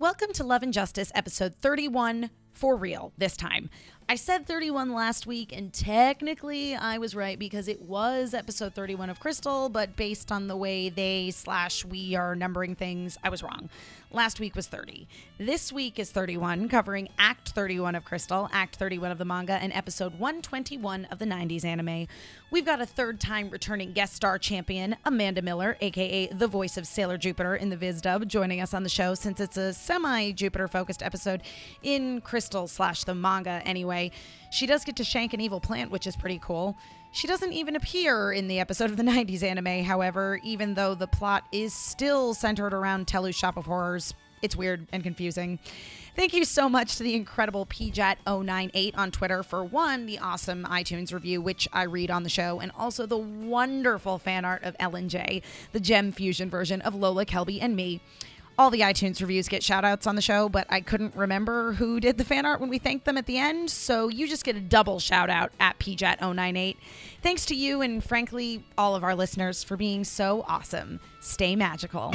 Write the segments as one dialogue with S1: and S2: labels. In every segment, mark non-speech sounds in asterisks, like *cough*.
S1: Welcome to Love and Justice, episode 31 for real this time. I said 31 last week, and technically I was right because it was episode 31 of Crystal, but based on the way they slash we are numbering things, I was wrong. Last week was 30. This week is 31, covering Act 31 of Crystal, Act 31 of the manga, and episode 121 of the 90s anime. We've got a third time returning guest star champion, Amanda Miller, aka the voice of Sailor Jupiter in the Viz dub, joining us on the show since it's a semi Jupiter focused episode in Crystal slash the manga anyway. She does get to shank an evil plant, which is pretty cool. She doesn't even appear in the episode of the *laughs* 90s anime, however, even though the plot is still centered around Telu's Shop of Horrors. It's weird and confusing. Thank you so much to the incredible PJAT098 on Twitter for one, the awesome iTunes review, which I read on the show, and also the wonderful fan art of Ellen J, the gem fusion version of Lola Kelby and me. All the iTunes reviews get shout outs on the show, but I couldn't remember who did the fan art when we thanked them at the end, so you just get a double shout out at PJAT098. Thanks to you and frankly, all of our listeners for being so awesome. Stay magical.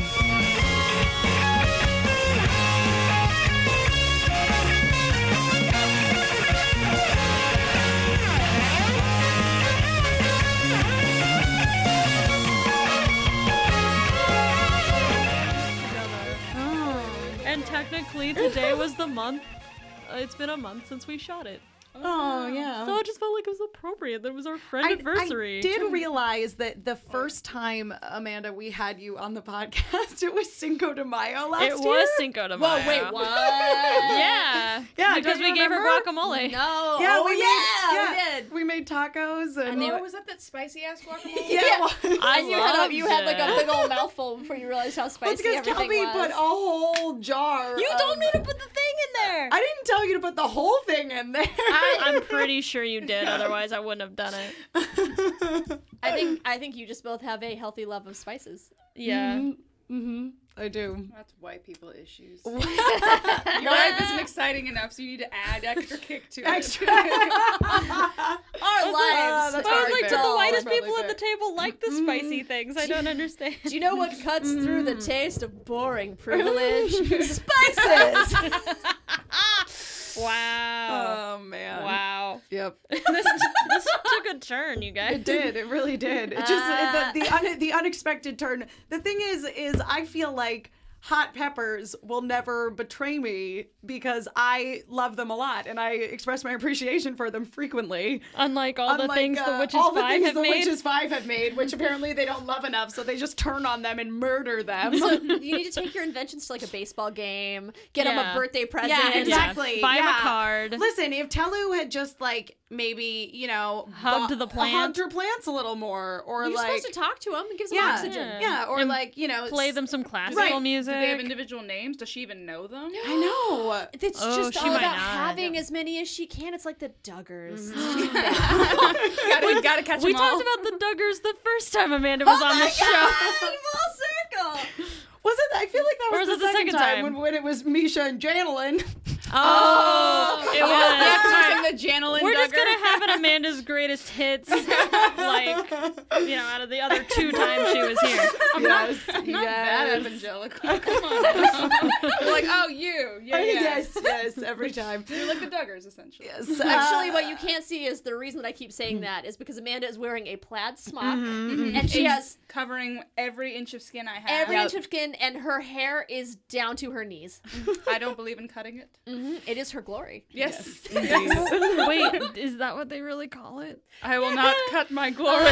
S2: And technically, today was the month. Uh, it's been a month since we shot it.
S1: Oh, yeah.
S2: So it just felt like it was appropriate. That it was our friend
S3: Um, I,
S2: anniversary.
S3: I did realize that the first time, Amanda, we had you on the *laughs* podcast, it was Cinco de Mayo last year.
S2: It was Cinco de Mayo.
S3: Whoa, wait, what?
S2: Yeah.
S3: Yeah,
S2: Because
S3: don't
S2: we
S3: you
S2: gave her
S3: remember?
S2: guacamole.
S4: No.
S3: Yeah,
S4: Oh,
S3: we
S4: yeah,
S3: made, yeah,
S4: we did.
S3: We made tacos and,
S4: And was that that spicy ass guacamole?
S3: *laughs* yeah. it was.
S2: I
S4: And you had
S2: loved
S4: a, you had like a
S2: *laughs* it.
S4: big old mouthful before you realized how spicy
S3: That's because
S4: everything
S3: Kelby
S4: was.
S3: put a whole jar.
S4: you
S3: of-
S4: told me to put the thing in there.
S3: I didn't tell you to put the whole thing in there.
S2: I'm pretty sure you did. Otherwise, I wouldn't have done it.
S4: I think I think you just both have a healthy love of spices.
S2: *laughs* Yeah.
S3: mm-hmm. *laughs* I do.
S5: That's white people issues. Your life isn't exciting enough, so you need to add extra kick to it.
S3: Extra.
S4: Our lives.
S3: that's
S2: But I was
S3: probably
S2: like,
S3: fair.
S2: did the
S4: dull.
S2: whitest
S3: probably Mm-hmm.
S2: people at the table like the spicy things? I don't
S3: *laughs*
S2: understand.
S4: Do you know what cuts through the taste of *laughs* boring privilege? spices. *laughs*
S2: Wow.
S3: oh man.
S2: wow.
S3: Yep.
S2: *laughs* this, this took a turn, you guys.
S3: It did. It really did. It just it- the the,
S2: Ah.
S3: un, the unexpected turn. The thing is, is I feel like hot peppers will never betray me because I love them a lot and I express my appreciation for them frequently.
S2: Unlike all the
S3: Unlike,
S2: things the
S3: uh,
S2: Witches
S3: all the
S2: Five
S3: things
S2: have
S3: the
S2: made.
S3: Witches Five have made, which apparently they don't love enough, so they just turn on them and murder
S2: *laughs*
S3: them.
S4: So you need to take your inventions to like a baseball game, get
S2: Yeah.
S4: them a birthday present.
S3: *laughs* exactly.
S2: Buy 'em a
S3: yeah.
S2: card.
S3: Listen, if Telu had just like maybe you know
S2: Hugged
S3: bu-
S2: the plant.
S3: hugged her plants a little more, or
S4: You're
S3: like
S4: supposed to talk to them and give them
S3: yeah,
S4: oxygen.
S3: yeah, or
S2: And
S3: like you know
S2: Play
S3: s-
S2: them some classical
S3: Right. Do
S2: music.
S5: Do they have individual names? Does she even know them?
S3: I
S2: *gasps*
S3: know. *laughs*
S4: It's
S2: Oh,
S4: just
S2: she
S4: all
S2: might
S4: about
S2: not.
S4: having as many as she can. It's like the Duggars.
S5: gotta, we gotta catch
S2: we
S5: them
S2: talked
S5: all.
S2: about the Duggars the first time Amanda was on the show. *laughs*
S4: full circle.
S3: Was it? I feel like that
S2: Or
S3: was,
S2: was
S3: the, second time, When,
S2: time?
S3: when it was Misha and Janelin.
S2: Oh, *laughs* it was.
S5: the Janelin
S2: We're just
S5: Duggar.
S2: gonna have an Amanda's greatest hits, like you know, out of the other two times she was here.
S3: yes,
S5: Not that
S3: yes.
S5: evangelical. Come on. We're like, oh, you. Yeah, yeah.
S3: yes, yes, every time.
S5: You're like the Duggars, essentially.
S3: Yes,
S4: *laughs* Actually, what
S3: uh,
S4: you can't see is the reason that I keep
S2: Hmm.
S4: saying that is because Amanda is wearing a plaid smock and she
S5: It's
S4: has
S5: covering every inch of skin I have.
S4: every
S3: Yep.
S4: inch of skin and her hair is down to her knees.
S5: I don't believe in cutting it.
S4: Mhm, It is her glory.
S5: Yes.
S2: Wait, is that what they really call it?
S5: *laughs* I will not cut my glory.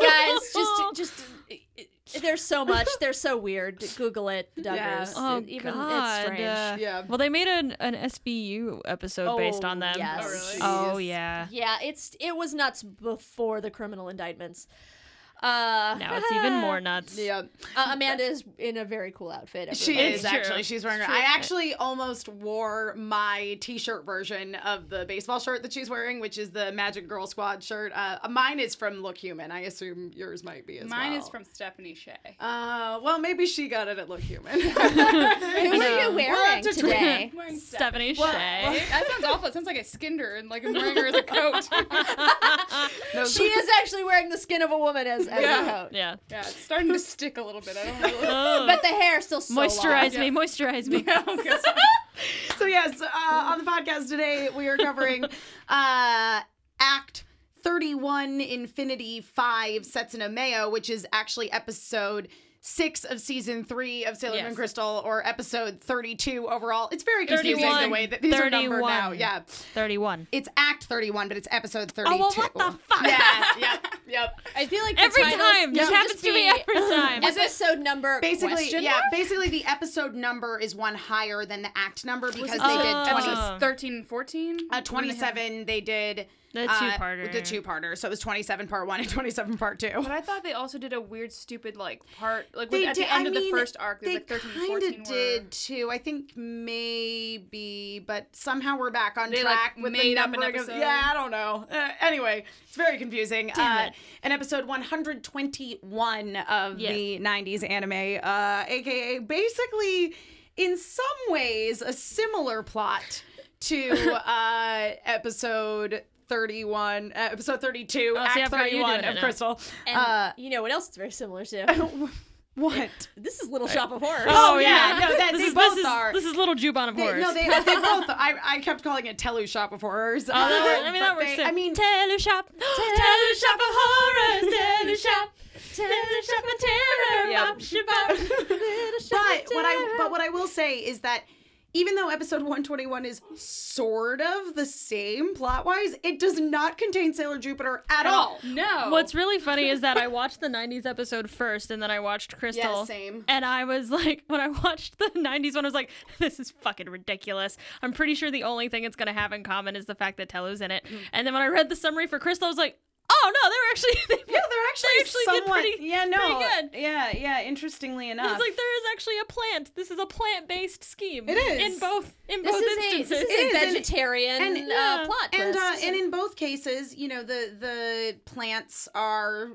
S4: Guys, just just *laughs* there's so much. They're so weird. Google it, Duggars.
S3: Yeah.
S2: Oh
S4: Even
S2: God.
S4: it's
S2: uh,
S4: strange.
S3: Yeah.
S2: Well, they made an, an SVU episode based
S4: Oh,
S2: on them.
S4: yes.
S5: Oh, really?
S2: Oh
S3: Jeez.
S2: yeah.
S4: Yeah, it's it was nuts before the criminal indictments. Uh,
S2: Now it's even more nuts.
S3: *laughs* Yeah,
S4: *laughs* uh, Amanda is in a very cool outfit.
S3: she
S4: everyone.
S2: It's
S3: is
S2: true.
S3: actually. She's wearing. Her, I actually almost wore my T-shirt version of the baseball shirt that she's wearing, which is the Magic Girl Squad shirt. Uh, mine is from Look Human. I assume yours might be as
S5: Mine
S3: well.
S5: is from Stephanie Shea.
S3: Uh, well, maybe she got it at Look Human. *laughs*
S4: *laughs* Who are you
S3: We'll have
S4: wearing
S3: to tweet-
S4: today?
S5: We're learn stuff.
S2: Stephanie Shea.
S5: That sounds awful. It sounds like a skinder and like I'm wearing her as a coat.
S3: No,
S2: *laughs*
S4: She is actually wearing the skin of a woman as, as
S5: Yeah.
S4: a coat.
S2: Yeah.
S5: yeah, it's starting to stick a little bit. I don't know.
S2: Oh.
S4: But the hair still so long.
S2: moisturize me,
S5: yeah.
S2: moisturize me.
S3: So yes, uh, on the podcast today we are covering
S4: *laughs*
S2: oh,
S3: uh, Act 31, Infinity Five, Setsuna Mayo, which is actually episode six of season three of Sailor
S2: Yes.
S3: Moon Crystal, or episode 32 overall. It's very confusing the
S2: 31.
S3: way that these are numbered now.
S2: 31.
S3: Yeah,
S2: 31.
S3: it's Act 31, but it's episode 32.
S2: Oh, well, what the fuck?
S3: Yeah, yep, yep.
S4: I feel like the
S2: Every
S4: titles
S2: time. This
S4: should
S2: happens
S4: just
S2: to me
S4: be
S2: every time.
S4: *laughs* Episode number.
S3: Basically,
S4: question
S3: yeah.
S4: mark?
S3: Basically, the episode number is one higher than the act number because they
S2: Oh.
S3: did 20
S5: Episodes 13 and 14.
S3: Uh, 27, they did
S2: The
S3: uh,
S2: two-parter.
S3: The two parter. So it was 27 part one and 27 part two.
S5: But I thought they also did a weird, stupid like part like
S3: They
S5: at
S3: did-
S5: the end
S3: I
S5: of
S3: mean,
S5: the first arc. There's
S3: They
S5: like 13 and
S3: kinda
S5: 14
S3: did too. I think maybe, but somehow we're back on
S5: They, like,
S3: track with the
S5: made up an
S3: numbering of-
S5: episode.
S3: Yeah, I don't know. Uh, anyway, it's very confusing. uh,
S2: Damn it.
S3: And episode 121 of
S2: Yes.
S3: the 90s anime, uh, aka basically, in some ways, a similar plot to
S5: *laughs*
S3: uh, episode 31, uh, episode
S2: Oh,
S3: 32,
S2: see,
S3: Act
S2: I've got you
S3: 31
S2: doing it
S3: of
S2: now.
S3: Crystal.
S4: And
S3: Uh,
S4: you know what else it's very similar to? *laughs*
S3: what?
S4: this is Little Shop of Horrors.
S3: Oh, yeah. No, that,
S2: this
S3: they
S2: is,
S3: both
S2: this is,
S3: are.
S2: This is little Juban of
S3: They-
S2: horrors.
S3: no, they, they
S2: *laughs*
S3: both. I, I kept calling it Telu Shop of Horrors.
S2: Oh, that works. I mean, that
S3: But
S2: works
S3: they-
S2: too.
S3: I mean,
S2: Taylor *gasps* Shop. Taylor Shop of *laughs* Horrors. Taylor Shop. Taylor Shop of Terror.
S3: Yeah.
S2: Bop, shabop. Taylor Shop
S3: but
S2: of
S3: what I
S2: Terror.
S3: but what I will say is that even though episode 121 is sort of the same plot wise, it does not contain Sailor Jupiter at all.
S5: No.
S2: What's really funny is that I watched the 90s episode first and then I watched Crystal.
S3: same.
S2: And I was like, *laughs* when I watched the 90s one, I was like, *laughs* this is fucking ridiculous. I'm pretty sure the only thing it's going to have in common is the fact that Telu's in it. And then when I read the summary for Crystal, I was like, oh no, they're actually. *laughs* They,
S3: Yeah, they're actually,
S2: actually did
S3: somewhat.
S2: pretty-
S3: yeah, no.
S2: pretty good.
S3: Yeah, yeah. Interestingly enough,
S2: It's like there is actually a plant. This is a plant-based scheme.
S3: It is.
S2: in both in
S4: This
S2: both
S4: is, a,
S2: instances.
S4: this
S3: It
S4: is
S3: is,
S4: a
S3: and-
S4: vegetarian
S3: and-
S4: uh,
S2: yeah.
S4: plot twist.
S3: and uh, and in both cases, you know, the the plants are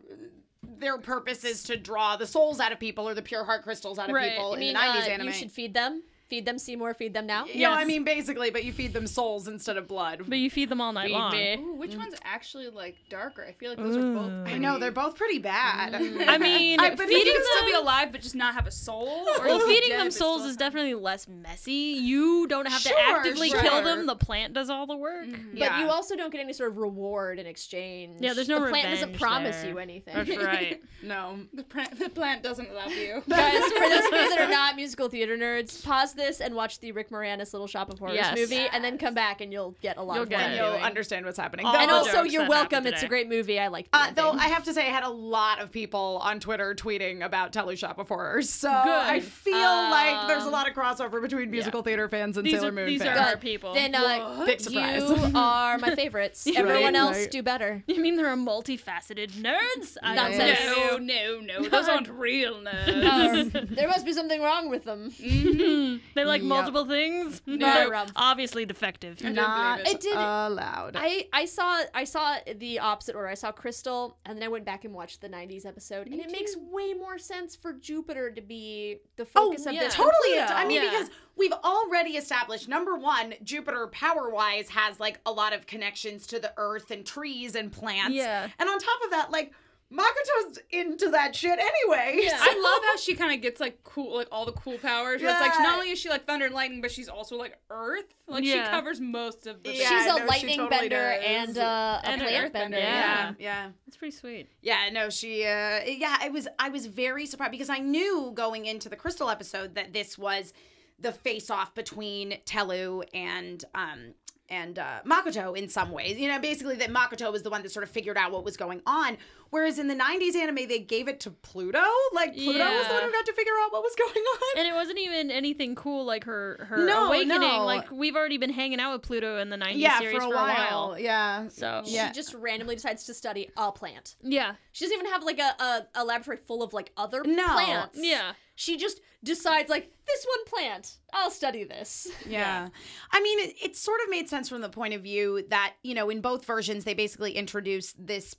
S3: their purpose is to draw the souls out of people or the pure heart crystals out of
S2: Right.
S3: people
S2: You
S3: in
S4: I mean,
S3: the 90s
S4: uh,
S3: anime.
S4: you should feed them. Feed them, Seymour. Feed them now.
S3: Yeah, I
S2: Yes.
S3: mean basically, but you feed them souls instead of blood.
S2: but you feed them all night long.
S5: Ooh, which one's actually like darker? I feel like those are both.
S3: Mm. I know they're both pretty bad.
S2: I mean,
S3: I- *laughs* but
S5: You
S2: feeding
S5: can still
S2: them.
S5: be alive, but just not have a soul. Or
S2: well,
S5: you're
S2: feeding
S5: dead,
S2: them
S5: but
S2: souls
S5: still
S2: is
S5: have-
S2: definitely less messy. You don't have
S3: Sure,
S2: to actively
S3: sure. Mm-hmm.
S2: kill them. The plant does all the work.
S4: But
S3: Yeah.
S4: you also don't get any sort of reward in exchange.
S2: Yeah, there's no
S4: The plant doesn't
S2: revenge
S4: promise
S2: there.
S4: you
S2: *laughs*
S4: anything. *laughs*
S2: That's right.
S3: no.
S5: The, plant, the plant doesn't love
S3: *laughs*
S5: you.
S4: Guys, for those of you that
S2: *laughs*
S4: are not musical theater nerds, pause this and watch the Rick Moranis Little Shop of Horrors
S2: Yes.
S4: movie, and then come back and you'll get a lot
S2: You'll
S4: of
S2: get
S4: what
S2: it.
S4: I'm
S3: And you'll
S4: doing.
S3: understand what's happening.
S2: All
S3: Though-
S4: and
S2: the
S4: also,
S2: jokes
S4: you're
S2: that
S4: welcome.
S2: happened
S4: It's a
S2: today.
S4: great movie. I like.
S3: *laughs* Uh, though I have to say, I had a lot of people on Twitter tweeting about Telly Shop of Horrors, *laughs* so I feel like there's a lot of crossover between musical theator fans and
S2: Um, These
S3: Sailor
S2: are-
S3: Moon
S2: these are
S3: fans.
S2: our people.
S4: Then *laughs* uh,
S3: Big surprise.
S4: you are
S3: *laughs*
S4: my favorites. Everyone
S3: Right.
S4: else
S3: Right.
S4: do
S3: *laughs*
S4: better.
S2: *laughs* You mean there are multifaceted nerds? I don't
S4: Nonsense.
S2: know.
S5: *laughs* No, no, no. Those aren't real nerds.
S4: Um, *laughs* there must be something wrong with them.
S2: *laughs* They like multiple things.
S4: No.
S2: They're obviously defective.
S5: I don't believe
S4: It did.
S3: allowed.
S4: I, I saw I saw the opposite order. I saw Crystal, and then I went back and watched the '90s episode, and it makes way more sense for Jupiter to be the focus of
S2: yeah.
S4: this. than
S3: Oh, totally.
S4: Pluto.
S3: I mean,
S2: Yeah.
S3: because we've already established number one, Jupiter power wise has like a lot of connections to the earth and trees and plants.
S2: Yeah.
S3: And on top of that, like Makoto's into that shit anyway. so-
S5: I love how she kind of gets like cool, like all the cool powers. Where it's like
S3: Yeah.
S5: not only is she like thunder and lightning, but she's also like earth. Like
S2: Yeah.
S5: she covers most of the.
S3: Yeah,
S4: she's
S3: no,
S4: a
S3: she
S4: lightning
S3: totally
S4: bender
S3: does.
S4: and uh, a
S2: And an
S4: plant
S5: earthbender,
S4: bender.
S2: yeah.
S3: yeah.
S2: That's pretty sweet.
S3: Yeah, no, she uh yeah, I was I was very surprised because I knew going into the Crystal episode that this was the face off between Telu and um and uh, Makoto in some ways. You know, basically that Makoto was the one that sort of figured out what was going on. Whereas in the 90s anime they gave it to Pluto. Like Pluto was the one
S2: Yeah.
S3: who got to figure out what was going on.
S2: And it wasn't even anything cool like her her
S3: No,
S2: awakening.
S3: no.
S2: Like we've already been hanging out with Pluto in the 90s
S3: yeah,
S2: series
S3: for a while. Yeah.
S2: So
S4: She just randomly decides to study a plant.
S2: yeah.
S4: She doesn't even have like a, a, a laboratory full of like other
S3: No.
S4: plants.
S2: Yeah.
S4: She just decides like this one plant. I'll study this.
S3: Yeah. I mean, it, it sort of made sense from the point of view that, you know, in both versions, they basically introduce this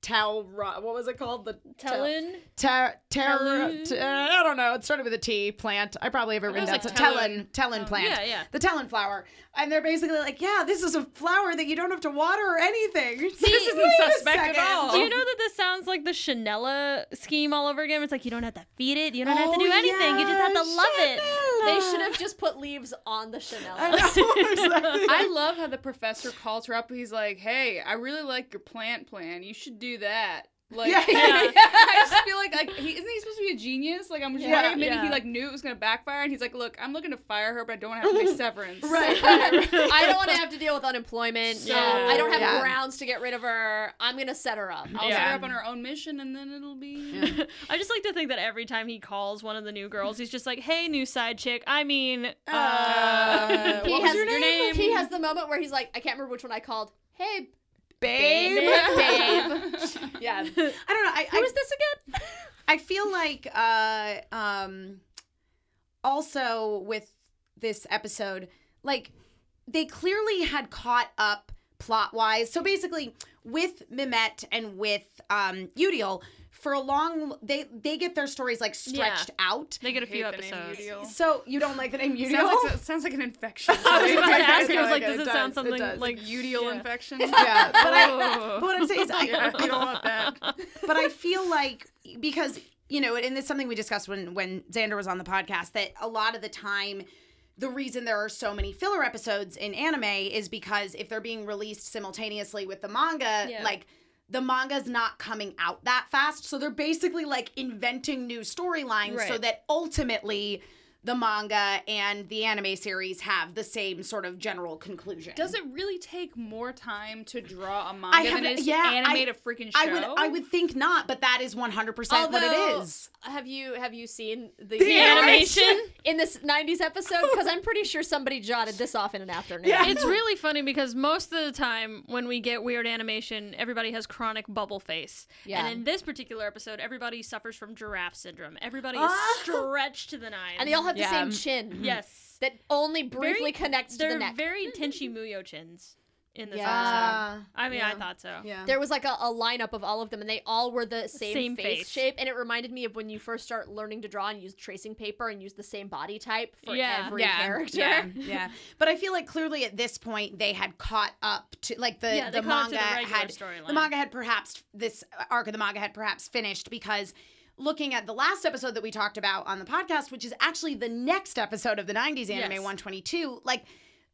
S3: Tal, what was it called? The
S2: Telon?
S3: Ter, ter, ter, I don't know. It started with a T plant. I probably have it written down.
S2: Oh, was
S3: It's a
S2: like Oh,
S3: telon, telon plant.
S2: yeah, yeah.
S3: The telon flower. And they're basically like, yeah, this is a flower that you don't have to water or anything. *laughs* this isn't
S5: suspect at all.
S2: Do
S3: Oh. *laughs*
S2: you know that this sounds like the Chanela scheme all over again? It's like you don't have to feed it, you don't have to do anything, you just have to love it.
S4: They should have just put leaves on the *laughs* Chanel.
S2: *laughs*
S5: I love how the professor calls her up. He's like, "Hey, I really like your plant plan. You should do that." Like,
S3: Yeah. *laughs*
S5: I just feel like, like, he, isn't he supposed to be a genius? Like, I'm just
S3: Yeah.
S5: wondering, maybe
S2: Yeah.
S5: he like knew it was gonna backfire, and he's like, "Look, I'm looking to fire her, but I don't want to
S3: *laughs*
S5: have to pay severance."
S3: Right.
S4: I don't want to have to deal with unemployment.
S2: So-
S4: I don't have
S3: Yeah.
S4: grounds to get rid of her. I'm gonna set her up.
S5: I'll set
S2: Yeah.
S5: her up on her own mission, and then it'll be. *laughs*
S2: I just like to think that every time he calls one of the new girls, he's just like, "Hey, new side chick. I mean, uh,
S3: Uh,
S4: He
S5: What was
S4: has
S5: your name?
S4: He has the moment where he's like, I can't remember which one I called. Hey,
S3: Babe. I
S4: yeah.
S3: don't know. I,
S4: Who
S3: I,
S4: is this again?
S3: I feel like uh um also with this episode, like they clearly had caught up plot wise. So basically with Mimet and with um Udiel, for a long they they get their stories like stretched out.
S2: they get a few
S5: Hate the name
S2: episodes."
S5: Udiel.
S3: So you don't like the name Udiel?
S5: Sounds like, sounds like an infection.
S2: I was about to ask you, I was
S5: Like,
S2: like, does it, sound
S3: does, it
S2: something
S3: does.
S2: like
S5: udial
S2: yeah.
S5: infection. *laughs*
S3: yeah, *laughs* but I,
S5: Oh.
S3: but what I'm saying is I,
S5: yeah, you don't want that.
S3: but I feel like because you know, and it's something we discussed when when Xander was on the podcast that a lot of the time the reason there are so many filler episodes in anime is because if they're being released simultaneously with the manga,
S2: Yeah.
S3: like the manga's not coming out that fast. So they're basically like inventing new storylines so
S2: Right.
S3: that ultimately the manga and the anime series have the same sort of general conclusion.
S5: Does it really take more time to draw a manga
S3: I have
S5: than it
S3: to-
S5: is
S3: yeah,
S5: to animate
S3: I-
S5: a freaking show?
S3: I would I would think not, but that is 100% what it
S4: Although,
S3: is.
S4: Have you have you seen the,
S3: The
S2: animation?
S3: *laughs*
S4: in this '90s episode? Because I'm pretty sure somebody jotted this off in an afternoon.
S3: Yeah.
S2: It's really funny because most of the time when we get weird animation, everybody has chronic bubble face.
S4: Yeah.
S2: And in this particular episode, everybody suffers from giraffe syndrome. Everybody
S3: Ah.
S2: is stretched to the nines.
S4: and they all have the
S3: Yeah.
S4: same chin.
S2: yes.
S4: that only briefly
S2: Very-
S4: connects to
S2: They're
S4: the neck.
S2: very Tenchi Muyo chins in this
S4: Yeah.
S2: episode. I mean, I
S3: yeah.
S2: thought so.
S3: Yeah.
S4: there was like a, a lineup of all of them, and they all were the same,
S2: Same
S4: face,
S2: face.
S4: shape. And it reminded me of when you first start learning to draw and use tracing paper and use the same body type for
S2: Yeah.
S4: every
S5: Yeah.
S2: *laughs*
S4: character.
S5: Yeah.
S3: yeah but i feel like clearly at this point they had caught up to like the
S2: Yeah, they
S3: the
S2: caught up to
S3: manga
S2: the regular
S3: had
S2: storyline.
S3: the manga had perhaps this arc of the manga had perhaps finished because looking at the last episode that we talked about on the podcast which is actually the next episode of the 90s anime
S2: Yes.
S3: 122 like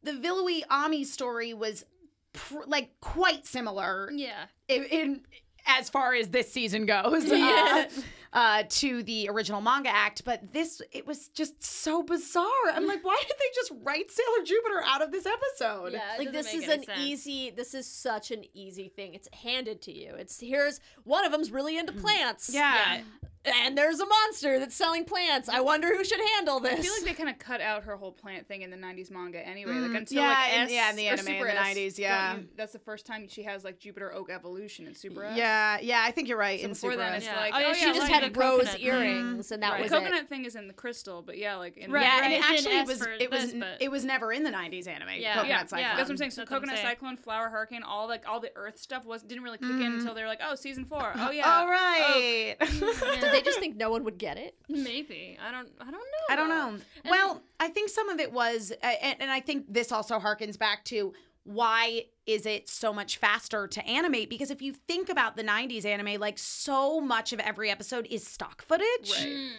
S3: the Villui Ami story was pr- like quite similar
S2: Yeah.
S3: in, in as far as this season goes uh, uh, to the original manga act but this it was just so bizarre i'm like why did they just write sailor jupiter out of this episode
S2: Yeah, it
S4: like
S2: doesn't
S4: this
S2: make
S4: is
S2: any
S4: an
S2: sense.
S4: easy this is such an easy thing it's handed to you it's here's one of them's really into plants
S2: Mm. Yeah.
S4: and there's a monster that's selling plants i wonder who should handle this
S5: I feel like they kind of cut out her whole plant thing in the '90s manga anyway.
S3: Mm,
S5: like until
S3: yeah,
S5: like
S3: in-
S5: S,
S3: yeah, in the
S5: or
S3: anime in
S5: Super
S3: the
S5: S,
S3: 90s,
S5: don't
S3: yeah.
S5: you- that's the first time she has like Jupiter Oak evolution in Super S.
S3: yeah yeah i think you're right
S5: So
S3: in
S5: before
S3: super
S5: then, it's
S2: Yeah.
S5: like
S2: Oh, yeah,
S5: oh,
S2: she
S4: she
S5: yeah,
S4: just
S5: like,
S4: had
S2: the
S4: rose
S2: coconut. Mm-hmm.
S4: earrings and that
S2: Right.
S4: was
S5: the coconut thing is in the crystal, but yeah, like in
S2: Right,
S5: yeah,
S3: yeah, and
S2: right,
S3: it
S2: it's in
S3: actually
S2: S
S3: was
S2: for
S3: it was
S2: this, but-
S3: it was never in the 90s anime
S2: Yeah.
S3: coconut
S5: Yeah,
S3: cyclone
S5: yeah, that's what I'm saying. So
S2: That's what I'm
S5: coconut
S2: saying.
S5: cyclone, flower hurricane, all like all the earth stuff was didn't really kick in until they were like, oh, season four.
S3: *laughs*
S5: Oh yeah.
S3: Mm-hmm. all right
S2: Oh.
S3: *laughs*
S4: did *laughs* they just think no one would get it
S2: Maybe. I don't I don't know.
S3: I don't
S2: though.
S3: know. well, I think some of it was, uh, and, and I think this also harkens back to why is it so much faster to animate? Because if you think about the 90s anime, like so much of every episode is stock footage.
S5: Right.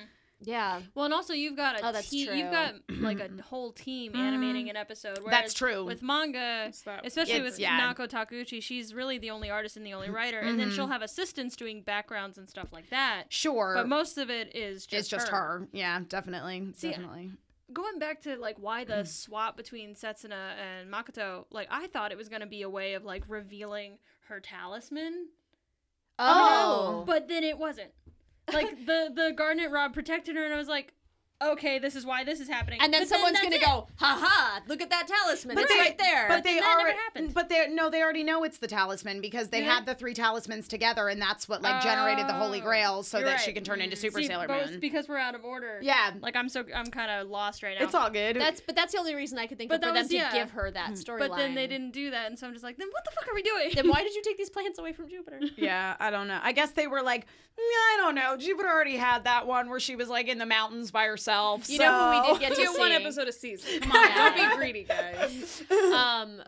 S4: yeah
S2: Well, and also you've got a
S4: Oh, that's
S2: te-
S4: true.
S2: you've got like *clears throat* a whole team animating an episode. Whereas
S3: That's true.
S2: With manga,
S5: It's that-
S2: especially
S3: It's-
S2: with
S3: yeah.
S2: Nako Takuchi, she's really the only artist and the only writer, and then she'll have assistants doing backgrounds and stuff like that.
S3: Sure.
S2: But most of it is just
S3: it's just her. Yeah, definitely. definitely.
S2: Going back to like why the swap between Setsuna and Makoto, like I thought it was going to be a way of like revealing her talisman,
S4: oh
S2: Oh. but then it wasn't. Like the the Garnet Rod protected her, and I was like, okay, this is why this is happening.
S4: And then
S2: But
S4: someone's
S2: that's
S4: gonna
S2: it.
S4: go, ha ha, look at that talisman. it's
S3: they-
S4: right there.
S3: But they
S2: then that never
S3: already,
S2: happened.
S3: but they no, they already know it's the talisman because they
S2: Yeah.
S3: had the three talismans together, and that's what like generated the Holy
S2: Oh,
S3: Grail, so
S2: you're
S3: that she
S2: right. Mm-hmm.
S3: can turn into Super
S2: See,
S3: Sailor
S2: but it's
S3: Moon.
S2: because we're out of order.
S3: yeah,
S2: Like I'm so I'm kind of lost right now.
S3: it's all good.
S4: that's but that's the only reason I could think
S2: But
S4: of for
S2: that
S4: them
S2: was-
S4: to
S2: yeah. Mm-hmm.
S4: give her that storyline.
S2: But then they didn't do that, and so I'm just like, then what the fuck are we doing? *laughs*
S4: Then why did you take these plants away from Jupiter?
S3: yeah, I don't know. I guess they were like, "Mm, I don't know. Jupiter already had that one where she was like in the mountains by herself.
S4: *laughs* You know who we
S3: so-
S4: did get to
S5: Get
S2: *laughs*
S4: see? *laughs*
S5: one episode a season. Come on, don't
S4: Yeah.
S5: be greedy, guys.
S4: Um,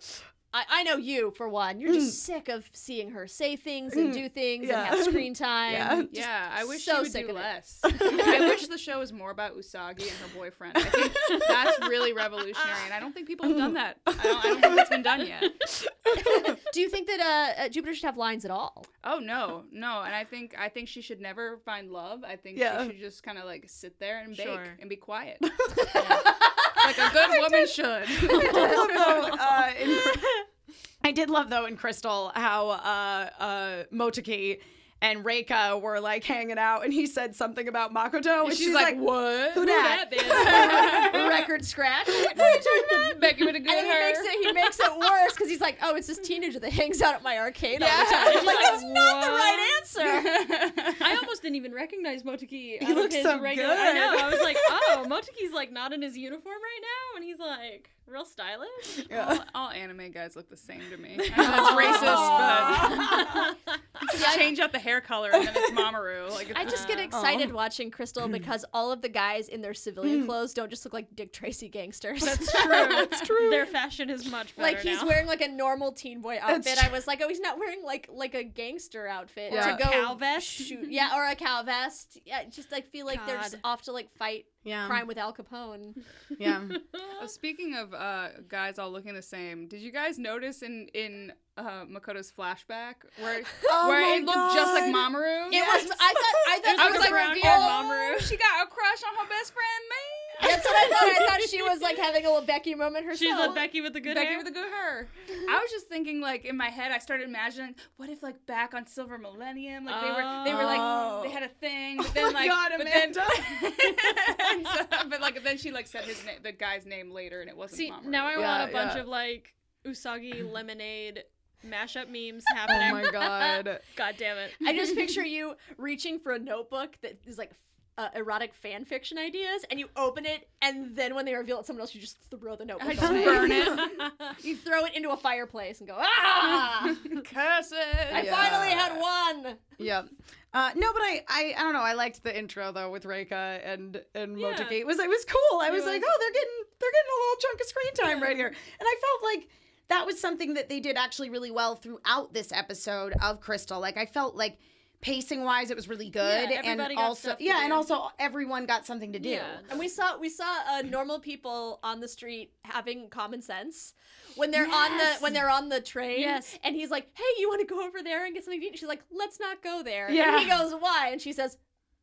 S4: I, I know you for one. You're just sick of seeing her say things and do things
S3: Yeah.
S4: and have *laughs* screen time.
S3: Yeah.
S5: Yeah, I wish
S4: so
S5: she would
S4: sick
S5: do
S4: of it. *laughs*
S5: less. I wish the show was more about Usagi and her boyfriend. I think that's really revolutionary, and I don't think people have done that. I don't, I don't think it's been
S4: *laughs*
S5: done yet.
S4: Do you think that uh, uh, Jupiter should have lines at all?
S5: Oh no, no, and I think I think she should never find love. I think
S3: Yeah.
S5: she should just kind of like sit there and bake
S2: Sure.
S5: and
S4: *laughs*
S5: be quiet, like a good woman
S3: I
S5: should.
S3: did love *laughs* though, uh, in Cry- I did love though in Crystal how uh, uh, Motoki and Reika were like hanging out, and he said something about Makoto, and she's, like,
S5: what?
S3: Who dat?
S4: Record scratch. and
S5: *laughs* Becky would have good
S4: then he
S5: her.
S4: makes it he makes it worse because he's like, oh, it's this teenager that hangs out at my arcade all the time.
S2: She's
S4: like,
S2: like,
S4: it's not the right
S2: "What?" *laughs*
S4: answer.
S2: I almost didn't even recognize Motoki. He
S3: looks
S2: his
S3: so
S2: regular. I
S3: good.
S2: know. I was like, oh, Motoki's like not in his uniform right now, and he's like real
S5: *laughs*
S2: stylish.
S5: all, all anime guys look the same to me. I know that's racist,
S4: *laughs*
S5: but *laughs* just change up the hair color and then it's Mamoru. Like it's
S4: I just get excited watching Crystal because all of the guys in their civilian clothes don't just look like Dick Tracy gangsters. *laughs*
S2: That's true. *laughs* That's true. Their fashion is much better
S4: like he's
S2: now.
S4: wearing like a normal teen boy outfit.
S3: true.
S4: I was like, oh, he's not wearing like like a gangster outfit.
S3: Or
S4: to
S3: a
S4: go
S2: cow vest.
S4: Shoot. *laughs* Yeah, or a cow vest. Yeah, just like feel like they're just
S2: God.
S4: off to like fight
S3: Yeah.
S4: crime with Al Capone.
S3: *laughs* Yeah.
S5: Uh, Speaking of uh, guys all looking the same, did you guys notice in in uh, Makoto's flashback where
S3: my
S5: where it looked just like
S3: God.
S5: Mamoru?
S4: It was. I thought. I thought.
S5: I
S4: it
S5: was
S4: was
S5: like,
S4: a
S5: oh,
S4: reveal.
S5: she got a crush on her best friend, man.
S4: That's *laughs* what I thought. I thought she was like having a little Becky moment herself.
S2: She's a Becky with the good
S5: Becky
S2: hair.
S5: with a good hair. I was just thinking, like in my head, I started imagining, what if, like back on Silver Millennium, like they were, they were
S3: Oh.
S5: like, they had a thing. But then,
S3: my
S5: like,
S3: God,
S5: but then,
S3: Amanda.
S5: *laughs* and so- but like then she like said his na- the guy's name later, and it wasn't.
S2: See,
S5: Mamoru.
S2: now I
S3: Yeah,
S2: want a bunch
S3: yeah.
S2: of like Usagi lemonade mashup memes
S3: oh
S2: happening.
S3: my god.
S2: God damn it.
S4: I just picture you reaching for a notebook that is like. Uh, erotic fan fiction ideas, and you open it, and then when they reveal it, to someone else, you just throw the notebook.
S5: I
S2: *laughs*
S5: just
S4: away.
S5: burn
S2: it.
S4: You throw it into a fireplace and go,
S2: *laughs*
S4: ah!
S5: curses.
S4: I
S3: Yeah.
S4: finally had one.
S3: Yep. Uh, no, but I, I, I don't know. I liked the intro though with Reika and and
S2: Yeah.
S3: Motoki. It was it was cool. I
S2: It
S3: was, like,
S2: was-
S3: oh, they're getting they're getting a little chunk of screen time right here, and I felt like that was something that they did actually really well throughout this episode of Crystal. Like I felt like pacing wise, it was really good, and
S2: everybody got
S3: also
S2: stuff to
S3: yeah, and
S2: do.
S3: also everyone got something to do.
S2: Yeah.
S4: And we saw we saw uh, normal people on the street having common sense when they're on the when they're on the train.
S2: Yes.
S4: And he's like, "Hey, you want to go over there and get something to eat?" And she's like, "Let's not go there."
S3: Yeah.
S4: And he goes, "Why?" And she says,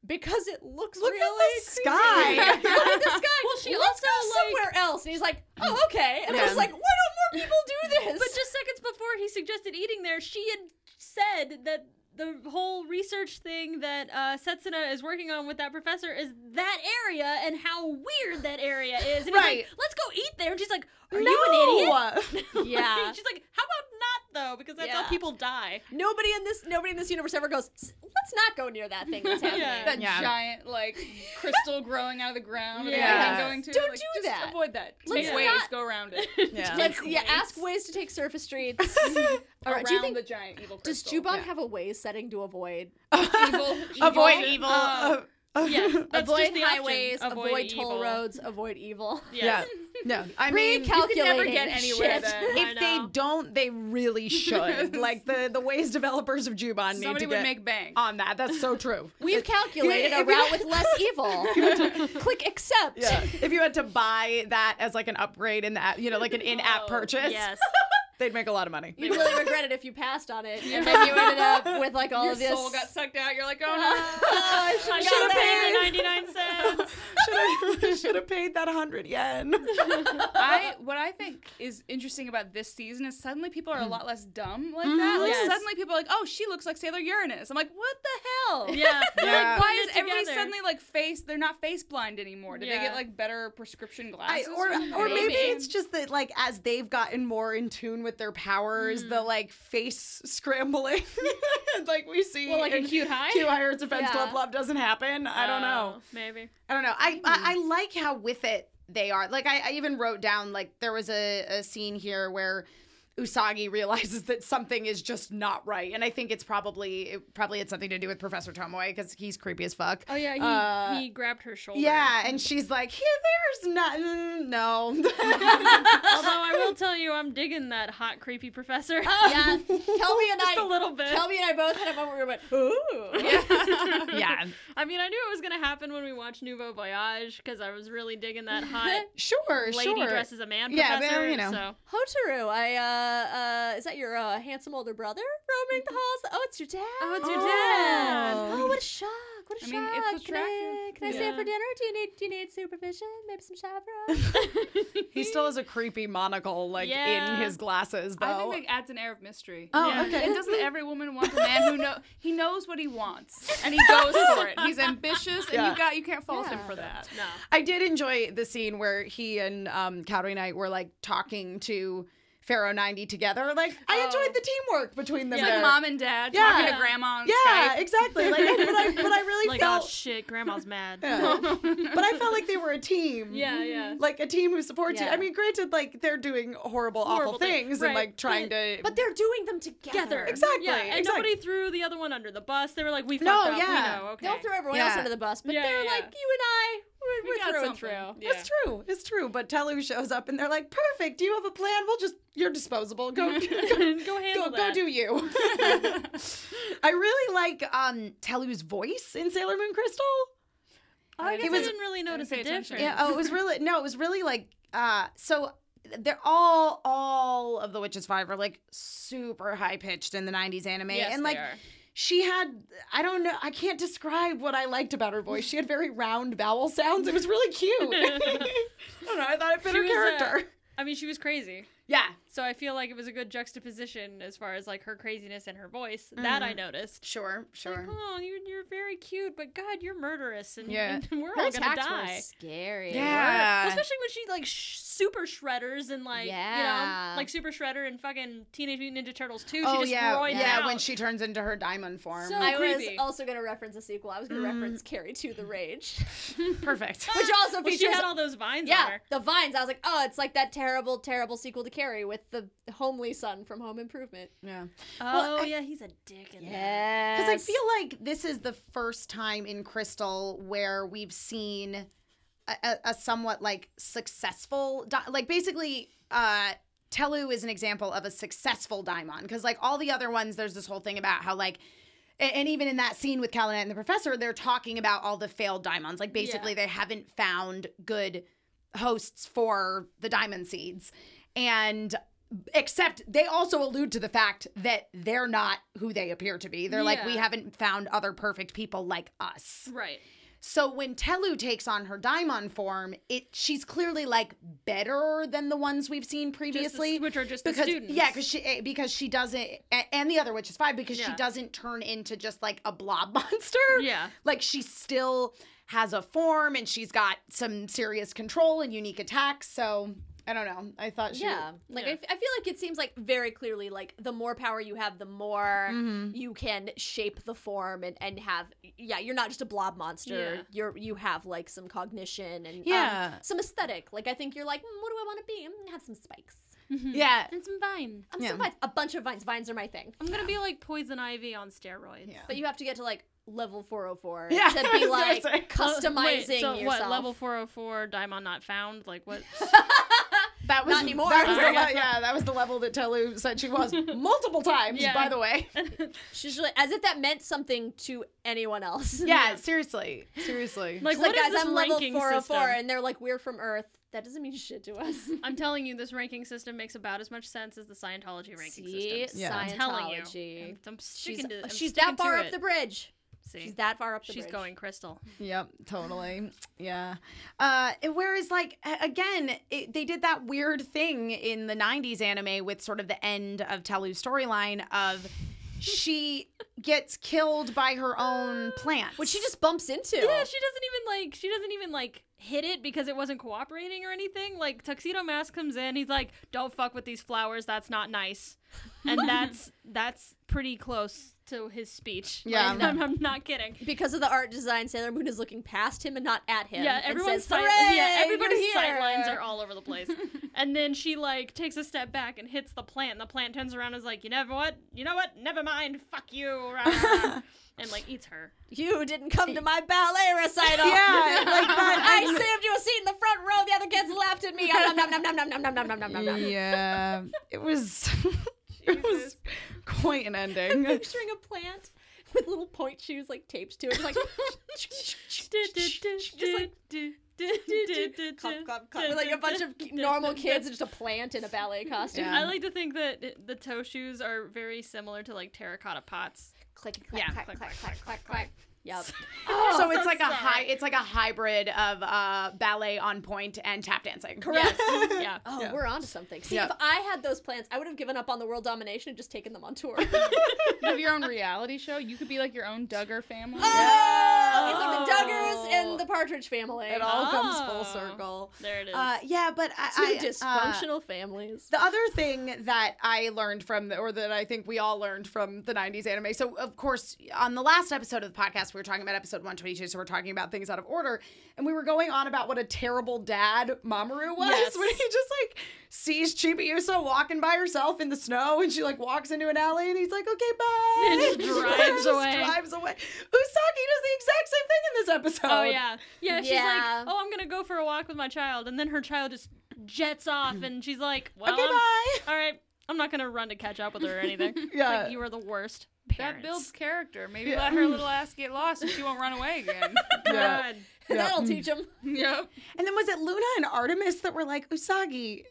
S4: "Because it looks
S3: Look
S4: really
S3: at the sky.
S4: *laughs* Look at the sky.
S2: *laughs* Well, she
S4: Let's go
S2: also, like- Hmm.
S4: somewhere else." And he's like, "Oh, okay." And I
S3: Yeah.
S4: was like, "Why don't more people do this?"
S2: *laughs* But just seconds before he suggested eating there, she had said that the whole research thing that uh, Setsuna is working on with that professor is that area and how weird that area is. And he's *laughs*
S3: Right.
S2: like, let's go eat there. And she's like, are you an idiot?
S3: idiot?
S2: *laughs*
S4: *laughs*
S2: Like,
S4: Yeah.
S2: she's like, how about not though? Because that's
S4: Yeah.
S2: how people die.
S4: nobody in this nobody in this universe ever goes. "S- Let's not go near that thing that's
S2: *laughs*
S4: happening.
S2: Yeah.
S5: that
S3: Yeah.
S5: giant like *laughs* crystal growing out of the ground. and
S2: Yeah.
S5: everything going to
S4: Don't
S5: like,
S4: do
S5: just
S4: that.
S5: Avoid that.
S4: Let's
S5: Take
S2: not-
S5: ways, go around *laughs* it.
S2: *laughs*
S3: Yeah.
S4: Let's yeah, ask ways to take surface streets. All right,
S5: around
S4: do you think
S5: the giant evil
S4: Does
S5: crystal.
S4: Jubon have a way setting to avoid?
S5: *laughs* evil,
S3: Avoid evil.
S5: Uh,
S3: Uh,
S2: "Oh, Yes, that's
S4: avoid
S2: just the option.
S4: highways, avoid, toll
S2: evil.
S4: roads, avoid evil.
S3: yeah.
S2: *laughs* Yes.
S3: No, I mean,
S4: Recalculating.
S5: you can never get anywhere
S4: shit.
S2: *laughs*
S5: then.
S2: I
S3: if they
S2: know.
S3: don't, they
S2: *laughs*
S3: really should. like the the ways developers of Juban need
S5: Somebody
S3: to
S5: would
S3: get
S5: make bank.
S3: on that. That's so true.
S4: *laughs* We've calculated a
S3: if you-
S4: route with less evil. *laughs* Click accept. *laughs*
S3: Yeah. *laughs* if you had to buy that as like an upgrade in the app, you know, like an in-app purchase,
S2: Yes.
S3: *laughs* they'd make a lot of money.
S4: You really regret it if you passed on it, and then you ended up with like all
S5: Your
S4: of this.
S5: soul got sucked out. You're like, oh
S4: I should've
S2: I
S4: got
S2: should have
S4: that.
S2: paid the 99 cents. *laughs*
S3: Should have paid that 100 yen.
S5: no. *laughs* I what I I think is interesting about this season is suddenly people are a lot less dumb like that. Like
S2: Yes.
S5: suddenly people are like, "Oh, she looks like Sailor Uranus." I'm like, "What the hell?"
S2: Yeah.
S5: *laughs* Like,
S3: Yeah.
S5: why
S2: Putting
S5: is
S2: it
S5: everybody
S2: together.
S5: suddenly like face? They're not face blind anymore. Did they
S2: Yeah.
S5: get like better prescription
S3: I,
S5: glasses?
S3: or or maybe.
S4: Maybe.
S3: it's just that like as they've gotten more in tune with their powers,
S2: Mm.
S3: the like face scrambling, *laughs* like we see
S2: Well, like in
S3: in
S2: Cute High?
S3: Q Higher Defense
S4: Yeah.
S3: Club Love doesn't happen. I don't know.
S2: Oh, Maybe.
S3: I don't know. I, I I like how with it they are. Like I, I even wrote down like there was a, a scene here where Usagi *laughs* realizes that something is just not right, and I think it's probably it probably had something to do with Professor Tomoe because he's creepy as fuck.
S2: Oh yeah, he,
S3: Uh,
S2: he grabbed her shoulder.
S3: yeah, and she's like, "Here, there's nothing. No,
S2: *laughs* *laughs* Although I will tell you, I'm digging that hot, creepy
S3: *laughs*
S2: professor.
S4: yeah, *laughs* Kelby and
S2: Just a
S4: I,
S2: little bit.
S4: Kelby and I both had a moment where we went, ooh.
S3: yeah,
S2: *laughs* I mean, I knew it was gonna happen when we watched Nouveau Voyage because I was really digging that
S3: *laughs*
S2: hot
S3: *laughs* sure,
S2: lady
S3: sure."
S2: dressed as a man
S3: Yeah, well,
S2: professor.
S3: you know.
S2: So
S4: Hotaru, I uh, uh, is that your uh, handsome older brother roaming the halls? Oh, it's your dad.
S2: Oh, it's your
S4: Yeah.
S2: dad.
S4: Oh, what a shock! What a
S5: I
S4: shock!
S5: mean, it's
S4: can I,
S5: attractive.
S4: can I stay
S2: Yeah.
S4: up for dinner? Do you need do you need supervision? Maybe
S2: *laughs*
S4: some chaperone?
S3: He still has a creepy monocle like
S2: Yeah.
S3: in his glasses though.
S5: I think it adds an air of mystery.
S3: oh,
S2: Yeah.
S3: okay.
S5: It doesn't every woman wants a man who know he knows what he wants and he goes for it. He's ambitious and
S3: Yeah.
S5: you got you can't fault him
S4: Yeah.
S5: for that.
S2: no.
S3: I did enjoy the scene where he and um, Kaori Knight were like talking to Pharaoh 90 together. Like, I enjoyed the teamwork between them.
S5: It's like
S3: there.
S5: mom and dad
S3: Yeah.
S5: talking to grandma on
S3: yeah, *laughs*
S5: Skype.
S3: exactly. *laughs* Like, but, I,
S2: *laughs*
S3: but I really
S2: Like, oh
S3: felt,
S2: shit, grandma's mad.
S3: Yeah. *laughs* but I felt like they were a
S2: *laughs*
S3: team.
S2: yeah, yeah.
S3: Like a team who supports you.
S4: Yeah.
S3: I mean, granted, like they're doing horrible,
S2: Horrible
S3: awful
S2: thing,
S3: things and
S2: right.
S3: like trying to.
S4: but they're doing them together.
S3: exactly.
S2: Yeah, and
S3: exactly.
S2: nobody threw the other one under the bus. They were like, "We fucked
S3: No,
S2: up.
S3: yeah.
S2: We know. Okay."
S4: They'll throw everyone else
S3: Yeah.
S4: under the bus, but
S2: Yeah,
S4: they're
S2: yeah,
S4: like
S2: yeah.
S4: you and I. We're,
S5: We
S4: we are
S5: got
S4: through and
S5: something.
S4: through.
S5: Yeah.
S3: It's true. It's true. But Telu shows up and they're like, "Perfect. Do you have a plan? We'll just you're disposable. *laughs*
S2: *laughs*
S3: Go, *laughs* go
S2: go handle
S3: go, go
S2: that.
S3: do you. *laughs* I really like um Telu's voice in Sailor Moon Crystal.
S2: Oh, I guess
S3: was-
S2: I didn't really notice
S5: pay
S2: a
S5: attention.
S2: difference.
S3: Yeah, oh, it was really no, it was really like uh so they're all all of the Witches Five are like super high pitched in the '90s anime,
S2: Yes,
S3: and
S2: they
S3: like
S2: are.
S3: she had I don't know I can't describe what I liked about her voice. She had very round vowel sounds. It was really
S2: *laughs*
S3: cute. I don't know. I thought it fit
S2: She
S3: her
S2: was, uh,
S3: character. *laughs*
S2: I mean, she was crazy.
S3: yeah,
S2: So I feel like it was a good juxtaposition as far as like her craziness and her voice. That
S3: Mm-hmm.
S2: I noticed.
S3: sure, sure.
S2: Oh, you're, you're very cute, but God, you're murderous, and,
S3: Yeah.
S2: and *laughs* we're
S4: Her
S2: all gonna
S4: attacks were
S2: die.
S4: scary.
S3: Yeah.
S2: Especially when she like sh- super shredders and like you
S4: Yeah.
S2: know like super shredder and fucking Teenage Mutant Ninja Turtles too. she
S3: oh
S2: just
S3: yeah,
S2: roids
S3: yeah.
S2: out.
S3: When she turns into her diamond form.
S2: So
S4: I
S2: creepy.
S4: was also gonna reference a sequel. I was gonna reference Carrie to the Rage, *laughs*
S3: Perfect.
S2: *laughs*
S4: which also
S2: Well, she
S4: features
S2: had all those vines on
S4: Yeah,
S2: her.
S4: the vines. I was like, oh, it's like that terrible, terrible sequel to Carrie with the homely son from Home Improvement.
S3: yeah.
S2: Oh yeah, he's a dick in that.
S4: Yeah,
S3: Because I feel like this is the first time in Crystal where we've seen a, a, a somewhat like successful, di- like basically, uh, Telu is an example of a successful Daimon. Because like all the other ones, there's this whole thing about how like, a- and even in that scene with Kalanette and the professor, they're talking about all the failed Daimons. Like basically, they haven't found good hosts for the diamond seeds. And except they also allude to the fact that they're not who they appear to be. They're like, we
S2: Yeah.
S3: haven't found other perfect people like us.
S2: Right.
S3: So when Telu takes on her Daimon form, it she's clearly like better than the ones we've seen previously.
S2: which are just the
S3: because
S2: students.
S3: yeah, because she eh, because she doesn't a- and the other which is five because she
S2: Yeah.
S3: doesn't turn into just like a blob *laughs* monster.
S2: Yeah.
S3: Like she still has a form and she's got some serious control and unique attacks. So I don't know. I thought she
S4: Yeah, like I
S2: Yeah.
S4: f I I, feel like it seems like very clearly like the more power you have, the more
S3: Mm-hmm.
S4: you can shape the form and and have yeah, you're not just a blob monster.
S2: Yeah.
S4: You're you have like some cognition and um,
S3: Yeah.
S4: some aesthetic. Like I think you're like, mm, what do I want to be? I'm gonna have some spikes.
S2: Hmm.
S3: Yeah.
S2: And some vine.
S4: I'm
S3: Yeah.
S4: some vines. A bunch of vines. Vines are my thing.
S2: I'm gonna be like poison ivy on steroids.
S3: Yeah.
S4: But you have to get to like level 404
S3: *laughs* Yeah,
S4: to
S3: I was
S4: be
S3: gonna
S4: like
S3: say. *laughs*
S4: customizing
S2: Uh, Wait, so
S4: yourself.
S2: what level 404 diamond not found like
S4: *laughs*
S2: what
S3: That was
S4: Not
S2: *laughs*
S4: anymore.
S3: That was the
S2: Sorry.
S3: le- yeah, that was the level that Telu said she was multiple
S2: *laughs*
S3: times.
S2: Yeah.
S3: By the way,
S2: *laughs*
S4: She's really, as if that meant something to
S3: *laughs*
S4: anyone else.
S3: yeah, seriously, seriously.
S2: like
S4: It's
S2: what
S4: like
S2: is
S4: guys,
S2: this
S4: I'm level
S2: ranking
S4: 404,
S2: system
S4: and they're like, we're from Earth. That doesn't mean shit to us.
S2: i'm telling you this ranking system makes about as much sense as the scientology ranking
S4: See,
S2: system
S3: Yeah.
S2: I'm telling you.
S4: Scientology.
S2: I'm, I'm
S4: *laughs* She's,
S2: sticking to I'm
S4: she's
S2: sticking
S4: that far
S2: to
S4: up
S2: it.
S4: the bridge.
S2: See,
S4: She's that far up the
S2: she's
S4: bridge.
S2: going
S4: *laughs*
S2: crystal. *laughs*
S3: Yep, totally. Yeah. Uh, and whereas, like, a- again, it, they did that weird thing in the 90s anime with sort of the end of Telu's storyline of she gets killed by her own plants.
S4: Which she just bumps into.
S2: Yeah, she doesn't even like. She doesn't even like hit it because it wasn't cooperating or anything. Like tuxedo mask comes in, he's like, "Don't fuck with these flowers. That's not nice,"
S4: *laughs*
S2: and that's that's pretty close to his speech. Like, *laughs*
S3: Yeah.
S2: I'm, I'm not kidding.
S4: because of the art design, Sailor Moon is looking past him and not at him.
S2: Yeah,
S4: and
S2: everyone's
S4: says,
S2: sight,
S4: "Hooray,
S2: yeah, everybody's
S4: you're
S2: sight lines
S4: here."
S2: are all over the
S4: *laughs*
S2: place. and then she like takes a step back and hits the plant, and the plant turns around and is like, "You know what? You know what? Never mind. Fuck you."
S4: *laughs*
S2: rah." and like eats her.
S4: You didn't come to my ballet recital. *laughs*
S3: Yeah, like
S4: I
S2: *laughs*
S3: that.
S4: saved you a seat in the front row. The other kids laughed at me. Nom nom nom nom nom nom nom nom nom nom nom nom.
S3: *laughs* yeah. It was. *laughs* it was quite an
S4: *laughs*
S3: ending.
S4: Picturing a plant with little point shoes like taped to it, like
S2: *laughs* Just
S4: like- clop, clop, clop, with like a bunch
S2: *laughs*
S4: of ki- normal kids and just a plant in a ballet costume.
S3: Yeah.
S2: I like to think that the toe shoes are very similar to like terracotta
S4: *laughs*
S2: pots.
S4: Click
S2: Yeah,
S4: clack clack
S2: click,
S4: clack
S2: clack,
S4: clack clack clack. Yep. Oh,
S3: so it's like a
S2: sorry.
S3: high, it's like a hybrid of uh, ballet on point and tap dancing.
S2: Yes. yeah.
S4: Oh, we're onto something. See,
S3: Yeah.
S4: if I had those plants, I would have given up on the world domination and just taken them on tour. *laughs*
S5: You have your own reality show. You could be like your own Duggar family.
S4: Oh, It's like the Duggars and the Partridge Family. Ah.
S3: It all comes
S2: Oh.
S3: full circle.
S2: There it is.
S3: Uh, yeah, but I,
S4: Two
S3: I, uh,
S4: dysfunctional families.
S3: The other thing that I learned from, the, or that I think we all learned from the 90s anime. So, of course, on the last episode of the podcast, we were talking about episode 122. So, we're talking about things out of order. And we were going on about what a terrible dad Mamoru was
S2: Yes.
S3: *laughs* when he just like sees Chibiusa walking by herself in the snow and she like walks into an alley and he's like, okay, bye.
S2: And
S3: *laughs*
S2: just drives
S3: Just
S2: away.
S3: drives away. Usagi does the exact same thing in this episode.
S2: Oh yeah, yeah. She's
S4: Yeah.
S2: like, oh, I'm gonna go for a walk with my child, and then her child just jets off, and she's like, well,
S3: Okay,
S2: I'm-
S3: bye.
S2: all right, I'm not gonna run to catch up with her or anything. It's
S3: Yeah.
S2: like you are the worst.
S5: That
S2: Parents.
S5: builds character. Maybe
S3: Yeah.
S5: let her little ass get lost and she won't run away again.
S3: Yeah.
S2: God.
S4: That'll teach them.
S5: yep.
S3: And then was it Luna and Artemis that were like, Usagi,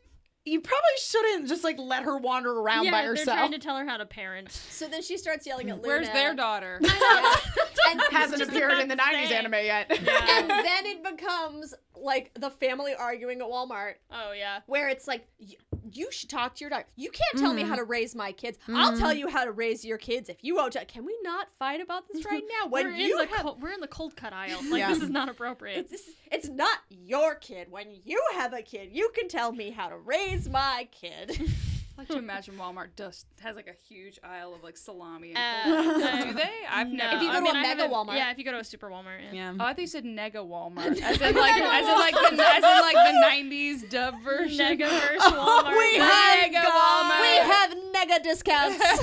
S3: you probably shouldn't just like let her wander around
S2: yeah,
S3: by
S2: they're
S3: herself.
S2: trying
S3: *laughs*
S2: to tell her how to parent.
S4: So then she starts yelling at Luna.
S5: Where's their daughter?
S4: *laughs* Yeah. and,
S5: *laughs*
S3: Hasn't appeared in the 90s
S2: say.
S3: anime
S2: *laughs*
S3: yet.
S4: and then it becomes like the family arguing at Walmart,
S2: Oh yeah.
S4: where it's like, "Y- you should talk to your doctor. You can't tell me
S2: Mm.
S4: how to raise my kids. I'll tell you how to raise your kids if you won't. Tell-. Can we not fight about this
S2: *laughs*
S4: right now? When
S2: we're
S4: you
S2: in the
S4: have
S2: cold, we're in the cold cut aisle. Like
S3: Yeah.
S2: this is not appropriate.
S4: It's, this, it's not your kid. When you have a kid, you can tell me how to raise my kid.
S2: *laughs*
S4: *laughs*
S5: I like to imagine Walmart just has like a huge aisle of like salami. *laughs* And
S2: Uh,
S5: Do they? I've
S2: no.
S5: never.
S4: If you go
S2: I
S4: to
S2: mean,
S4: a
S2: I
S4: mega
S2: haven't-
S4: Walmart.
S2: Yeah, if you go to a super Walmart. Yeah.
S5: Oh, I thought you said
S2: *laughs*
S5: nega Walmart, as in like, as in like, the, as in like the '90s dub
S2: *laughs*
S5: version.
S2: Mega verse Walmart.
S4: We
S5: have
S4: have
S5: Mega Walmart.
S4: we have
S2: *laughs*
S4: nega discounts.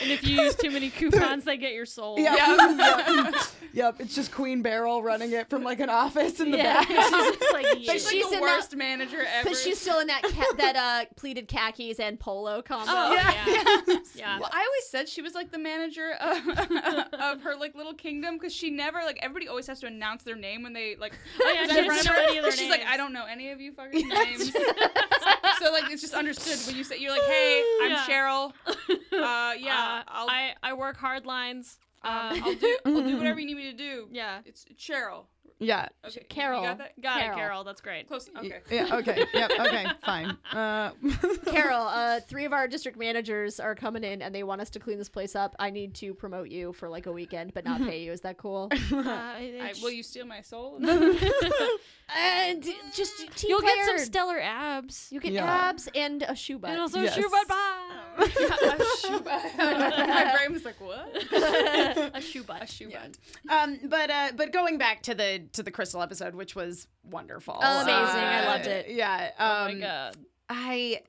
S2: and if you use too many coupons, they get your soul.
S3: Yep. yep. Yep. It's just Queen Barrel *laughs* running it from like an office in the
S2: Yeah.
S3: back.
S2: *laughs* She's just like, yeah.
S5: She's like
S4: She's
S5: the
S4: in the-
S5: worst manager ever.
S4: But *laughs* she's still in
S2: *laughs*
S4: that ca- that uh, pleated khakis and polo combo.
S2: Oh, yeah. yeah.
S5: Well, I always said she was like the manager of, *laughs* of her like little kingdom because she never like everybody always has to announce their name when they like.
S2: *laughs* Oh, yeah, she
S5: in
S2: doesn't
S5: front
S2: know
S5: of her,
S2: any of their
S5: She's like,
S2: names.
S5: I don't know any of you fucking names. *laughs* so like it's just understood when you say you're like, hey, I'm
S2: Yeah. *laughs*
S5: Cheryl. Uh, yeah,
S2: yeah.
S5: I'll,
S2: I, I work hard lines.
S5: *laughs* um,
S2: Um,
S5: I'll do I'll
S2: *laughs*
S5: do whatever you need me to do.
S2: yeah.
S5: It's Cheryl.
S3: Yeah.
S5: Okay, you
S4: Carol.
S5: got that?
S2: Got
S4: Carol.
S2: it, Carol. That's *laughs* great.
S5: Close. Okay.
S3: Yeah. Okay. Yep. *laughs* Okay. Fine. Uh,
S4: *laughs* Carol, uh, three of our district managers are coming in and they want us to clean this place up. I need to promote you for like a
S2: *laughs*
S4: weekend, but not pay you. Is that cool?
S5: I, will you steal my soul?
S4: And just team
S2: Ah, You'll get some
S4: player.
S2: stellar abs.
S4: You get
S3: Yeah.
S4: abs and a shoe butt.
S2: and also
S3: Yes.
S2: shoe butt bye.
S5: *laughs* my brain was like, what?
S2: a shoe butt.
S5: A shoe bud.
S3: um, but uh, but going back to the to the crystal episode, which was wonderful, Uh,
S4: Amazing.
S5: I loved
S4: it.
S3: Yeah. Um,
S2: Oh my god.
S3: I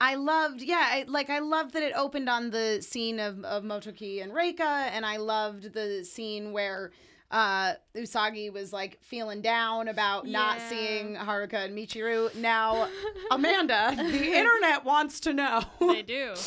S3: I loved yeah, I, like I loved that it opened on the scene of, of Motoki and Reika and I loved the scene where uh Usagi was like feeling down about not
S2: Yeah.
S3: seeing Haruka and Michiru.
S5: *laughs*
S3: Now Amanda, the internet wants to know.
S2: They do.
S3: *laughs*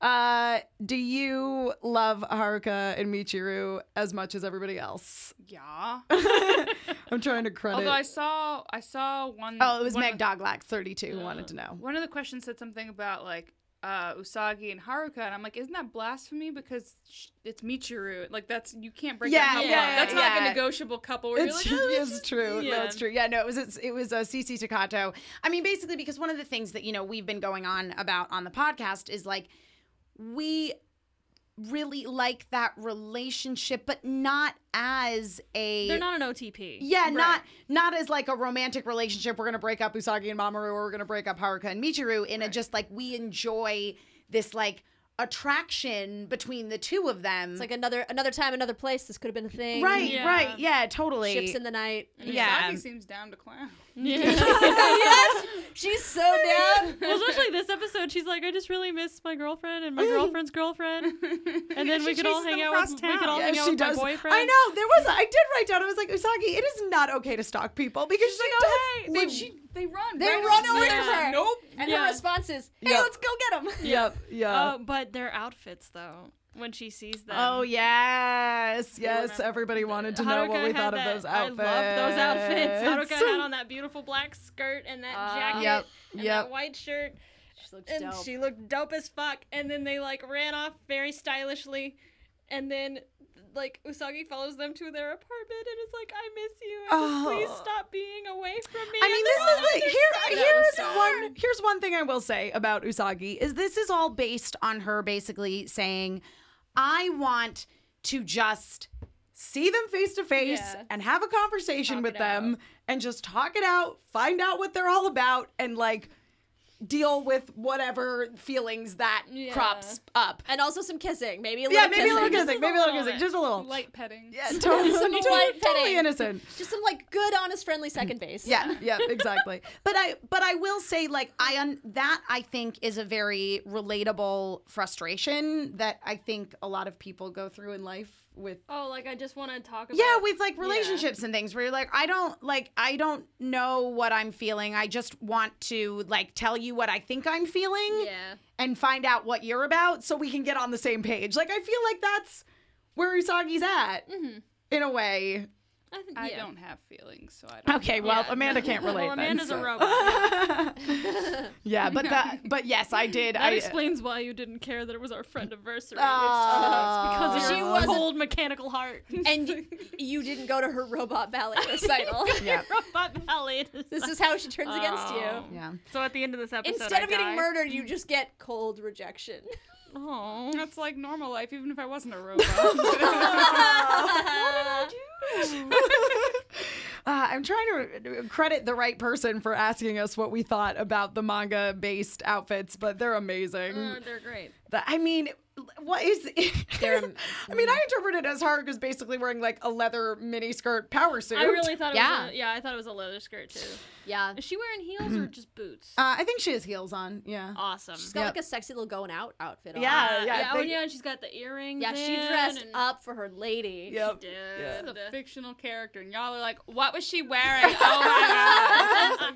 S3: Uh do you love Haruka and Michiru as much as everybody else?
S5: Yeah.
S3: I'm trying to credit
S5: Although I saw, I saw one.
S3: Oh, it was
S5: one
S3: Meg
S5: of-
S3: Doglock, 32, who wanted to know.
S5: One of the questions said something about like uh, Usagi and Haruka, and I'm like, isn't that blasphemy? Because sh- it's Michiru. Like that's you can't break
S3: Yeah,
S5: that couple.
S2: yeah,
S5: up. That's not like
S3: yeah.
S5: a negotiable
S3: *laughs*
S5: couple. Where
S3: It's,
S5: you're like, "Oh,
S3: it's true.
S2: yeah.
S3: That's true. Yeah, no, it was it's, it was uh, Cece Takato. I mean, basically, because one of the things that you know we've been going on about on the podcast is like we really like that relationship, but not as
S2: *laughs*
S3: a
S2: They're not an OTP. *laughs*
S3: yeah, not not as like a romantic relationship. We're gonna break up Usagi and Mamoru, or we're gonna break up Haruka and Michiru. In a just like we enjoy this like attraction between the two of them.
S4: It's like another another time, another place. This could have been a thing.
S3: right,
S2: Yeah.
S3: right, yeah, totally.
S4: Ships in the
S2: *laughs*
S4: night. *laughs*
S5: And
S1: Yeah.
S5: Usagi seems down to clown.
S4: She's so down.
S2: Well, especially this episode, she's like, I just really miss my girlfriend and my girlfriend's girlfriend, and then we
S5: She
S2: could all
S5: chases
S2: hang
S5: them
S2: out. With,
S5: across
S2: We could
S5: town.
S2: all hang out with my boyfriend.
S3: I know. There was. I did write down. I was like, Usagi, it is not okay to stalk people because she's like,
S2: "Oh,
S5: Hey, they, she, they run.
S4: They
S5: right
S4: run
S5: off the
S4: away
S5: bat.
S4: from her.
S5: Nope.
S4: And
S2: Yeah.
S4: her response is, "Hey,
S3: Yep.
S4: let's go get him."
S3: Yep. Yeah.
S2: Uh, but their outfits, though, when she sees them.
S3: oh yes, yes.
S2: remember.
S3: Everybody wanted to know what
S2: Haruka
S3: we
S2: had
S3: thought
S2: that-
S3: of those outfits.
S2: I love those
S3: *laughs*
S2: outfits. Haruka had on that beautiful black skirt and that
S4: Uh,
S2: jacket
S3: Yep.
S2: and
S3: Yep.
S2: that white shirt,
S4: She looks
S2: and
S4: dope.
S2: she looked dope as fuck. And then they like ran off very stylishly, and then like Usagi follows them to their apartment and is like, "I miss you. and just
S3: Oh.
S2: Please stop being away from me."
S3: I
S2: And
S3: mean,
S2: they're all
S3: this is
S2: like,
S3: the, here.
S5: That was
S3: Here's
S5: so
S3: one. Here's one thing I will say about Usagi is this is all based on her basically saying, "I want to just see them face to face
S5: Yeah.
S3: and have a conversation
S5: Talk
S3: with
S5: it
S3: them and just talk it out, find out what they're all about, and like." Deal with whatever feelings that crops up.
S4: and also some kissing, maybe a little
S3: yeah, maybe a little
S4: kissing.
S3: kissing, maybe a little kissing,
S2: bit.
S3: just a little.
S5: Light petting.
S3: yeah, *laughs* totally,
S4: Some
S3: totally,
S4: light
S3: totally
S4: petting.
S3: innocent.
S4: Just some like good, honest, friendly second
S3: *laughs*
S4: base.
S3: Yeah, yeah, exactly. but I but I will say like I un- that I think is a very relatable frustration that I think a lot of people go through in life with
S2: *laughs* Oh, like I just want to talk about.
S3: yeah, with like relationships and things where you're like, I don't like, I don't know what I'm feeling. I just want to like tell you what I think I'm feeling
S2: Yeah.
S3: and find out what you're about so we can get on the same page. Like, I feel like that's where Usagi's at in a way.
S2: I, think,
S5: I
S2: yeah.
S5: don't have feelings, so I don't.
S3: Okay, well,
S2: Yeah.
S3: Amanda *laughs* can't relate.
S2: Well,
S3: then,
S2: Amanda's
S3: so.
S2: a robot.
S3: Yeah, *laughs* but the, but yes, I did.
S2: That
S3: I,
S2: explains why you didn't care that it was our friend anniversary.
S3: Aw.
S2: it's because of
S4: She
S2: your
S4: wasn't-
S2: cold mechanical heart.
S4: Uh,
S2: *laughs*
S4: And y- you didn't go to her robot ballet
S2: *laughs*
S4: recital.
S3: Yeah.
S2: robot ballad.
S4: This is how she turns against
S2: Oh.
S4: you.
S3: Yeah. *laughs*
S2: So at the end of this episode,
S4: Instead
S2: I
S4: of getting
S2: die.
S4: murdered, you just get cold rejection.
S2: Aw.
S5: That's like normal life, even if I wasn't a robot.
S3: Uh, I'm trying to credit the right person for asking us what we thought about the manga based outfits, but they're amazing.
S2: Oh, they're great.
S3: The- I mean, what is *laughs*
S4: They're am-
S3: I mean, I interpret it as Haruka's basically wearing like a leather mini skirt power suit. Uh,
S2: I really thought it
S4: Yeah.
S2: was. A, yeah, I thought it was a leather skirt too.
S4: *laughs* yeah.
S2: Is she wearing heels or just boots?
S3: Uh, I think she has heels on. Yeah.
S2: awesome.
S4: Mm. She's got
S3: Yep.
S4: like a sexy little going out outfit on.
S3: Yeah,
S2: Uh,
S3: yeah,
S2: yeah, oh
S3: they-
S2: yeah, and she's got the earrings.
S4: Yeah, she
S2: in
S4: dressed
S2: and
S4: up for her lady.
S2: She
S3: Yep.
S2: did.
S5: It's a fictional character, and y'all are like, "What was she *laughs* wearing?" Oh my
S2: I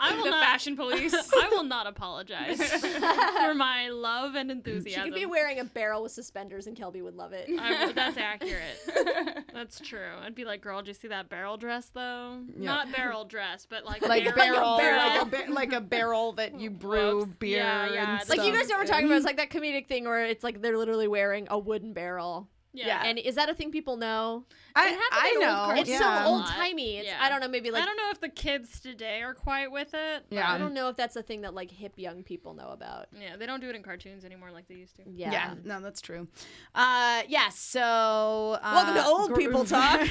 S5: god,
S2: will
S5: the
S2: not. *laughs*
S5: fashion police.
S2: I will not apologize
S4: *laughs*
S2: for my love and
S4: She
S2: enthusiasm.
S4: could be wearing a barrel with suspenders and Kelby would love it.
S2: I would- that's accurate. That's true. I'd be like, girl, did you see that barrel dress though? Not barrel dress, but like
S3: Like
S2: barrel
S3: barrel,
S2: dress.
S3: like a ba- like a barrel that you brew
S2: Whoops.
S3: beer
S2: Yeah, yeah,
S3: and
S2: that's-
S4: *laughs* Like you
S3: stuff
S4: guys know what we're
S3: in.
S4: talking about. It's like that comedic thing where it's like they're literally wearing a wooden barrel.
S2: yeah.
S4: And is that a thing people know?
S3: I,
S2: happened
S3: I
S2: in old
S3: know.
S2: cartoons
S4: It's
S3: Oh, yeah.
S4: so old timey. It's
S2: Yeah.
S4: I don't know, maybe like
S2: I don't know if the kids today are quite with it. but-
S3: Yeah.
S4: I don't know if that's a thing that like hip young people know about.
S2: Yeah, they don't do it in cartoons anymore like they used
S4: *laughs*
S2: to.
S4: Yeah.
S3: Yeah, no, that's true. Uh, yeah, so uh,
S4: Welcome to old people talk.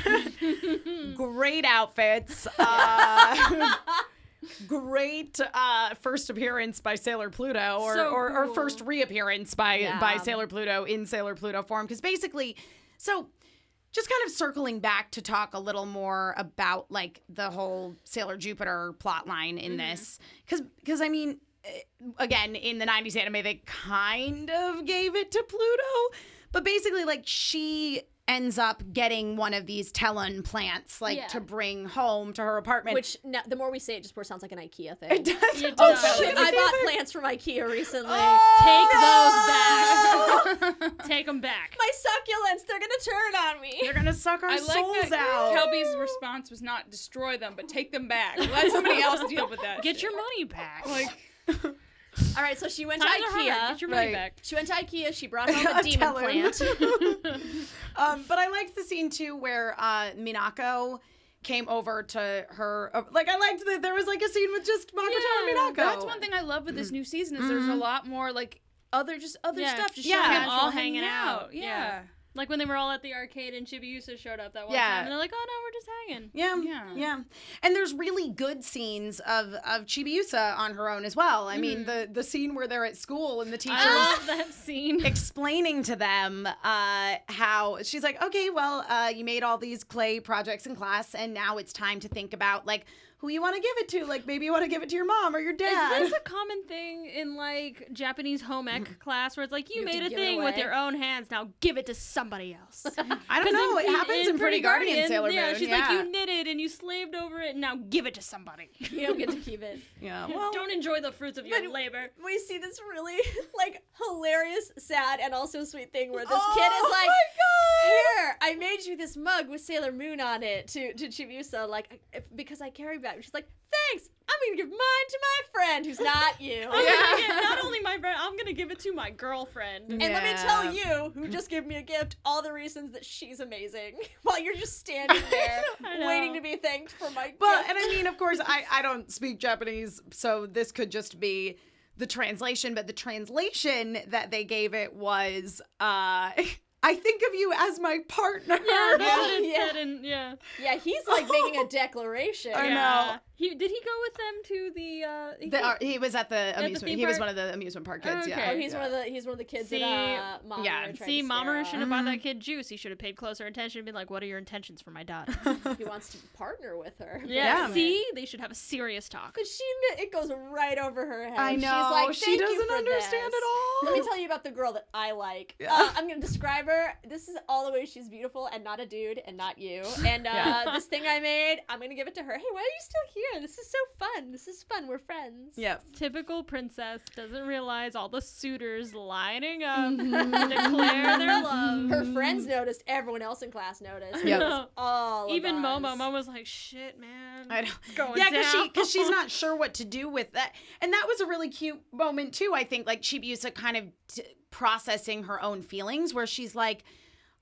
S3: *laughs* great outfits. Uh, *laughs* great uh, first appearance by Sailor Pluto, or
S2: So
S3: or, or
S2: cool.
S3: first reappearance by by
S4: Yeah.
S3: Sailor Pluto in Sailor Pluto form, because basically, so. Just kind of circling back to talk a little more about like the whole Sailor Jupiter plot line in this, because because I mean, eh, again in the '90s anime they kind of gave it to Pluto, but basically like she ends up getting one of these Telon plants like
S2: Yeah.
S3: to bring home to her apartment,
S4: Which now, the more we say it, just more sounds like an IKEA thing.
S3: does.
S4: Oh
S2: does.
S4: shit! I bought plants from IKEA recently.
S3: Oh,
S2: Take those back. Take them back.
S4: My succulents, they're gonna turn on me.
S3: *laughs* They're gonna suck our
S5: *laughs* I like
S3: souls
S5: that
S3: out.
S5: Kelby's response was not *laughs* destroy them, but take them back. Let somebody else deal with that.
S2: Get
S5: shit.
S2: your money back.
S5: like
S4: All right, so she went to
S2: Times are hard. Get
S4: IKEA.
S2: your money
S3: Right.
S2: back.
S4: She went to IKEA. She *laughs* brought home a demon
S3: Tell him.
S4: plant. *laughs*
S3: Um, but I liked the scene too where uh, Minako came over to her. uh, like I liked that there was like a scene with just Makoto and Minako.
S5: That's one thing I love with this new season is there's a lot more like other just other
S2: Mm. Mm-hmm. Yeah.
S5: stuff. Just
S3: Yeah.
S5: showing
S3: Them
S5: casual
S2: all hanging out.
S5: Yeah.
S2: Yeah. Like when they were all at the arcade and Chibiusa showed up that one
S3: Yeah.
S2: time, and they're like, "Oh no, we're just hanging."
S3: Yeah, yeah,
S5: Yeah.
S3: And there's really good scenes of of Chibiusa on her own as well. I mean, the the scene where they're at school and the teacher's
S2: I love that scene.
S3: explaining to them uh, how she's like, okay, well, uh, you made all these clay projects in class, and now it's time to think about like who you want to give it to. Like maybe you want to give it to your mom or
S2: *laughs*
S3: your dad.
S2: Is this a common thing in like Japanese home ec class where it's like you,
S4: Mm-hmm. You have to
S2: made a
S4: give it
S2: thing with
S4: away.
S2: your own hands, now give it to somebody else?
S3: I don't know. It happens in, Pretty Guardian, Sailor
S2: yeah,
S3: Moon.
S2: she's
S3: yeah,
S2: like you knitted and you slaved over it, and now give it to somebody. *laughs*
S4: You don't get to keep *laughs* it.
S3: yeah. Well,
S2: Don't enjoy the fruits of your
S3: *laughs*
S2: labor.
S4: we see this really *laughs* like hilarious, sad, and also sweet thing where this
S3: Oh
S4: kid is like,
S3: my
S4: "Here, I made you this mug with Sailor Moon on it to to Chibiusa, like if, because I carry back." She's like, "Thanks, I'm gonna give mine to my friend who's not
S2: *laughs*
S4: you."
S2: I'm
S4: And
S2: gonna get- not only my friend, I'm gonna give it to my girlfriend.
S4: let me
S3: Yeah.
S4: tell you,
S3: *laughs*
S4: who just gave me a gift, all the reasons that she's amazing, *laughs* while you're
S3: *laughs*
S4: just standing there
S2: I know.
S4: waiting to be thanked for my
S3: Well,
S4: gift.
S3: and I mean, of course, I, I don't speak Japanese, so this could just be the translation, but the translation that they gave it was uh *laughs* I think of you as my partner.
S2: Yeah, that's what it
S4: Yeah.
S2: said, and yeah.
S4: yeah, he's like
S3: *laughs*
S4: making a declaration.
S3: I know.
S2: Yeah. He did he go with them to the uh he-
S3: *laughs* The- uh, he was at the amusement.
S2: theme
S3: he was
S2: park?
S3: one of the amusement park kids.
S2: Okay.
S4: Oh,
S3: Yeah,
S4: he's one of the he's one of the kids
S2: See-
S4: that uh, Mamoru
S3: yeah,
S4: tried to
S2: See,
S4: scare
S2: Mamoru
S4: off.
S2: should have bought
S3: Mm-hmm.
S2: that kid juice. He should have paid closer attention and been like, "What are your intentions for my
S3: *laughs*
S2: daughter?"
S4: he wants to partner with her. *laughs*
S2: yeah.
S3: Yeah.
S2: See, they should have a serious talk.
S4: But she, kn- it goes right over her head.
S3: I know.
S4: She's like,
S3: she
S4: "Thank you
S3: doesn't
S4: for
S3: understand
S4: this."
S3: at all.
S4: Let
S3: *laughs*
S4: me tell you about the girl that I like.
S3: Yeah.
S4: Uh, I'm gonna describe her. This is all the way she's beautiful and not a dude and not you. And uh,
S2: Yeah.
S4: this thing I made, I'm gonna give it to her. Hey, why are you still here? This is so fun. This is fun. We're friends. *laughs*
S3: Yep.
S2: Typical princess doesn't realize all the suitors lining up
S3: Mm-hmm.
S2: to declare their
S3: *laughs*
S2: love.
S4: Her friends noticed. Everyone else in class noticed.
S3: Yep.
S4: It was *laughs* all of
S2: Even Momo,
S4: us.
S2: Momo's like, "Shit, man."
S3: *laughs* I know.
S2: It's going
S3: yeah, because she
S2: down."
S3: because she's not
S2: *laughs*
S3: sure what to do with that, and that was a really cute moment too. I think like Chibiusa kind of t- processing her own feelings, where she's like,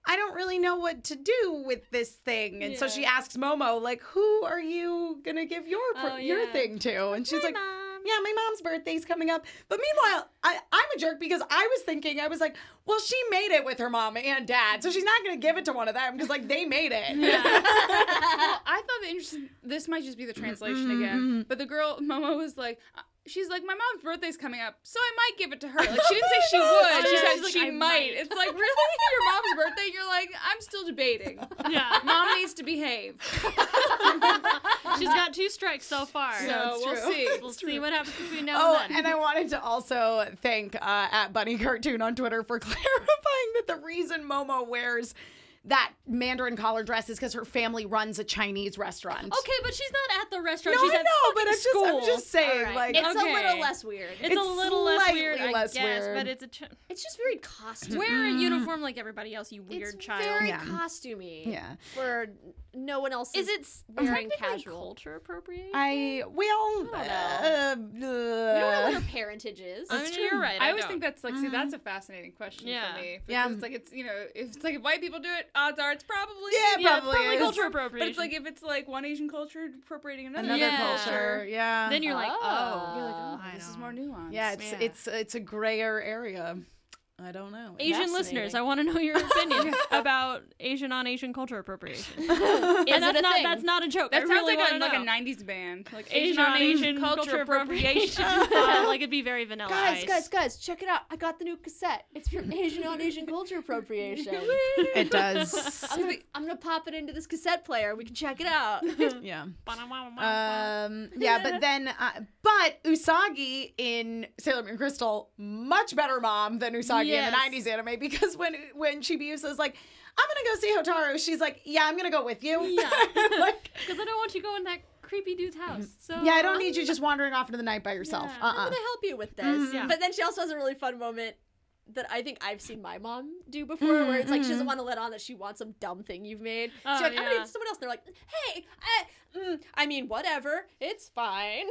S3: "I don't really know what to do with this thing," and so
S2: Yeah.
S3: she asks Momo, "Like, who are you gonna give your pr-
S2: Oh,
S3: your
S2: yeah.
S3: thing to?" And she's
S2: My
S3: like.
S2: mom.
S3: Yeah, my mom's birthday's coming up. But meanwhile, I, I'm a jerk because I was thinking, I was like, well, she made it with her mom and dad, so she's not going to give it to one of them because, like, they made it. *laughs*
S5: Well, I thought the interesting. This might just be the translation again, but the girl Momo was like. uh, She's like, my mom's birthday's coming up, so I might give it to her. Like, she didn't say *laughs* she would. She
S2: Yeah,
S5: said
S2: she's like,
S5: she
S2: "I
S5: might.
S2: might."
S5: It's like, really? Your mom's birthday? You're like, I'm still *laughs* debating.
S2: Yeah.
S5: Mom needs to behave.
S2: She's got two strikes so far.
S5: So
S3: Yeah, it's
S5: we'll
S3: true.
S5: see.
S2: we'll see what happens between now
S3: Oh,
S2: and then.
S3: and I wanted to also thank uh, at Bunny Cartoon on Twitter for *laughs* clarifying that the reason Momo wears that Mandarin collar dress is because her family runs a Chinese restaurant.
S2: Okay, but she's not at the restaurant.
S3: No,
S2: she's
S3: I
S2: at
S3: know, but
S2: fucking
S3: I'm just,
S2: school.
S3: I'm just saying,
S4: Right.
S3: like,
S4: it's a little
S2: okay.
S4: less weird.
S2: It's,
S3: It's
S2: a little less
S3: slightly
S2: weird,
S3: less
S2: I guess,
S3: weird.
S2: but it's a ch-
S4: It's just very costume.
S2: wear a uniform like everybody else, you weird
S4: it's
S2: child.
S4: very
S3: Yeah.
S4: costumey.
S3: yeah.
S4: For no one else
S2: Is
S4: is
S2: it s-
S4: wearing
S2: technically
S4: casual?
S2: culture appropriate?
S3: I well,
S4: I We don't know
S3: *laughs* uh,
S4: what her parentage is.
S2: I mean, you're right. I,
S5: Hmm. I always
S2: don't. Mm.
S5: think that's like, see, that's a fascinating question
S2: Yeah.
S5: for me. Because
S3: Yeah.
S5: it's like, it's, you know, if it's like, if white people do it, odds are it's probably.
S3: Yeah,
S2: yeah, it's
S3: probably
S2: probably
S3: is.
S2: culture
S5: But
S2: appropriation.
S5: it's like, if it's like one Asian culture appropriating another,
S3: another
S2: Yeah.
S3: culture. Yeah.
S2: then you're like, oh,
S4: Ah.
S2: you're like,
S5: Oh,
S3: I
S5: this is
S3: know.
S5: more nuanced.
S3: yeah, it's
S2: yeah.
S3: it's it's a grayer area. I
S2: *laughs*
S3: don't know.
S2: Asian listeners, I want to know your opinion about Asian on Asian culture appropriation. and
S4: Is
S2: that's
S4: it a
S2: not
S4: thing?
S2: that's not a joke.
S5: That
S2: I
S5: sounds
S2: really
S5: like,
S2: wanna
S5: a, like a
S2: know.
S5: 90s band. Like
S2: Asian on Asian culture appropriation. *laughs* like it'd be very vanilla.
S4: Guys,
S2: Ice.
S4: guys, guys, check it out. I got the new cassette. It's from Asian on Asian culture appropriation.
S3: it does.
S4: I'm gonna, I'm gonna pop it into this cassette player. We can check it out.
S3: yeah.
S2: Ba-da-ba-ba-ba.
S3: Um, yeah,
S2: *laughs*
S3: but then, uh, but Usagi in Sailor Moon Crystal, much better mom than Usagi
S2: Yes.
S3: in the '90s anime *laughs* because when when Chibiusa's like, "I'm gonna go see Hotaru," she's like, "Yeah, I'm gonna go with you."
S4: *laughs*
S2: Yeah.
S3: like,
S2: Because I don't want you going to that creepy dude's house. So
S3: *laughs* yeah, I don't need you just wandering off into the night by yourself.
S2: Yeah.
S3: Uh-uh.
S4: I'm gonna help you with this.
S2: Yeah.
S4: But then she also has a really fun moment that I think I've seen my mom do before, where it's like she doesn't want to let on that she wants some dumb thing you've made.
S2: Oh,
S4: She's like, I'm gonna
S2: yeah.
S4: do someone else. And they're like, hey, I, mm, I mean, whatever, it's fine.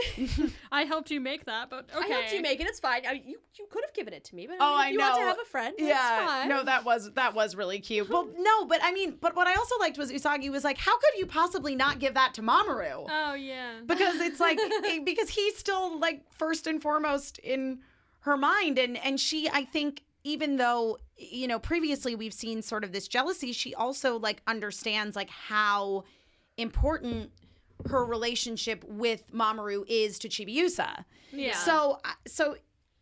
S2: I helped you make that, but okay.
S4: I helped you make it. It's fine. I mean, you you could have given it to me, but
S3: Oh,
S4: I
S3: I
S4: mean, if you want to
S3: know.
S4: have a friend. it's
S3: Yeah,
S4: fine.
S3: no, that was that was really cute. Well, no, but I mean, but what I also liked was Usagi was like, "How could you possibly not give that to Mamoru?"
S2: Oh yeah. *laughs*
S3: because it's like eh, because he's still like first and foremost in her mind and and she i think even though you know previously we've seen sort of this jealousy she also like understands like how important her relationship with Mamoru is to Chibiusa.
S2: Yeah.
S3: So so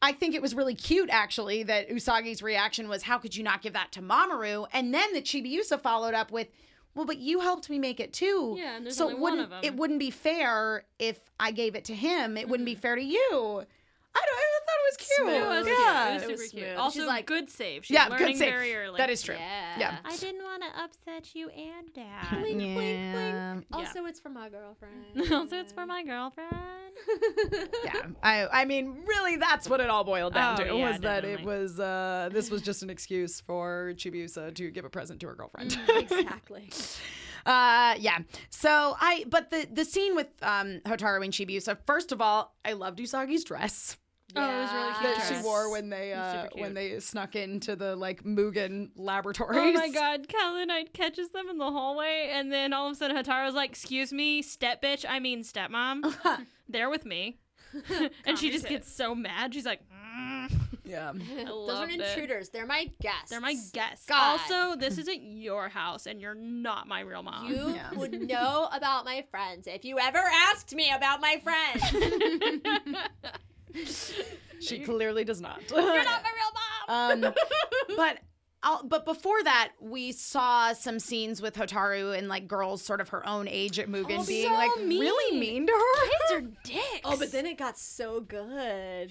S3: I think it was really cute actually that Usagi's reaction was how could you not give that to Mamoru? And then the Chibiusa followed up with well but you helped me make it too.
S2: Yeah, and there's
S3: so
S2: only
S3: it
S2: one of
S3: wouldn't
S2: 'em.
S3: it wouldn't be fair if I gave it to him. It
S2: Mm-hmm.
S3: wouldn't be fair to you. I don't I thought it
S2: It
S3: was
S2: was
S3: cute.
S2: cute.
S3: yeah.
S2: It was super cute.
S4: smooth.
S2: Also,
S4: She's like-
S2: good save. She's
S3: yeah,
S2: learning
S3: good save.
S2: very early.
S3: That is true.
S4: Yeah.
S3: Yeah.
S2: I didn't want to upset you and dad.
S4: Blink, blink, blink.
S3: Yeah.
S4: Also, it's for my girlfriend.
S2: *laughs* also, it's for my girlfriend.
S3: yeah. I I mean, really that's what it all boiled down
S2: Oh,
S3: to
S2: yeah,
S3: was that
S2: definitely.
S3: it was uh this was just an excuse for Chibiusa to give a present to her girlfriend.
S2: Mm.
S4: exactly.
S3: Uh, yeah. So I, but the the scene with um Hotaru and Chibiusa. First of all, I loved Usagi's dress
S2: Oh, it was really cute.
S3: that
S2: Yes.
S3: she wore when they
S2: It's super
S3: uh
S2: cute.
S3: when they snuck into the like Mugen laboratories.
S2: Oh my god, Kala Knight catches them in the hallway, and then all of a sudden Hataru's like, Excuse me, step bitch, I mean
S4: *laughs*
S2: stepmom. They're with me. *laughs* and she just
S5: it.
S2: gets so mad. She's like, "Mm." *laughs*
S3: Yeah.
S2: I
S4: Those are
S2: loved it.
S4: intruders. They're my guests.
S2: They're my guests.
S4: God.
S2: Also, this isn't your house, and you're not my real mom.
S4: You
S3: Yeah.
S4: would know about my friends if you ever asked me about my
S3: *laughs*
S4: friends.
S3: She clearly does not.
S4: You're not my real
S2: *laughs*
S4: mom.
S3: um, but I'll, but before that, we saw some scenes with Hotaru and like girls, sort of her own age at Mugen,
S2: Oh,
S3: being
S2: so
S3: like really
S2: mean.
S3: mean to her.
S2: Kids are dicks.
S4: oh, but then it got so good.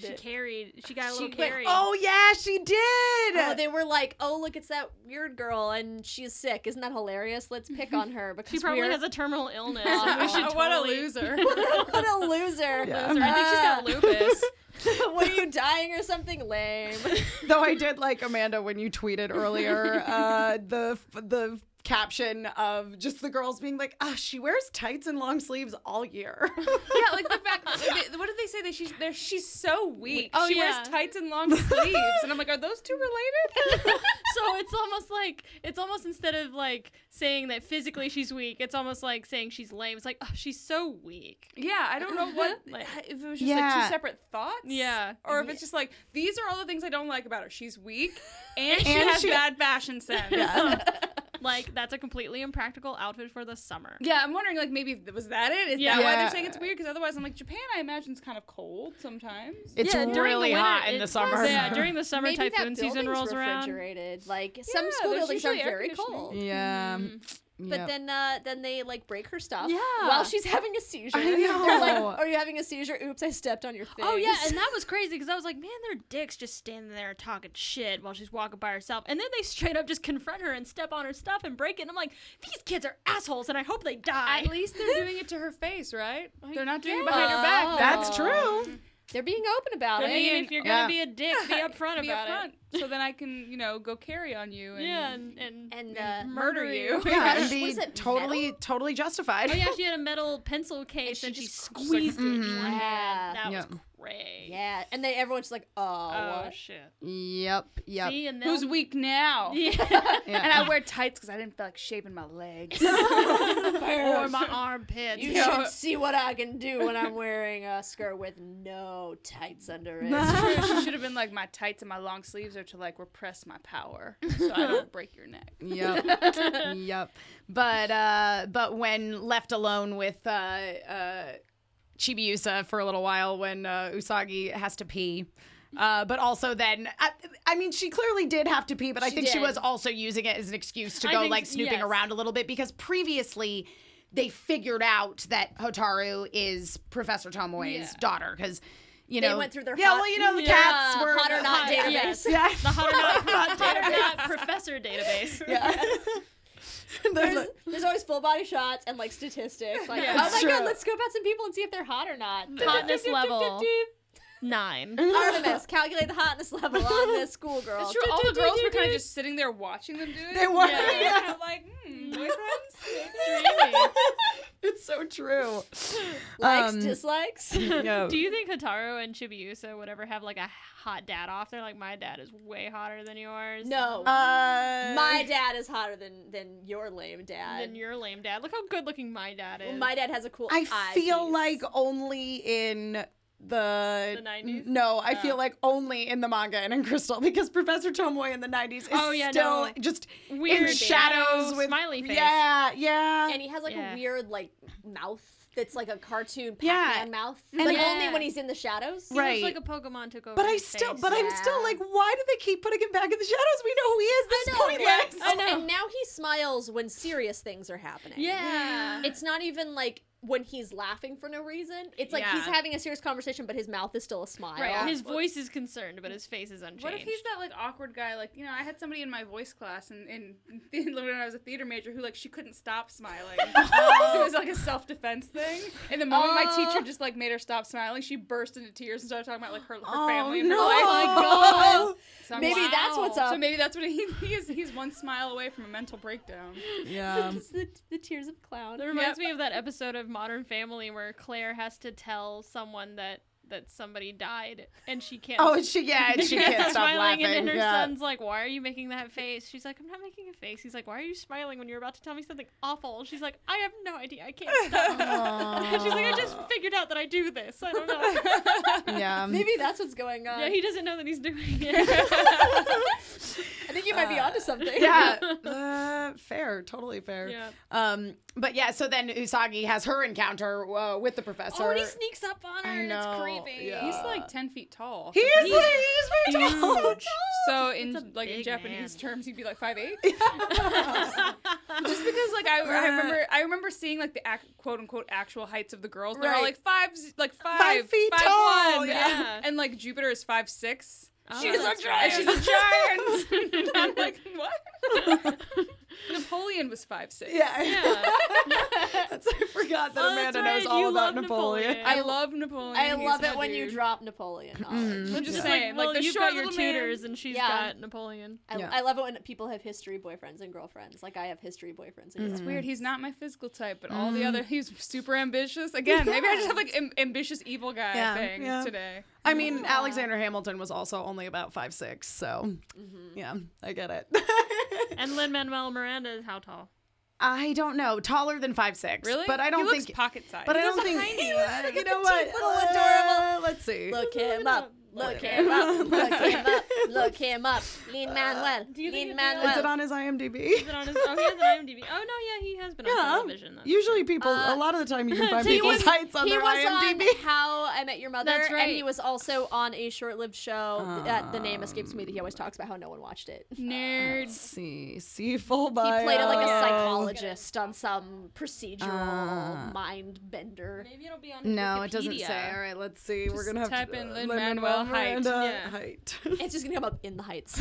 S2: *laughs* she carried. She got a little
S4: She went-
S2: carried.
S3: Oh yeah, she did.
S4: Oh,
S3: *laughs*
S4: they were like, "Oh, look, it's that weird girl, and she's sick. Isn't that hilarious? Let's pick on her because
S2: Mm-hmm. she probably
S4: we're...
S2: has a *laughs* terminal illness.
S4: Oh,
S2: and we should
S4: *laughs*
S5: what a
S2: totally-
S5: loser.
S4: what a loser.
S3: Yeah.
S2: I think she's
S4: *laughs*
S2: got lupus.
S4: what are you dying or something lame?
S3: *laughs*
S2: *laughs*
S3: Though I did like Amanda when you tweeted earlier uh, the the caption of just the girls being like, "Ah, she wears tights and long sleeves
S2: *laughs*
S3: all year."
S5: *laughs* yeah, like the fact. Like they, what did they say that she's there? She's so weak.
S2: Oh,
S5: she
S2: yeah.
S5: wears tights and long sleeves, and I'm like, are those
S2: *laughs*
S5: two related?
S2: so it's almost like it's almost instead of like saying that physically she's weak, it's almost like saying she's lame. It's like oh, she's so weak.
S5: yeah,
S2: *laughs*
S5: I don't know what
S2: Like-
S5: if it was just like
S3: Yeah.
S5: two separate thoughts.
S2: Yeah.
S5: or if it's just like these are all the things I don't like about her. She's
S2: *laughs*
S5: weak, and, she
S3: And
S5: has
S3: she-
S5: bad fashion sense.
S2: Like that's a completely impractical outfit for the summer.
S5: Yeah, I'm wondering, like, maybe was that it? Is
S2: Yeah.
S5: that why
S3: Yeah.
S5: they're saying it's weird? Because otherwise, I'm like, Japan, I imagine, is kind of cold sometimes.
S3: It's
S2: Yeah, during the
S3: really
S2: winter,
S3: hot in the
S2: it's-
S3: summer.
S2: Yeah, during the summer
S4: Maybe
S2: typhone
S4: that building's
S2: season rolls around.
S4: refrigerated. Like some
S5: Yeah,
S4: school
S5: there's
S4: buildings are
S5: usually air
S4: very
S5: conditioning.
S4: cold.
S3: yeah.
S4: But
S3: Mm, Yep.
S4: then, uh, then they like break her stuff.
S2: Yeah.
S4: While she's having a seizure.
S3: *laughs* I
S4: They're like,
S3: know.
S4: "Are you having a seizure? Oops, I stepped on your face."
S2: Oh yeah,
S4: *laughs*
S2: and that was crazy because I was like, man, they're dicks just standing there talking shit while she's walking by herself, and then they straight up just confront her and step on her stuff and break it. And I'm like, these kids are assholes, and I hope they die.
S5: At least *laughs* they're doing it to her face, right? They're not doing it behind her
S4: Oh.
S5: back.
S3: that's true.
S4: they're being open about
S2: I
S4: it.
S2: mean,
S5: mean,
S2: if you're
S3: yeah.
S2: gonna be a dick, *laughs* be upfront
S5: Be
S2: about
S5: *laughs* upfront, so then I can, you know, go carry on you.
S2: it.
S5: And,
S2: Yeah, and, and,
S4: and uh,
S2: murder you.
S3: *laughs* Yeah, and
S4: Was
S3: be
S4: it
S3: totally totally
S2: *laughs*
S3: justified.
S2: Oh yeah, she had a metal pencil case
S4: she
S2: and she,
S4: just-
S2: squeezed it. in her
S4: Mhm.
S2: hand.
S4: Yeah.
S2: That was
S3: Yeah.
S2: great.
S4: yeah, and then everyone's like, "Oh,
S2: Oh
S4: *laughs* what?"
S2: shit.
S3: *laughs* Yep. Yep.
S2: See, and then
S5: Who's weak now?
S2: *laughs* yeah.
S3: Yeah.
S5: And I wear tights because I didn't feel like shaving my *laughs* legs.
S2: or my armpits.
S3: *laughs*
S4: You should see what I can do when I'm wearing a skirt with no tights under it.
S3: *laughs*
S5: she should have been like, my tights and my long sleeves are to like repress my *laughs* power, so I don't break your neck.
S4: *laughs*
S3: yep yep but uh but when left alone with uh uh chibiusa for a little while when uh usagi has to pee uh, but also then, I, I mean, she clearly did have to pee, but I
S4: She
S3: think she
S4: did.
S3: was also using it as an excuse to
S2: I
S3: go
S2: think
S3: like
S2: s-
S3: snooping
S2: yes.
S3: around a little bit because previously they figured out that Hotaru is Professor Tomoe's daughter because, you
S4: They
S3: know,
S4: went through their
S3: yeah,
S4: hot-
S3: well, you know, the
S2: Yeah,
S3: cats were
S4: hot or not database.
S2: yes.
S3: Yeah,
S2: The hot or not, hot or not professor database. *laughs*
S3: yeah. They're
S4: There's,
S3: like-
S4: there's always full body shots and like statistics. Like,
S2: Yeah.
S4: oh my
S3: Sure.
S4: god, let's scope out some people and see if they're hot or not.
S2: Hotness level. nine.
S4: *laughs* Artemis, calculate the hotness level
S2: *laughs*
S4: on this schoolgirl.
S5: It's true. All the girls were kind of just sitting there watching them do it.
S3: They were,
S5: Yeah.
S3: yeah.
S5: Kind of *laughs* like, hmm, boyfriends?
S3: it's so true.
S4: Likes,
S3: Um, *laughs*
S4: dislikes.
S3: No.
S2: Do you think Hataru and Chibiusa would ever have like a hot dad off? They're like, my dad is way hotter than yours.
S4: No.
S3: Uh,
S4: my dad is hotter than than your lame dad.
S2: Um, Than your lame dad. Look how good looking my dad is.
S4: Well, my dad has a cool.
S3: I
S4: eye
S3: feel
S4: piece.
S3: like only in
S2: The
S3: the,
S2: 90s?
S3: No,
S2: Oh.
S3: I feel like only in the manga and in Crystal because Professor Tomoe in the 90s is
S2: Oh, yeah,
S3: still
S2: no.
S3: just
S2: Weird
S3: in shadows
S2: shadow,
S3: with
S2: smiley face.
S3: Yeah, yeah.
S4: and he has like
S2: Yeah.
S4: a weird like mouth that's like a cartoon
S3: Yeah.
S4: Pac-Man mouth,
S3: And
S4: but
S3: like-
S4: only when he's in the shadows.
S2: He looks
S3: Right.
S2: like a Pokemon took over.
S3: but I
S2: his
S3: still
S2: face.
S3: but I'm still
S4: Yeah.
S3: like why do they keep putting him back in the shadows? We know who he is. This is pointless.
S4: *laughs* I know. And now he smiles when serious things are happening.
S2: Yeah.
S4: It's not even like when he's laughing for no reason. It's like he's
S5: Yeah.
S4: having a serious conversation, but his mouth is still a smile.
S2: Right.
S4: *laughs*
S2: His voice is concerned, but his face is unchanged.
S5: What if he's that like awkward guy? Like you know, I had somebody in my voice class and *laughs* in, in when I was a theater major who like she couldn't stop
S4: *laughs*
S5: smiling. So it was like a self defense thing. And the moment my
S4: Oh.
S5: teacher just like made her stop smiling, she burst into tears and started talking about like her, her family and her
S3: no.
S5: life.
S4: Oh
S5: So I'm
S4: Maybe
S5: like,
S4: that's what's up.
S5: So maybe that's what he, *laughs* he is. He's one smile away from a mental breakdown.
S3: Yeah.
S4: *laughs* It's the, the tears of clown.
S2: That reminds me of that episode of Modern Family where Claire has to tell someone that that somebody died and she can't. *laughs*
S3: *laughs* Oh, and she yeah, and she can't stop
S2: smiling,
S3: laughing.
S2: and then her
S3: yeah.
S2: son's like, "Why are you making that face?" She's like, "I'm not making a face." He's like, "Why are you smiling when you're about to tell me something awful?" She's like, "I have no idea. I can't
S3: *laughs*
S2: stop." She's like, "I just figured out that I do this. I don't
S3: *laughs*
S2: know."
S3: yeah.
S4: Maybe that's what's going on.
S2: yeah, he doesn't know that he's doing
S3: *laughs*
S2: it. *laughs*
S4: I think you might be onto something. *laughs*
S2: *laughs*
S3: yeah, *laughs* uh, fair, totally fair.
S2: Yeah.
S3: Um, but yeah, so then Usagi has her encounter uh, with the professor.
S2: oh, and he sneaks up on her.
S3: I
S2: and It's
S3: know,
S2: creepy.
S3: yeah.
S4: Uh,
S5: He's like ten feet tall.
S3: He is like, he's very tall.
S5: so in
S2: It's a
S5: like in
S2: big
S5: Japanese
S2: man.
S5: terms, he'd be like five eight. Just because like I, I remember I remember seeing like the ac- quote unquote actual heights of the girls. and They're all
S3: Right.
S5: like five z- like five
S3: feet
S5: five
S3: tall,
S5: one,
S2: yeah. Oh,
S5: And like Jupiter is five six.
S2: She's a
S5: And she's a giant. *laughs* And I'm like what? Napoleon was five six.
S3: Yeah, *laughs*
S2: Yeah.
S3: That's, I forgot that
S2: Oh, that's
S3: Amanda knows
S2: right,
S3: all
S2: you love
S3: about Napoleon.
S2: Napoleon.
S5: I love Napoleon.
S4: I
S5: He's
S4: love
S5: my
S4: it when you
S5: dude.
S4: drop Napoleon knowledge.
S5: I'm just
S2: It's like,
S5: saying,
S2: well,
S5: like the
S2: you've
S5: short
S2: got your
S5: little man.
S2: tutors, and she's
S4: Yeah.
S2: got Napoleon.
S4: I,
S3: Yeah.
S4: I love it when people have history boyfriends and girlfriends. Like I have history boyfriends and girlfriends.
S5: It's weird. He's not my physical type, but all
S3: Mm.
S5: the other he's super ambitious. Again, maybe I just have like am- ambitious evil guy
S3: Yeah,
S5: thing
S3: yeah.
S5: today.
S3: I mean, Alexander Hamilton was also only about five six, so yeah, I get it. *laughs*
S2: And Lin Manuel Miranda is how tall?
S3: I don't know, taller than five six,
S5: Really?
S3: but I don't
S5: he looks
S3: think.
S5: pocket sized.
S3: But I don't think. *laughs* Uh, you know what?
S4: little
S3: Uh,
S4: adorable-
S3: Let's see.
S4: Look him up. Look him up. Look him up. Look him up. Lean Manuel.
S2: you think
S4: Lean
S2: it'd be allowed-
S4: Manuel.
S3: is it on his IMDb?
S2: Is it on his? Oh, he has an IMDb. Oh no, yeah, he has been
S3: Yeah. um,
S2: on television. That's
S3: Uh-huh. Usually, people. a lot of the time, you can find
S2: So he
S3: people's
S2: was-
S3: heights on
S4: he
S3: their
S4: was um,
S3: IMDb.
S4: on How I Met Your Mother,
S2: That's
S4: and he
S2: right. Ah.
S4: was also on a short-lived show that the name escapes me. That he always talks about how no one watched it. He
S3: Let's
S5: nerds.
S3: see, see full
S2: Oh,
S3: bio.
S4: played a, like a psychologist on some
S2: Ah.
S4: procedural mind bender.
S2: Maybe it'll be on.
S3: No, it doesn't
S2: Wikipedia.
S3: say. All right, let's see. We're
S5: Just
S3: gonna have
S5: type
S3: to
S5: in
S3: uh,
S5: Lin-Manuel height,
S3: Miranda
S5: yeah.
S3: height. *laughs*
S4: It's just gonna come up in the heights.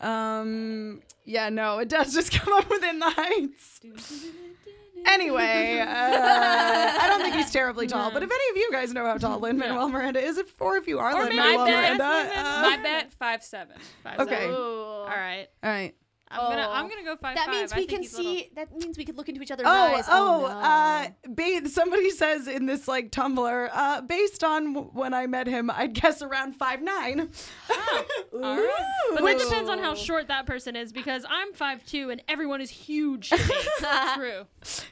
S3: um, yeah, no, it does just *laughs* come up within the heights. Anyway, uh, I don't think he's terribly tall, but if any of you guys know how tall Lin Manuel Miranda is, if, or if you are Lin Manuel
S2: maybe that's
S3: Miranda,
S2: Lin-Manuel-
S3: uh,
S5: My bet five seven.
S2: Five
S3: okay,
S2: seven. *laughs*
S3: all
S2: All right.
S3: right.
S2: I'm gonna.
S4: Oh.
S2: I'm gonna go five.
S4: That
S2: five.
S4: means
S2: I
S4: we
S2: think
S4: can
S2: he's little.
S4: see. That means we can look into each other's
S3: Oh,
S4: eyes.
S3: oh,
S4: no.
S3: uh, ba- somebody says in this like Tumblr, uh, based on w- when I met him, I'd guess around five nine. *laughs*
S2: But that depends on how short that person is because I'm five two and everyone is huge. to me.
S5: True.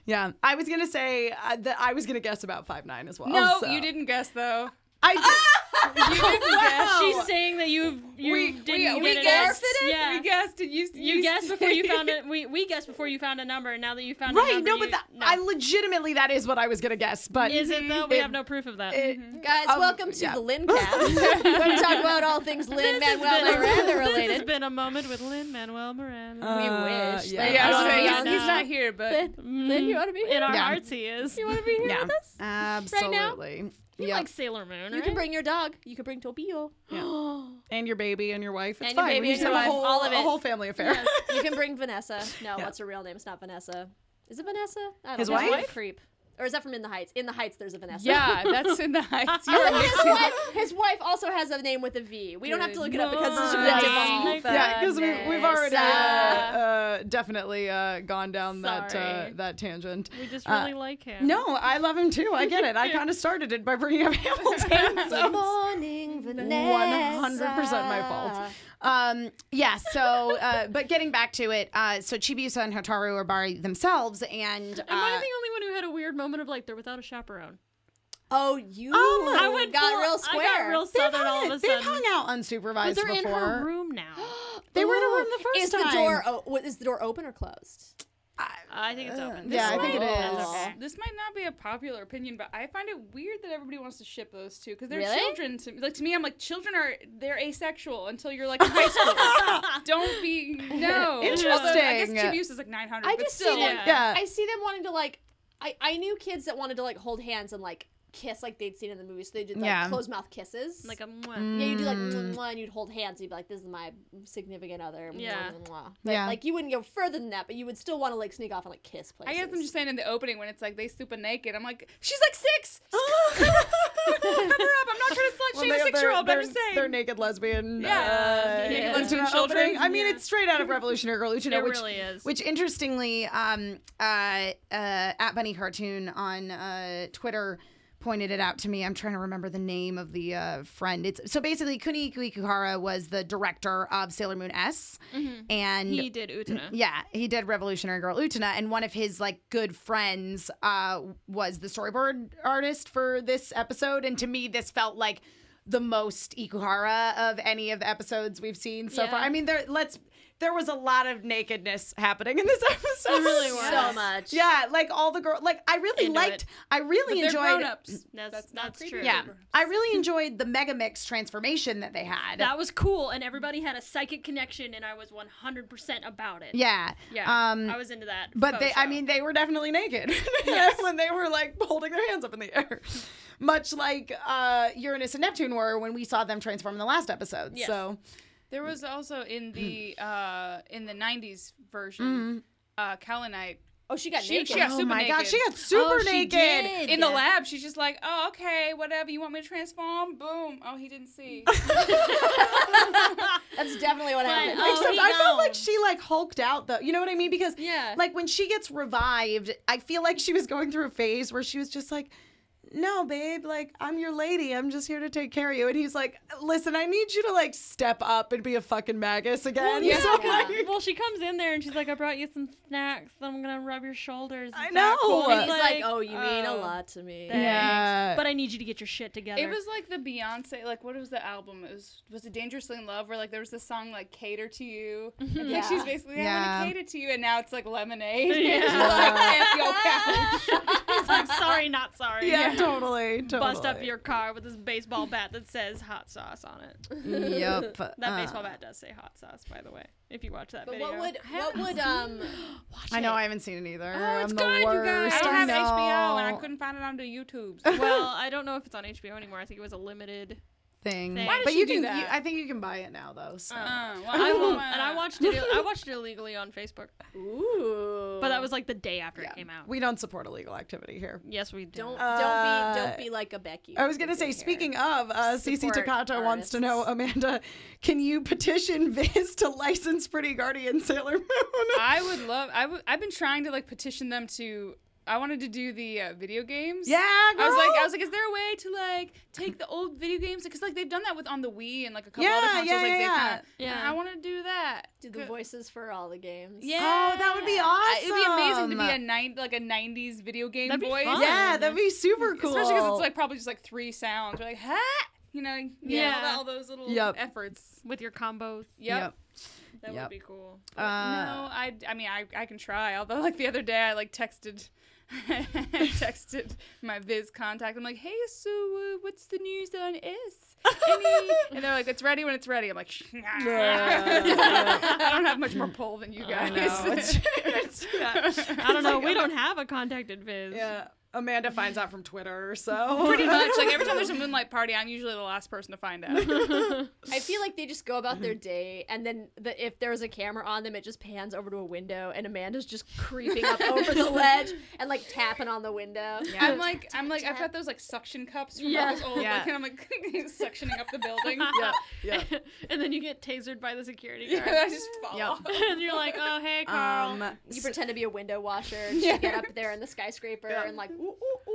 S3: Yeah, I was gonna say uh, that I was gonna guess about five nine as well.
S5: No,
S3: so.
S5: you didn't guess though.
S3: I did.
S2: Yeah, She's saying that you've you
S5: we
S2: didn't
S5: we,
S2: get
S5: we
S2: an
S5: guessed
S2: answer.
S5: it.
S2: Yeah.
S5: We guessed it. You
S2: you guessed before you found it. We we guessed before you found a number, and now that you found a
S3: right?
S2: number,
S3: No, but
S2: you-
S3: that, I legitimately that is what I was gonna guess. But
S2: is it though? We
S3: it-
S2: have no proof of *laughs* that.
S3: it-
S4: Guys,
S3: Um,
S4: welcome to
S3: yeah.
S2: *laughs*
S4: the Lin Cast. We're going to talk about all things Lin Manuel
S2: been- *laughs*
S4: Miranda
S2: This has
S4: related.
S2: been a moment with Lynn Manuel Miranda.
S3: Uh,
S4: wish.
S3: Yeah.
S4: Like,
S5: *laughs* Yeah, I was
S2: Oh,
S5: saying,
S2: yeah,
S5: he's,
S2: no.
S5: he's not here, but
S4: Lin, you ought to be
S2: In
S4: here.
S2: our
S3: Yeah.
S2: hearts, he is.
S4: You want to be here
S3: Yeah.
S4: with us?
S3: Absolutely.
S2: You
S3: yeah.
S2: like *gasps* Sailor Moon,
S4: You
S2: right?
S4: can bring your dog. You can bring Tobio.
S3: and your baby and your wife. It's
S4: And your
S3: fine.
S4: baby
S3: we just
S4: and your
S3: have a
S4: wife,
S3: whole
S4: all of
S3: a
S4: it.
S3: whole family affair.
S4: You can bring Vanessa. No,
S3: Yeah.
S4: what's her real name? It's not Vanessa. Is it Vanessa? I don't
S3: His
S4: know.
S3: wife?
S4: Creep. Or is that from In the Heights? In the Heights, there's a Vanessa.
S5: Yeah, that's in
S3: *laughs*
S5: the heights. You are
S4: And *laughs* his,
S5: mixing.
S4: wife, his wife also has a name with a V. We don't have to look it up because it's
S2: Good
S4: just
S2: morning.
S4: a
S3: Yeah, because we, we've already uh,
S4: Vanessa.
S3: uh, definitely uh, gone down that uh,
S5: Sorry.
S3: that tangent.
S2: We just
S3: Uh,
S2: really like him.
S3: No, I love him too. I get it. I kind of started it by bringing up Hamilton.
S4: Good
S3: So
S4: morning, Vanessa.
S3: One hundred percent my fault. Um, yeah. So, uh, but getting back to it, uh, so Chibiusa and Hotaru are by themselves, and
S2: Am I
S3: uh,
S2: the only one who had a weird moment of like they're without a chaperone?
S4: Oh, you
S3: Oh,
S2: I went
S4: got
S2: full-
S4: real square.
S2: I got real
S3: they've,
S2: southern all
S3: hung,
S2: of a
S3: they've
S2: sudden.
S3: hung out
S2: But
S3: unsupervised
S2: they're in
S3: before.
S2: her room now.
S3: They were in a room
S4: Ooh,
S3: the first
S4: is
S3: time.
S4: The door, oh, what, is the door open or closed?
S2: *gasps* I think it's open.
S3: yeah, I think it
S2: That's
S3: is.
S2: okay.
S5: This might not be a popular opinion, but I find it weird that everybody wants to ship those two because they're
S4: Really?
S5: children. To, like to me, I'm like children are they're asexual until you're like in high school. Don't be no.
S3: *laughs* Interesting.
S5: Although I guess Chibius is like 900.
S4: I
S5: but
S4: just
S5: still,
S4: see
S5: like,
S4: them.
S2: yeah.
S4: I see them wanting to like. I I knew kids that wanted to like hold hands and like kiss like they'd seen in the movies. So they did like
S3: Yeah.
S4: closed mouth kisses.
S2: Like a mwah.
S4: yeah, you do like mwah, mwah, and you'd hold hands. You'd be like, "This is my significant other." mwah,
S2: Yeah.
S4: mwah, mwah. But,
S3: Yeah.
S4: Like you wouldn't go further than that, but you would still want to like sneak off and like kiss
S5: I
S4: places.
S5: guess I'm just saying in the opening when it's like they super naked, I'm like, she's like six.
S4: *laughs*
S5: Cover up. I'm not trying to slut
S3: Well,
S5: shame
S3: they-
S5: a
S3: they're-
S5: six year old, but I'm
S3: they're-
S5: just saying.
S3: they're naked lesbian.
S5: Yeah,
S3: uh,
S2: naked
S3: yeah.
S5: lesbian
S2: *laughs*
S3: opening.
S5: children,
S3: I mean,
S5: yeah.
S3: it's straight out of Revolutionary Girl Luchino,
S2: It
S3: which
S2: really is.
S3: Which interestingly, um, uh, uh, at Bunny Cartoon on uh, Twitter pointed it out to me. I'm trying to remember the name of the uh, friend. It's so basically Kuni Kuikuhara was the director of Sailor Moon S, and
S2: Mm-hmm. he did Utana.
S3: yeah, he did Revolutionary Girl Utena, and one of his like good friends uh, was the storyboard artist for this episode. And to me, this felt like the most Ikuhara of any of the episodes we've seen so far.
S2: Yeah.
S3: I mean, there let's there was a lot of nakedness happening in this *laughs* episode.
S2: really was.
S4: so much.
S3: Yeah, like all the girl, like I really
S2: Into
S3: liked.
S2: it.
S3: I really
S5: they're
S3: enjoyed.
S5: grown ups.
S2: That's that's, true.
S3: Yeah, I really enjoyed the Megamix transformation that they had.
S2: That was cool, and everybody had a psychic connection, and I was 100% about it.
S3: yeah.
S2: Yeah,
S3: Um,
S2: I was into that.
S3: But
S2: faux
S3: they, I
S2: show.
S3: mean, they were definitely naked *laughs* when they were like holding their hands up in the air, *laughs* much like uh, Uranus and Neptune were when we saw them transform in the last episode.
S2: Yes.
S3: So
S5: There was also in the uh, in the '90s version, uh, Kalanite.
S4: Oh, she got
S5: She-
S4: naked.
S5: she got-
S3: oh
S5: super
S3: my god,
S5: naked.
S3: she got super
S2: Oh, she
S3: naked.
S2: did.
S5: In the
S2: Yeah.
S5: lab, she's just like, "Oh, okay, whatever. You want me to transform? Boom! Oh, he didn't
S3: *laughs*
S5: see.
S4: *laughs* That's definitely what happened. *laughs*
S2: oh,
S3: Except
S2: he
S3: I felt
S2: gone.
S3: like she like hulked out though. You know what I mean? Because
S2: Yeah.
S3: like when she gets revived, I feel like she was going through a phase where she was just like, "No, babe, like I'm your lady. I'm just here to take care of you." And he's like, "Listen, I need you to like step up and be a fucking magus again."
S2: yeah.
S3: So,
S4: Yeah.
S3: like-
S2: Well, she comes in there and she's like, "I brought you some snacks. I'm gonna rub your shoulders." Is
S3: I
S2: that
S3: know.
S2: cool?"
S3: And
S4: He's like, "Oh, you mean a
S2: "Oh,
S4: lot to me."
S2: thanks,
S3: Yeah.
S2: But I need you to get your shit together. *laughs*
S5: It was like the Beyonce, like what was the album? It was was it Dangerously in Love, where like there was this song like "Cater to You."
S4: Yeah.
S5: Like she's basically
S3: Mm-hmm. Yeah.
S5: I want to cater to you, and now it's like lemonade. *laughs*
S2: Yeah.
S5: she's like, "F your couch."
S2: It's like, sorry, not sorry.
S3: *laughs* yeah, totally, totally.
S2: Bust up your car with this baseball bat that says hot sauce on it.
S3: *laughs* Yep.
S2: That baseball bat does say hot sauce, by the way. If you watch that
S4: But
S2: video,
S4: what would what would um
S3: I know I haven't seen it either.
S2: Oh, it's
S3: I'm
S2: good,
S3: the
S2: you
S3: worst.
S2: guys.
S5: I don't
S3: I
S5: have
S3: know.
S5: HBO, and I couldn't find it onto YouTube.
S3: *laughs*
S5: So
S2: *laughs* well, I don't know if it's on HBO anymore. I think it was a limited.
S3: thing.
S2: Why did
S3: but
S5: she
S3: you
S5: do
S3: can.
S5: that?
S3: You, I think you can buy it now though. So.
S5: Uh, well,
S2: I
S5: don't
S2: won't,
S5: wanna-
S2: and I watched it. I watched it illegally on Facebook,
S4: ooh
S2: but that was like the day after it came out.
S3: We don't support illegal activity here.
S2: yes, we do.
S4: don't
S3: Uh,
S4: don't be don't be like a Becky.
S3: I was going to say, speaking of, uh, Cece
S4: Support
S3: Takata wants to
S4: artists.
S3: know, Amanda, can you petition Viz to license Pretty Guardian Sailor Moon? *laughs*
S5: I would love. I would. I've been trying to like petition them to. I wanted to do the uh, video games.
S3: yeah, girl.
S5: I was like, I was like, is there a way to like take the old video games? Because like they've done that with on the Wii and like a couple other
S3: Yeah,
S5: consoles.
S3: yeah,
S5: like, they
S3: yeah.
S5: kinda,
S2: Yeah.
S5: I want to do that.
S4: do the voices for all the games.
S5: Yeah.
S3: oh, that would be
S5: I-
S3: awesome.
S5: It'd be amazing to be a nine like a '90s video game
S2: That'd be
S5: voice.
S2: fun.
S3: Yeah, that'd be super cool.
S5: Especially because it's like probably just like three sounds. You're like, ha, you know, yeah,
S2: Yeah.
S5: all that- all those little
S3: Yep.
S5: efforts.
S2: with your combos.
S5: Yep.
S2: That
S3: Yep. Uh,
S2: would be *laughs* cool.
S5: no, I, I mean, I, I can try. Although, like the other day, I like texted, *laughs* texted my Viz contact. I'm like, hey, so uh, what's the news on S?
S3: *laughs*
S5: Any-" and they're like, it's ready when it's ready. I'm like, *laughs* I don't have much more pull than you guys. *laughs*
S3: know. It's- it's- yeah.
S2: I don't know. we don't have a contacted Viz.
S3: Yeah. Amanda finds out from Twitter, *laughs* so
S5: Pretty much. Like every time there's a moonlight party, I'm usually the last person to find
S3: *laughs*
S5: out.
S4: I feel like they just go about
S3: Mm-hmm.
S4: their day, and then the, if there's a camera on them, it just pans over to a window, and Amanda's just creeping up over
S3: *laughs*
S4: the ledge and like tapping on the window.
S5: I'm like, I'm like, I've got those like suction cups from
S2: Yeah.
S5: all those old,
S3: Yeah.
S5: like, and I'm like *laughs* suctioning up the building.
S3: yeah, yeah.
S2: *laughs* and then you get tasered by the security
S5: Yeah, *laughs*
S2: guard. *laughs*
S5: I just
S3: *laughs*
S5: fall.
S3: Yeah.
S2: and you're like, oh, hey, Carl.
S3: Um,
S4: You pretend to be a window washer, and you get up there in the skyscraper,
S3: Yeah.
S4: and like,
S3: ooh, ooh,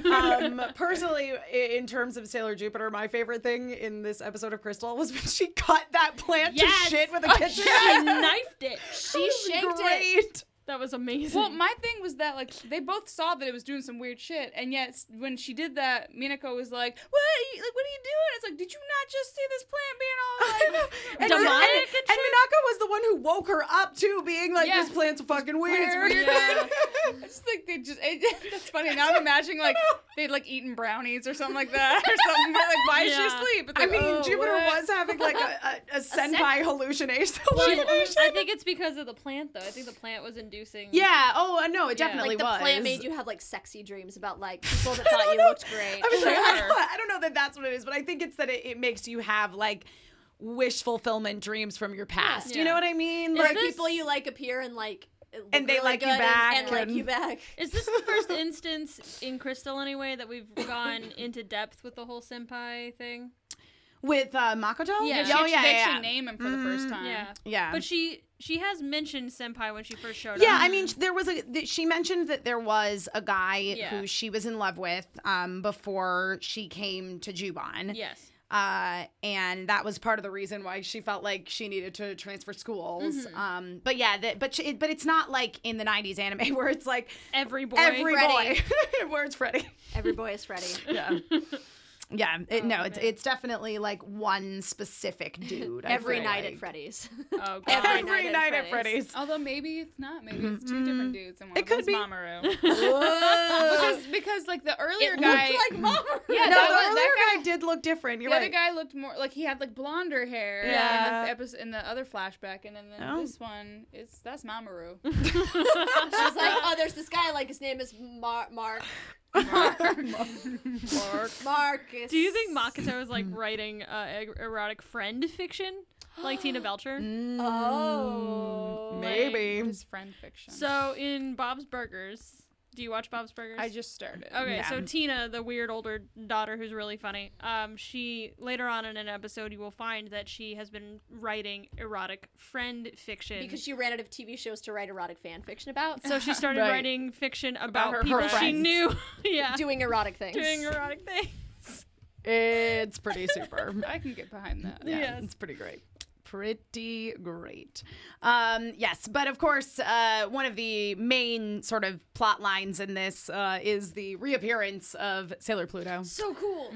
S3: ooh, ooh. um, personally, i- in terms of Sailor Jupiter, my favorite thing in this episode of Crystal was when she cut that plant
S2: Yes!
S3: to shit with a
S2: Oh,
S3: kitchen. *laughs*
S2: She knifed it.
S4: she shaked it.
S3: Great.
S2: That was amazing.
S5: Well, my thing was that like they both saw that it was doing some weird shit, and yet s- when she did that, Minako was like, "What? Are you, like, what are you doing?" It's like, did you not just see this *laughs* plant being all like?
S3: And,
S2: Demonic
S3: and,
S2: and
S3: and Minako was the one who woke her up too, being like,
S5: Yeah.
S3: "This plant's fucking weird." *laughs*
S5: weird. I just think they just. It, *laughs* that's funny. Now I'm imagining like they'd like eaten brownies or something like that, or something.
S3: *laughs*
S5: Like, why is she
S2: Yeah.
S5: asleep?
S3: I
S5: It's like,
S3: mean,
S5: oh,
S3: Jupiter
S5: what?
S3: was having like a, *laughs* a, a senpai
S2: *laughs*
S3: hallucination. *laughs*
S2: She-
S3: hallucination.
S2: I think it's because of the plant, though. I think the plant was inducing.
S3: Yeah. Oh uh, no, it
S2: Yeah.
S3: definitely
S4: Like the
S3: was.
S4: plant made you have like sexy dreams about
S3: *laughs*
S4: like people that
S3: I
S4: thought
S3: don't
S4: you
S3: know.
S4: looked great.
S3: I was like, I
S2: Sure.
S3: don't, *laughs* I don't know that that's what it is, but I think it's that it, it makes you have like wish fulfillment dreams from your past. You know
S2: Yeah.
S3: what I mean?
S4: Where
S3: Like
S2: this-
S4: people you like appear and like, look
S3: And they
S4: really
S3: like you
S4: good and-
S3: back
S4: and, like
S3: and-
S4: you back.
S2: Is this the first instance in Crystal, anyway, that we've gone into depth with the whole senpai thing?
S3: with uh, Makoto.
S2: Yeah.
S5: Yeah,
S2: she
S5: she
S3: Oh,
S5: actually,
S3: yeah,
S5: they
S3: yeah,
S5: actually
S3: yeah.
S5: name him for the first time.
S2: Yeah.
S3: Yeah.
S2: But she she has mentioned senpai when she first showed
S3: Yeah,
S2: up.
S3: I mean, sh- there was a. th- She mentioned that there was a guy
S2: Yeah.
S3: who she was in love with um, before she came to Juban,
S2: Yes.
S3: uh, and that was part of the reason why she felt like she needed to transfer schools.
S2: Mm-hmm.
S3: Um, but yeah, that, but she, it- but it's not like in the '90s anime *laughs* where it's like
S2: Every boy.
S3: every
S4: Freddy.
S3: boy, *laughs* where it's Freddy.
S4: Every boy is Freddy.
S3: *laughs*
S4: *laughs*
S3: Yeah, yeah. It, no, it's
S2: man.
S3: it's definitely like one specific dude. I
S4: Every
S3: feel
S4: night
S3: like. *laughs*
S4: at Freddy's.
S2: Oh, God.
S4: Every
S3: Every
S4: night at
S3: night at
S4: Freddy's.
S5: *laughs*
S3: Freddy's.
S5: Although maybe it's not. Maybe it's two different dudes and one
S3: Mm. It
S5: of
S3: could
S5: them's
S3: be. *laughs*
S5: Mamoru.
S3: Whoa.
S5: because, because like the earlier
S4: It
S5: guy,
S4: looked like mama. *laughs*
S5: yeah,
S3: no,
S5: that
S3: the
S5: was-
S3: earlier
S5: that
S3: guy, did look different.
S5: The
S3: You're
S5: other
S3: right.
S5: guy looked more like he had like blonder hair.
S3: Yeah.
S5: In the, episode, in the other flashback, and then, then
S3: Oh.
S5: this one, it's
S3: *laughs*
S5: that's Mamoru.
S4: She's like, oh, there's this guy. Like his name is Mar- Mark. Marcus.
S2: Do you think Makoto was like writing uh, e- erotic friend fiction, like Tina Belcher?
S4: Oh.
S3: Maybe.
S5: his friend fiction.
S2: So in Bob's Burgers, do you watch Bob's Burgers?
S5: I just started.
S2: Okay, so
S3: Yeah.
S2: Tina, the weird older daughter who's really funny, um, she later on in an episode you will find that she has been writing erotic friend fiction.
S4: Because she ran out of TV shows to write erotic fan fiction
S2: *laughs*
S4: about.
S2: so she started
S3: Right.
S2: writing fiction about,
S5: her
S2: people she
S3: friends.
S2: knew. *laughs* yeah,
S4: doing erotic things.
S2: doing er- erotic things.
S3: It's pretty super.
S5: I can get behind that.
S3: yeah,
S2: Yes.
S3: it's pretty great. Pretty great. Um, yes, but of course, uh, one of the main sort of plot lines in this uh, is the reappearance of Sailor Pluto.
S2: So cool.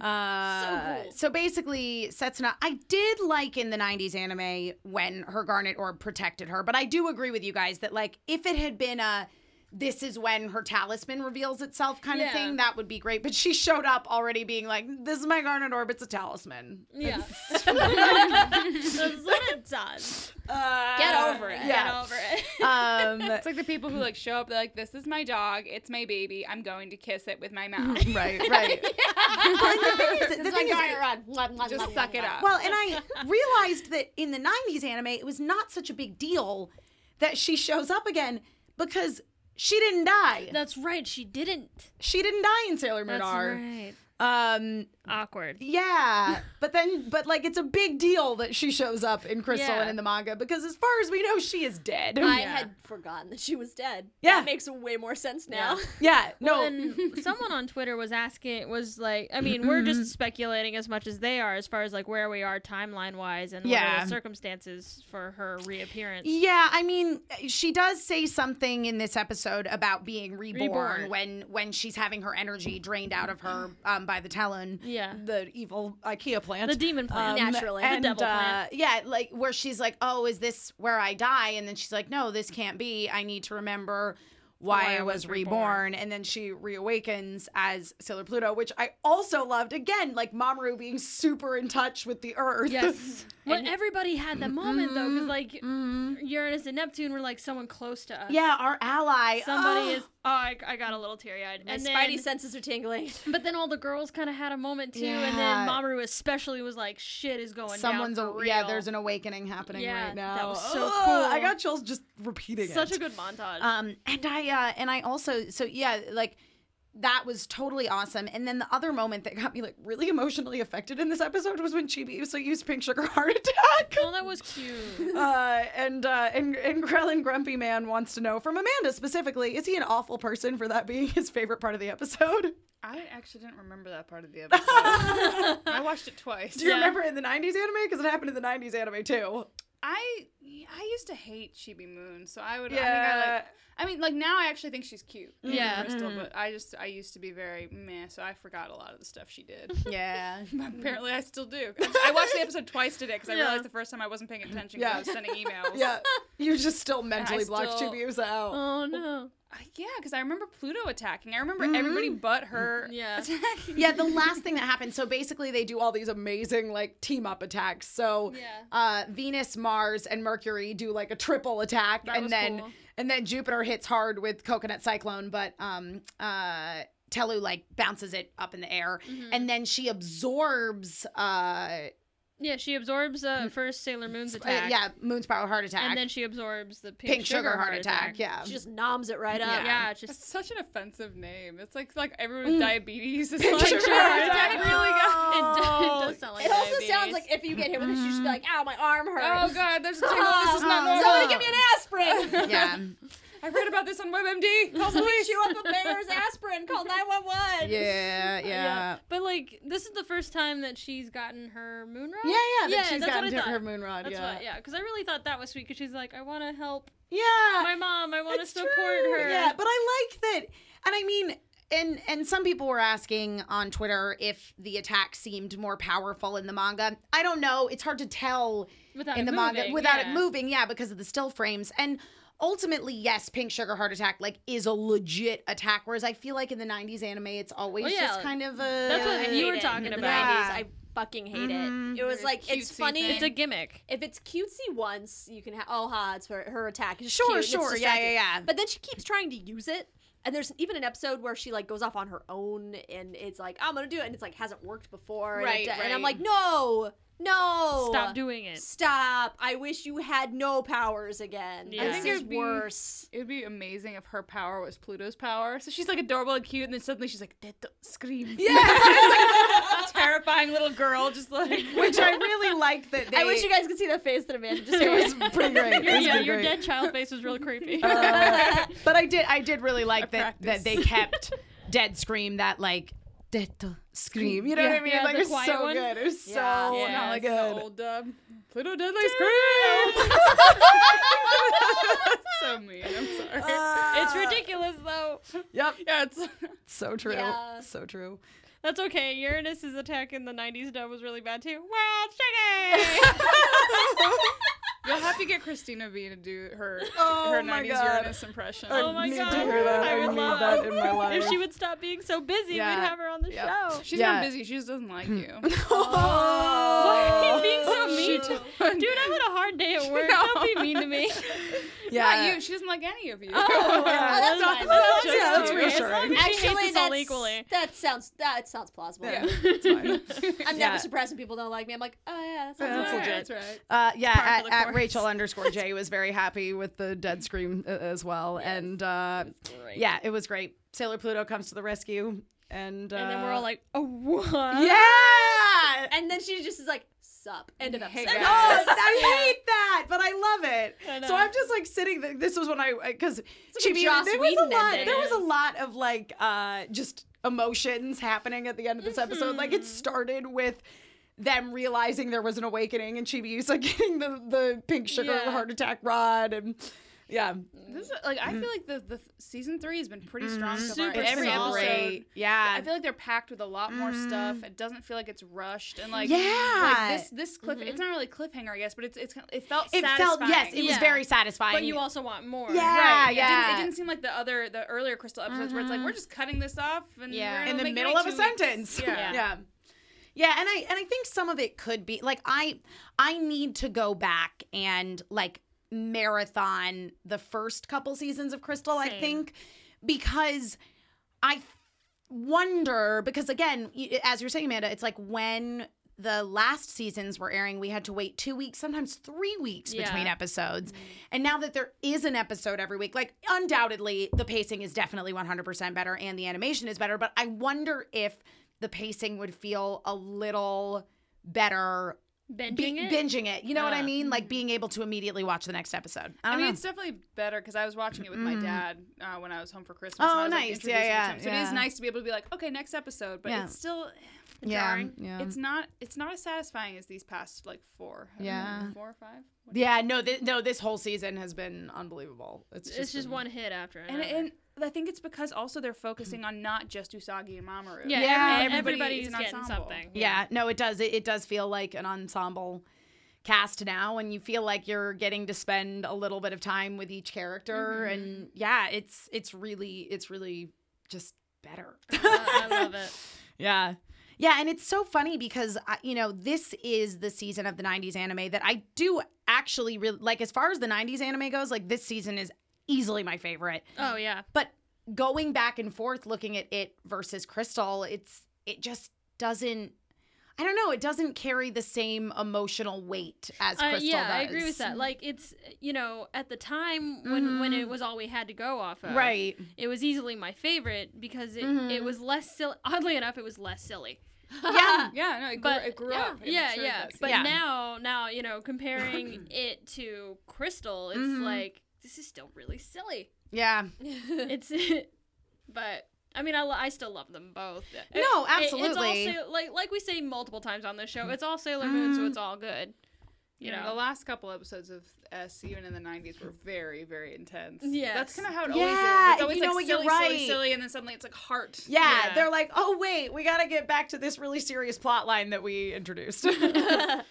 S3: Uh,
S2: So cool.
S3: So basically, Setsuna, I did like in the 90s anime when her Garnet Orb protected her, but I do agree with you guys that, like, if it had been a this is when her talisman reveals itself kind of
S2: Yeah.
S3: thing, that would be great. But she showed up already being like, this is my Garnet Orb, it's a talisman.
S2: Yeah, that's what *laughs* it does.
S4: Get over it.
S2: Get
S3: Yeah.
S2: over it.
S3: *laughs* Um,
S5: It's like the people who like show up. They're like, "This is my dog. It's my baby. I'm going to kiss it
S3: *laughs*
S5: with my mouth."
S3: right, right. Well, and the thing is, the
S4: It's like
S3: thing is-
S4: garner on. Mwah, mwah,
S5: *laughs* Just
S4: mwah,
S5: suck
S4: mwah,
S5: it
S4: mwah.
S5: up.
S3: well,
S2: *laughs*
S3: and I realized that in the 90s anime, it was not such a big deal that she shows up again because she didn't die.
S2: That's right. She didn't.
S3: She didn't die in Sailor Moon
S2: That's
S3: R.
S2: right.
S3: Um,
S2: Awkward.
S3: yeah, but then, but like, it's a big deal that she shows up in Crystal
S2: Yeah.
S3: and in the manga because, as far as we know, she is dead.
S4: I had forgotten that she was dead.
S3: Yeah.
S4: That makes way more sense now.
S3: yeah, no,
S2: And *laughs* someone on Twitter was asking, was like, I mean, we're just speculating as much as they are, as far as like where we are timeline wise and what are
S3: Yeah.
S2: the circumstances for her reappearance.
S3: Yeah, I mean, she does say something in this episode about being reborn,
S2: Reborn.
S3: when when she's having her energy drained out of her um, by the Talon,
S2: Yeah.
S3: the evil IKEA plant,
S2: The demon plant.
S1: Um,
S4: Naturally. The
S3: Um, and,
S2: devil plant.
S3: Uh, yeah, like where she's like, "Oh, is this where I die?" And then she's like, "No, this can't be. I need to remember." Why I was reborn, and then she reawakens as Sailor Pluto, which I also loved. Again, like Mamoru being super in touch with the earth.
S2: Yes. Well, everybody had that moment though,
S1: Mm-hmm,
S2: because like Uranus and Neptune were like someone close to us.
S3: *laughs* yeah, our ally.
S2: Somebody
S3: Oh.
S2: is. I, I got a little teary eyed.
S4: My
S2: And then,
S4: spidey senses are tingling.
S2: but then all the girls kind of had a moment too, and
S3: Yeah.
S2: then Mamoru especially was like, "Shit is going
S1: Someone's
S2: down."
S1: a-
S2: for
S1: yeah,
S2: real.
S1: there's an awakening happening
S2: Yeah,
S1: right
S2: that
S1: now.
S2: was so
S3: Ugh,
S2: cool.
S3: I got chills just repeating
S2: such
S3: it.
S2: a good montage.
S1: Um, and I uh, and I also so yeah, like that was totally awesome. And then the other moment that got me like really emotionally affected in this episode was when Chibi so used pink sugar *laughs* heart attack.
S2: oh, that was
S1: *laughs*
S2: cute.
S3: uh, and uh, and and Krellin Grumpy Man wants to know from Amanda specifically: Is he an awful person for
S1: *laughs*
S3: that being his favorite part of the episode?
S5: I actually didn't remember that part of the
S3: *laughs*
S5: episode. I watched it twice.
S3: Do you
S2: Yeah.
S3: remember in the '90s anime? Because it happened in the '90s anime too.
S5: I I used to hate Chibi Moon, so I would. I, think I,
S3: Yeah. Mm-hmm.
S5: like, I mean, like now I actually think she's cute. and
S2: Yeah.
S5: Crystal, but I just I used to be very meh, so I forgot a lot of the stuff she
S3: *laughs*
S5: did.
S1: Yeah.
S5: But apparently, I still do. I watched the episode twice today because I
S2: Yeah.
S5: realized the first time I wasn't paying attention. because
S3: Yeah.
S5: I was sending
S3: *laughs*
S5: emails.
S3: Yeah, you just still mentally blocked
S5: still-
S2: *laughs*
S3: Chibiusa out.
S2: oh no.
S5: I- yeah, because I remember Pluto attacking. I
S3: Mm-hmm.
S5: remember everybody but her. *laughs*
S2: Yeah.
S1: yeah, the last thing that happened. So basically, they do all these amazing like team up attacks. So
S2: Yeah.
S1: uh, Venus, Mars, and Mercury do like a triple attack,
S2: That
S1: and
S2: was
S1: then
S2: cool.
S1: and then Jupiter hits hard with Coconut Cyclone, but um uh. Telu like bounces it up in the air,
S2: Mm-hmm.
S1: and then she absorbs, uh, uh
S2: Yeah, she absorbs uh, first Sailor Moon's attack.
S1: Mm. yeah, Moon Spiral heart attack,
S2: And then she absorbs the pink,
S1: pink sugar, heart attack. Yeah,
S4: She just noms it
S2: *laughs*
S4: right
S2: Yeah,
S4: up.
S2: yeah it's
S5: That's
S2: just
S5: such an offensive name. It's like like everyone with
S3: Mm.
S5: diabetes is like. "Oh,
S2: Picture
S5: "Yeah,
S2: it.
S5: attack really
S2: it, *laughs*
S5: got-
S2: does- it does sound like
S4: It also
S2: diabetes.
S4: sounds like if you get hit with it, you should be like, ow, my arm hurts.
S5: Oh god, there's a tingle. This is
S3: *laughs*
S5: not
S1: Oh,
S5: normal.
S4: Somebody give me an aspirin.
S1: yeah, *laughs*
S5: I read about this on
S2: *laughs*
S5: WebMD. Call the
S4: Somebody
S5: police.
S4: chew up a bear's aspirin. Call 911.
S1: yeah, yeah,
S2: yeah.
S1: yeah,
S2: But like, this is the first time that she's gotten her moon rod.
S1: yeah. that
S2: yeah.
S1: she's
S2: that's
S1: gotten
S2: what
S1: to
S2: I thought.
S1: her moon rod.
S2: That's
S1: yeah,
S2: what, yeah. Because I really thought that was sweet. Because she's like, I want to help
S1: yeah.
S2: my mom. I want to
S3: It's
S2: support
S3: true.
S2: her.
S1: Yeah, but I like that. And I mean, and and some people were asking on Twitter if the attack seemed more powerful
S2: *laughs*
S1: in the manga. I don't know. It's hard to tell
S2: Without
S1: in
S2: it
S1: the manga
S2: moving,
S1: without it
S2: yeah.
S1: moving. Yeah, because of the still frames and. Ultimately, yes, Pink Sugar Heart Attack like is a legit attack, whereas I feel like in the '90s anime, it's always
S2: Well, yeah,
S1: just kind of a
S2: That's
S4: I
S2: what you
S1: *laughs*
S4: hate
S2: were
S4: it
S2: talking
S4: in the
S2: about. Mm-hmm.
S4: 90s. I fucking hate it. It was
S5: Very
S4: like it's
S5: cutesy
S4: funny.
S5: thing.
S2: It's a gimmick.
S4: if it's cutesy once, you can have oh ha, it's her, her attack. It's
S1: Sure,
S4: cute, it's
S1: sure, yeah, yeah,
S4: distracting.
S1: yeah.
S4: But then she keeps trying to use it, and there's even an episode where she like goes off on her own, and it's like I'm gonna do it, and it's like hasn't worked before, and, it
S5: Right,
S4: do- and I'm
S5: right.
S4: like no, no,
S1: Oh.
S2: Stop doing it.
S4: Stop! I wish you had no powers again.
S2: Yeah. I
S4: This
S2: think
S5: it
S4: is
S5: would be-
S4: worse.
S5: It would be amazing if her power was Pluto's power. So she's like adorable and cute, and then suddenly she's like, that don't scream. Yeah. terrifying little
S1: *laughs*
S5: girl, just like.
S3: Which I really like that. They,
S4: I wish you guys could see the face that Amanda *laughs* just
S3: It
S4: made.
S3: was pretty great. It was
S2: yeah,
S3: pretty
S2: your
S3: great.
S2: dead child face was
S1: *laughs*
S2: really creepy.
S1: but I did I did really like that
S5: practice.
S1: that they
S2: *laughs*
S1: kept Dead Scream that like Dead Scream. You know
S2: Yeah,
S1: what I mean?
S2: yeah,
S1: like
S2: the
S1: it's
S2: quiet
S1: so
S2: one.
S1: good. It was
S4: Yeah.
S1: so
S2: Yeah,
S1: not
S2: it's
S1: good.
S5: The old uh, Pluto Deadly Scream! *laughs* so mean. I'm sorry.
S2: it's ridiculous though.
S3: Yep,
S5: yeah, it's.
S3: so true.
S4: Yeah.
S3: So true.
S2: That's okay. Uranus's attack in the 90s dub was really bad too. World shaking!
S5: *laughs*
S1: *laughs*
S5: You'll have to get Christina V to do her
S3: Oh
S5: her
S3: my
S5: 90s
S3: God.
S5: Uranus impression.
S2: Oh my
S3: need
S2: god.
S3: to hear that.
S2: I
S3: I,
S2: would
S3: need
S2: love- *laughs*
S3: that in my life.
S2: If she would stop being so busy,
S3: Yeah.
S2: we'd have her on the
S3: Yep.
S2: show.
S5: She's
S3: Yeah.
S5: not busy. She just doesn't like you.
S3: *laughs*
S5: *laughs*
S2: Why
S1: Oh.
S2: *laughs* are you being so mean to
S5: don't.
S2: Dude, I'm having a hard
S1: *laughs*
S2: day at work.
S5: No.
S2: Don't be mean to me.
S3: yeah,
S5: *laughs* Not you. She doesn't like any of you.
S4: Oh, that's
S2: That's-
S4: fine.
S2: that's
S3: yeah,
S2: As
S3: that's
S2: long as
S3: reassuring.
S2: she hates us
S4: Actually,
S2: all
S4: that's,
S2: equally.
S4: that sounds that sounds plausible. *laughs*
S5: Yeah, it's fine.
S4: I'm
S2: *laughs*
S3: Yeah.
S4: never surprised when people don't like me. I'm like, oh yeah, that sounds
S3: That's
S5: *laughs*
S4: alright."
S5: That's right.
S3: legit.
S5: That's right.
S3: Uh, yeah,
S2: Par for
S3: at,
S2: the
S3: at
S2: course. *laughs*
S3: Rachel underscore J was very happy with the dead scream uh, as well, and uh, yeah, it was great. Sailor Pluto comes to the rescue, and uh,
S2: And then we're all like, oh, what?
S3: yeah,
S4: And then she just is like, sup. End of
S5: Hey,
S4: episode.
S5: guys.
S3: Oh, *laughs*
S4: *laughs*
S3: I hate that, but I love it.
S2: I
S3: so
S2: know.
S3: I'm just like sitting. th- This was when I because
S4: like a Joss
S3: there was
S4: Whedon
S3: a lot.
S4: ending.
S3: There was a lot of like uh just emotions happening at the end of this episode. Like
S2: Mm-hmm.
S3: it started with. Them realizing there was an awakening and Chibiusa getting *laughs* the, the pink sugar
S2: Yeah.
S3: heart attack rod and yeah,
S5: This is, like I
S3: Mm.
S5: feel like the, the season three has been pretty strong. so
S3: Mm-hmm.
S5: far.
S2: Super
S5: It's
S2: Every
S5: been
S2: strong.
S5: great.
S2: episode.
S3: Yeah.
S5: I feel like they're packed with a lot more
S3: Mm.
S5: stuff. It doesn't feel like it's rushed and like
S1: Yeah.
S5: like this this cliff.
S3: Mm-hmm.
S5: It's not really cliffhanger, I guess, but it's it's kind of- it felt
S1: it felt
S5: satisfying.
S1: yes, it was
S2: Yeah.
S1: very satisfying.
S2: But you also want more.
S1: Yeah.
S5: Right. It,
S1: yeah.
S5: didn't, it didn't seem like the other the earlier Crystal episodes where it's like we're just cutting this off and
S2: Yeah.
S5: we're gonna
S3: Mm-hmm. in the
S5: make it
S3: middle
S5: wait
S3: of a
S5: two weeks.
S3: sentence.
S5: Yeah.
S3: yeah.
S1: Yeah, and I and I think some of it could be like I I need to go back and like marathon the first couple seasons of Crystal, I
S2: Same.
S1: think.
S3: because I wonder because again, y- as you're saying, Amanda, it's like when the last seasons were airing, we had to wait two weeks, sometimes three weeks *laughs* between
S2: Yeah.
S3: episodes. And now that there is an episode every week, like undoubtedly the pacing is definitely 100% better and the animation is better. But I wonder if the pacing would feel a little better
S2: Binging
S3: be-
S2: it?
S3: binging it. You know what I
S2: Yeah.
S3: mean? Like being able to immediately watch the next episode. I
S5: I,
S3: don't
S5: mean,
S3: know.
S5: it's definitely better because I was watching it with my dad uh, when I was home for Christmas.
S3: Oh,
S5: and I was, like,
S3: nice.
S5: introducing
S3: Yeah,
S5: it to
S3: yeah,
S5: him. So it
S3: yeah.
S5: is nice to be able to be like, okay, next episode, but
S3: Yeah.
S5: it's still
S3: yeah,
S2: jarring.
S3: yeah.
S5: it's not it's not as satisfying as these past like four. I don't know,
S3: Yeah.
S5: four or five. What-
S3: Yeah, no, th- no. This whole season has been unbelievable. It's just,
S2: It's just
S3: been-
S2: one hit after
S5: And
S2: another.
S5: and I think it's because also they're focusing on not just Usagi and Mamoru.
S2: yeah,
S3: Yeah.
S2: every-
S5: Everybody
S2: everybody's
S5: is an
S2: getting
S5: ensemble.
S2: something.
S3: Yeah, no, it does. It, it does feel like an ensemble cast now, and you feel like you're getting to spend a little bit of time with each character,
S2: Mm-hmm.
S3: and yeah, it's it's really it's really just
S2: *laughs*
S3: better.
S2: I I love it.
S3: Yeah. Yeah, and it's so funny because I, you know this is the season of the '90s anime that I do actually really like. As far as the '90s anime goes, like this season is easily my favorite.
S2: Oh yeah.
S3: but going back and forth looking at it versus crystal it's it just doesn't i don't know it doesn't carry the same emotional weight as
S2: Uh,
S3: crystal
S2: yeah,
S3: does
S2: I agree with that. Like it's you know at the time when when it was all we had to go off of.
S3: right
S2: It was easily my favorite because it, it was less silly. Oddly enough, it was less silly.
S3: yeah
S5: Yeah, no, it grew,
S2: But
S5: it grew
S2: yeah,
S5: up. It
S2: yeah,
S5: matured
S2: yeah.
S5: that
S2: But
S5: season.
S3: Yeah.
S2: now, now you know, comparing
S3: *laughs*
S2: it to Crystal, it's
S3: Mhm.
S2: like this is still really
S3: *laughs*
S2: silly.
S3: yeah
S2: It's, *laughs* but I mean, I, lo- I still love them both. It-
S3: no
S2: it-
S3: absolutely Mm-hmm.
S2: it's all Sa- like like we say multiple times on this show. It's all Sailor Moon, so it's all good. You
S5: the
S2: know.
S5: last couple episodes of S, even in the '90s, were very, very intense.
S2: Yes.
S5: that's kind of how it
S3: Yeah,
S5: always is. It's always
S3: you know what,
S5: like silly,
S3: you're right.
S5: silly, silly, and then suddenly it's like heart.
S3: yeah,
S2: Yeah.
S3: they're like, oh wait, we gotta get back to this really serious plot line that we introduced. *laughs*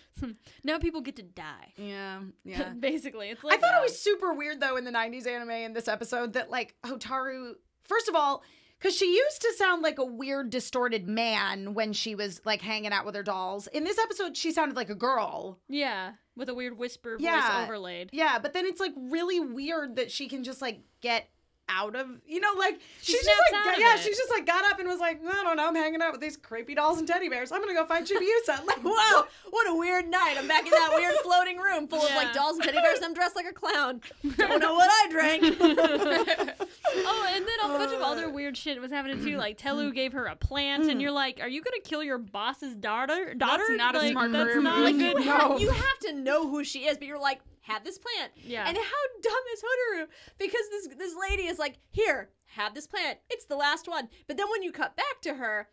S2: Now people get to die.
S3: yeah, yeah.
S2: *laughs* Basically, it's
S3: I
S2: like
S3: thought it was super weird though in the 90s anime in this episode that like Hotaru, first of all, because she used to sound like a weird, distorted man when she was like hanging out with her dolls. In this episode, she sounded like a girl.
S2: yeah, with a weird whisper voice
S3: Yeah.
S2: overlaid.
S3: Yeah, but then it's like really weird that she can just like get out of you know like
S2: She
S3: she's just
S2: snaps
S3: like
S2: out
S3: got-
S2: of
S3: yeah
S2: it.
S3: she's just like got up and was like I don't know I'm hanging out with these creepy dolls and teddy bears I'm gonna go find Chibiusa *laughs* like whoa
S4: Oh, What a weird night. I'm back in that
S2: *laughs*
S4: weird floating room full of
S2: Yeah.
S4: like dolls and teddy bears and I'm dressed like
S2: *laughs*
S4: a clown. Don't know what I drank.
S2: Oh, and then a bunch of other weird shit was happening too. Like Telu gave her a plant, and you're like, "Are you gonna kill your boss's daughter?" Daughter?
S5: not a
S2: Like,
S5: smart
S2: that's
S5: career
S2: not
S5: move.
S2: a
S5: Like,
S2: good.
S4: *laughs* you, have,
S3: No.
S4: you have to know who she is, but you're like, have this plant.
S2: Yeah.
S4: And how dumb is Hotaru? Because this this lady is like, here, have this plant. It's the last one. But then when you cut back to her,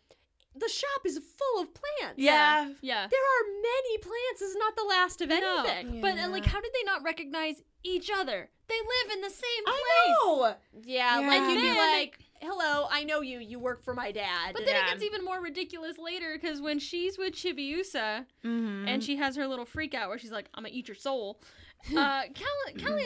S4: the shop is full of plants.
S2: yeah, yeah.
S4: There are many plants. This is not the last of
S2: No,
S4: anything.
S2: but uh, like, how did they not recognize each other? They live in the same place.
S3: no
S4: Yeah,
S3: Yeah.
S4: like you'd
S2: And
S4: be
S2: then-
S4: like, hello, I know you. You work for my dad.
S2: But then
S4: Yeah.
S2: it gets even more ridiculous later because when she's with Chibiusa
S3: Mhm.
S2: and she has her little freak out where she's like, "I'm gonna eat your soul," uh, Cal-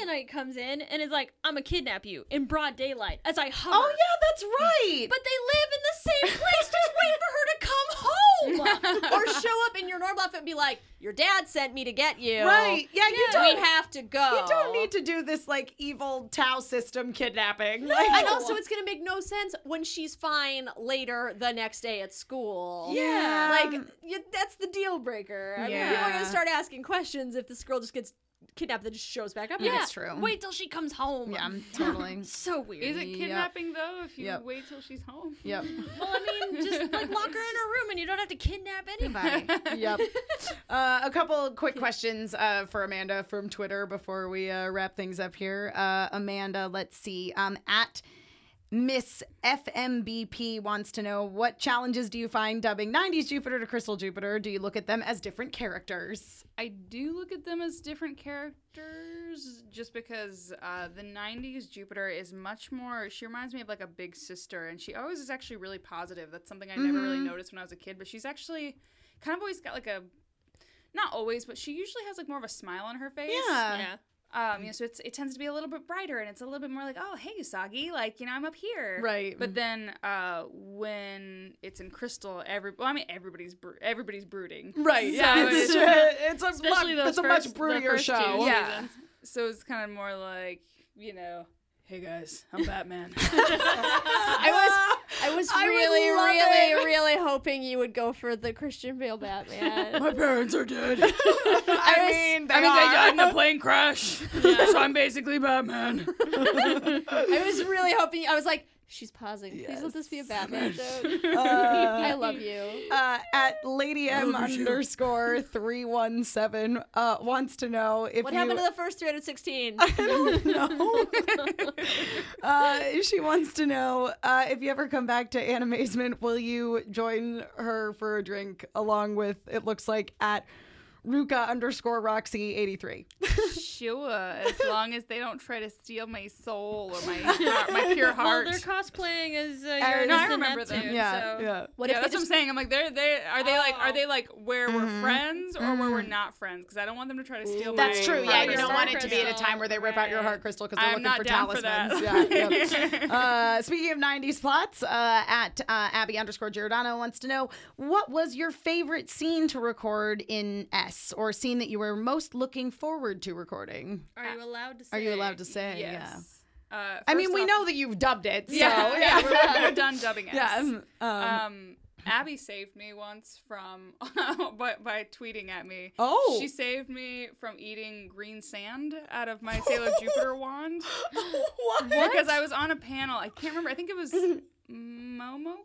S2: Knight comes in and is like, "I'm gonna kidnap you in broad daylight as I hover."
S3: oh yeah that's right
S2: But they live in the same place. Just wait for her to come *laughs* home.
S4: or show up in your normal outfit and be like, your dad sent me to get you.
S3: right yeah you
S2: Yeah.
S3: don't
S4: We have to go.
S3: You
S2: Oh.
S3: don't need to do this like evil Tau system
S2: *laughs*
S3: kidnapping.
S4: And
S3: Like,
S4: also, it's gonna make no sense when she's fine later the next day at school.
S3: Yeah.
S4: like you, that's the deal breaker. I mean, people are
S3: Yeah.
S4: gonna start asking questions if this girl just gets kidnapped and just shows back up.
S3: Yeah.
S4: again.
S3: That's true.
S2: Wait till she comes home.
S3: yeah, *laughs* totally.
S2: So weird.
S5: Is it
S3: Yep.
S5: kidnapping though? If you
S3: Yep.
S5: wait till she's home.
S3: Yep.
S2: well, I mean, just like lock her in her *laughs* room and you don't have to kidnap anybody.
S3: yep. *laughs* Uh, a couple of quick questions uh, for Amanda from Twitter before we uh, wrap things up here. Uh, Amanda, let's see. Um, at Miss FMBP wants to know what challenges do you find dubbing 90s Jupiter to Crystal Jupiter? Do you look at them as different characters?
S5: I do look at them as different characters just because uh, the 90s Jupiter is much more. She reminds me of like a big sister, and she always is actually really positive. That's something I never
S3: Mm-hmm.
S5: really noticed when I was a kid, but she's actually kind of always got like a. Not always, but she usually has like more of a smile on her face.
S2: yeah.
S5: Um, you know, so it's, it tends to be a little bit brighter and it's a little bit more like, oh, hey, Usagi, like, you know, I'm up here.
S3: Right.
S5: But then uh, when it's in Crystal, every well, I mean, everybody's bro- everybody's brooding.
S3: Right. Yeah.
S5: So
S3: It's, uh, it's a, much,
S2: Especially those
S3: it's a much
S2: first- the
S3: broodier
S2: first two
S3: show.
S5: Yeah.
S2: seasons.
S5: So it's kind of more like, you know, hey guys, *laughs* I'm Batman.
S4: I was I was
S3: I would
S4: really,
S3: love
S4: really, *laughs* really hoping you would go for the Christian Bale *laughs* Batman.
S5: *laughs* My parents are *laughs* dead.
S4: I, was-
S5: *laughs* I mean, they died in a plane crash, so I'm basically Batman.
S4: I was really hoping. I was like, she's pausing. Please let this be a Batman *laughs* joke. I love you.
S3: uh, at Lady M underscore three one seven uh, wants to know if
S4: What
S3: you,
S4: happened
S3: *laughs*
S4: to the first *laughs* 316?
S3: *laughs* uh, she wants to know uh, if you ever come back to Animazement, will you join her for a drink along with it looks like at Ruka underscore Roxy eighty three.
S5: *laughs* Sure, as long as they don't try to steal my soul *laughs* or my heart- my pure heart.
S2: Well, they're cosplaying as uh,
S3: I
S2: Uranus
S3: no, I
S2: and
S5: remember
S2: Neptune,
S5: them.
S3: Yeah,
S2: so-
S3: yeah.
S4: What if
S5: yeah,
S4: they just
S5: that's what I'm saying. I'm like, they're they are they like
S2: Oh.
S5: are they like where we're friends or where we're not friends? Because I don't want them to try to steal.
S3: That's
S5: my
S3: true. Yeah,
S5: heart
S3: you
S5: or
S3: don't
S2: Star
S3: want it to be at a
S2: crystal.
S3: time where they rip out your heart crystal because they're
S5: I'm
S3: looking
S5: not
S3: for
S5: down for
S3: talismans.
S5: that.
S3: Yeah,
S5: *laughs*
S3: yep. uh, speaking of '90s plots, uh, at uh, Abby underscore Giordano wants to know what was your favorite scene to record in S, or scene that you were most looking forward to recording?
S2: Are you allowed to say?
S3: Are you allowed to say? Yeah.
S5: Uh, Yes. Uh,
S3: I mean,
S5: first
S3: we
S5: off-
S3: know that you've dubbed it. So,
S5: *laughs* Yeah, *laughs* yeah, we're, we're done dubbing
S3: *laughs*
S5: it.
S3: Yeah, um, um,
S5: Um, Abby saved me once from *laughs* by, by tweeting at me.
S3: Oh.
S5: she saved me from eating green sand out of my
S3: *laughs*
S5: Sailor Jupiter wand
S3: what?
S5: because I was on a panel. I can't remember. I think
S3: *laughs*
S5: it was MomoCon.
S3: um,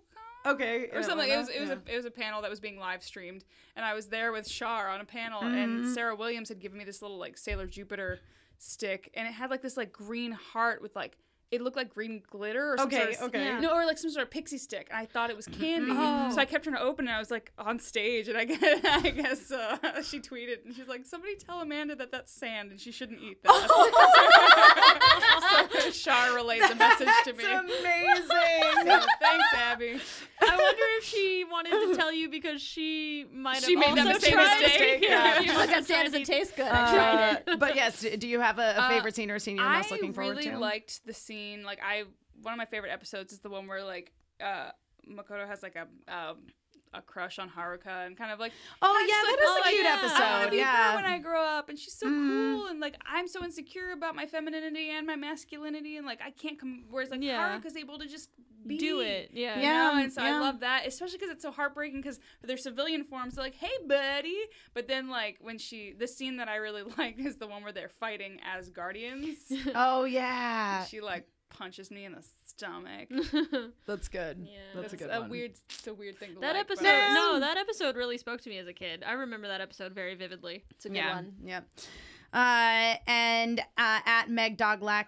S3: Okay.
S5: or
S3: yeah,
S5: something. It
S3: Lana,
S5: was it
S3: *laughs*
S5: was
S3: yeah.
S5: a it was a panel that was being live streamed, and I was there with Shar on a panel,
S3: Mm-hmm.
S5: and Sarah Williams had given me this little like Sailor Jupiter stick, and it had like this like green heart with like it looked like green glitter or some
S3: Okay,
S5: sort of,
S3: okay. Yeah. Mm-hmm. Oh.
S5: no or like some sort of pixie stick, and I thought it was candy, so I kept trying to open it. and I was like on stage, and I guess *laughs* I guess uh, *laughs* she tweeted, and she's like, "Somebody tell Amanda that that's sand, and she shouldn't
S3: *laughs*
S5: eat that." *laughs* so Shar relayed the message to me.
S3: That's amazing.
S5: *laughs* So, Thanks, Abby.
S2: I wonder if she wanted to tell you because she might have
S5: She made
S2: also
S5: that same
S2: tried.
S5: mistake,
S2: *laughs*
S5: yeah.
S2: She
S4: Look,
S2: must
S4: that
S2: have
S4: sand
S2: tried
S4: doesn't
S2: to-
S4: taste good. I tried
S3: Uh, *laughs*
S4: it.
S3: but yes, do do you have a, a
S5: Uh,
S3: favorite scene or scene you're most
S5: I
S3: looking forward
S5: really
S3: to?
S5: liked the scene. Like I, one of my favorite episodes is the one where like uh, Makoto has like a um, a crush on Haruka and kind of like
S3: oh
S5: kinda
S3: yeah,
S5: just like,
S3: that is
S5: "Oh,
S3: a cute
S5: yeah, I wanna
S3: episode.
S5: be her
S3: Yeah. Mm-hmm.
S5: when I grow up, and she's so cool, and like I'm so insecure about my femininity and my masculinity, and like I can't come. Whereas like
S2: Yeah.
S5: Haruka's able to just be.
S2: Do it. Yeah. *laughs*
S5: you
S3: Yeah,
S5: know? and so
S3: yeah.
S5: I love that, especially because it's so heartbreaking. Because their civilian forms, they're like, "Hey, buddy," but then like when she, the scene that I really *laughs* like is the one where they're fighting as guardians.
S3: Oh
S5: *laughs*
S3: yeah,
S5: she like punches me in the
S3: *laughs*
S5: stomach.
S3: that's good.
S2: Yeah.
S3: That's a
S5: It's
S3: good
S5: a
S3: one.
S5: weird, it's a weird thing. To
S2: That
S5: like,
S2: episode,
S5: but-
S2: no, that episode really spoke to me as a kid. I remember that episode very vividly.
S4: It's a good
S5: yeah.
S4: one.
S3: Yep. Uh, and uh, at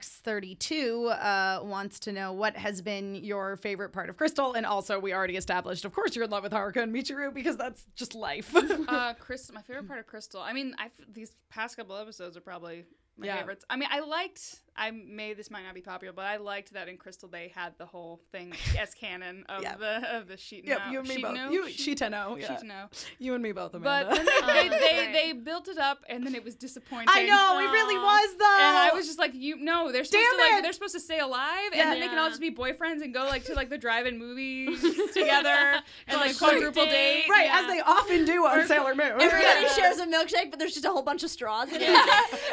S3: MegDoglax32 uh, wants to know what has been your favorite part of Crystal, and also we already established, of course, you're in love with Haruka and Michiru because that's just life. *laughs*
S5: uh, Crystal, my favorite part of Crystal. I mean, I these past couple episodes are probably my
S3: Yeah.
S5: favorites. I mean, I liked. I may this might not be popular, but I liked that in Crystal they had the whole thing as canon of
S3: Yeah.
S5: the of the sheet.
S3: yep,
S5: no,
S3: you and me
S5: sheet
S3: both.
S5: no,
S3: you,
S5: sheet,
S3: she ten oh, yeah.
S5: sheet no.
S3: You and me both, Amanda.
S5: But then they, they,
S2: Oh,
S5: they,
S2: right.
S5: they built it up, and then it was disappointing.
S3: *laughs* I know it really
S2: Aw.
S3: was though.
S5: And I was just like, you no, they're supposed
S3: Oh. Damn
S5: to
S3: it!
S5: like they're supposed to stay alive, and then they can all
S2: Yeah.
S5: just be boyfriends and go like to like the drive-in movies together and like quadruple
S2: date.
S5: date.
S3: right
S2: yeah.
S3: as they often do on Sailor Moon. *laughs*
S4: Everybody shares a milkshake, but there's just a whole bunch of straws in it.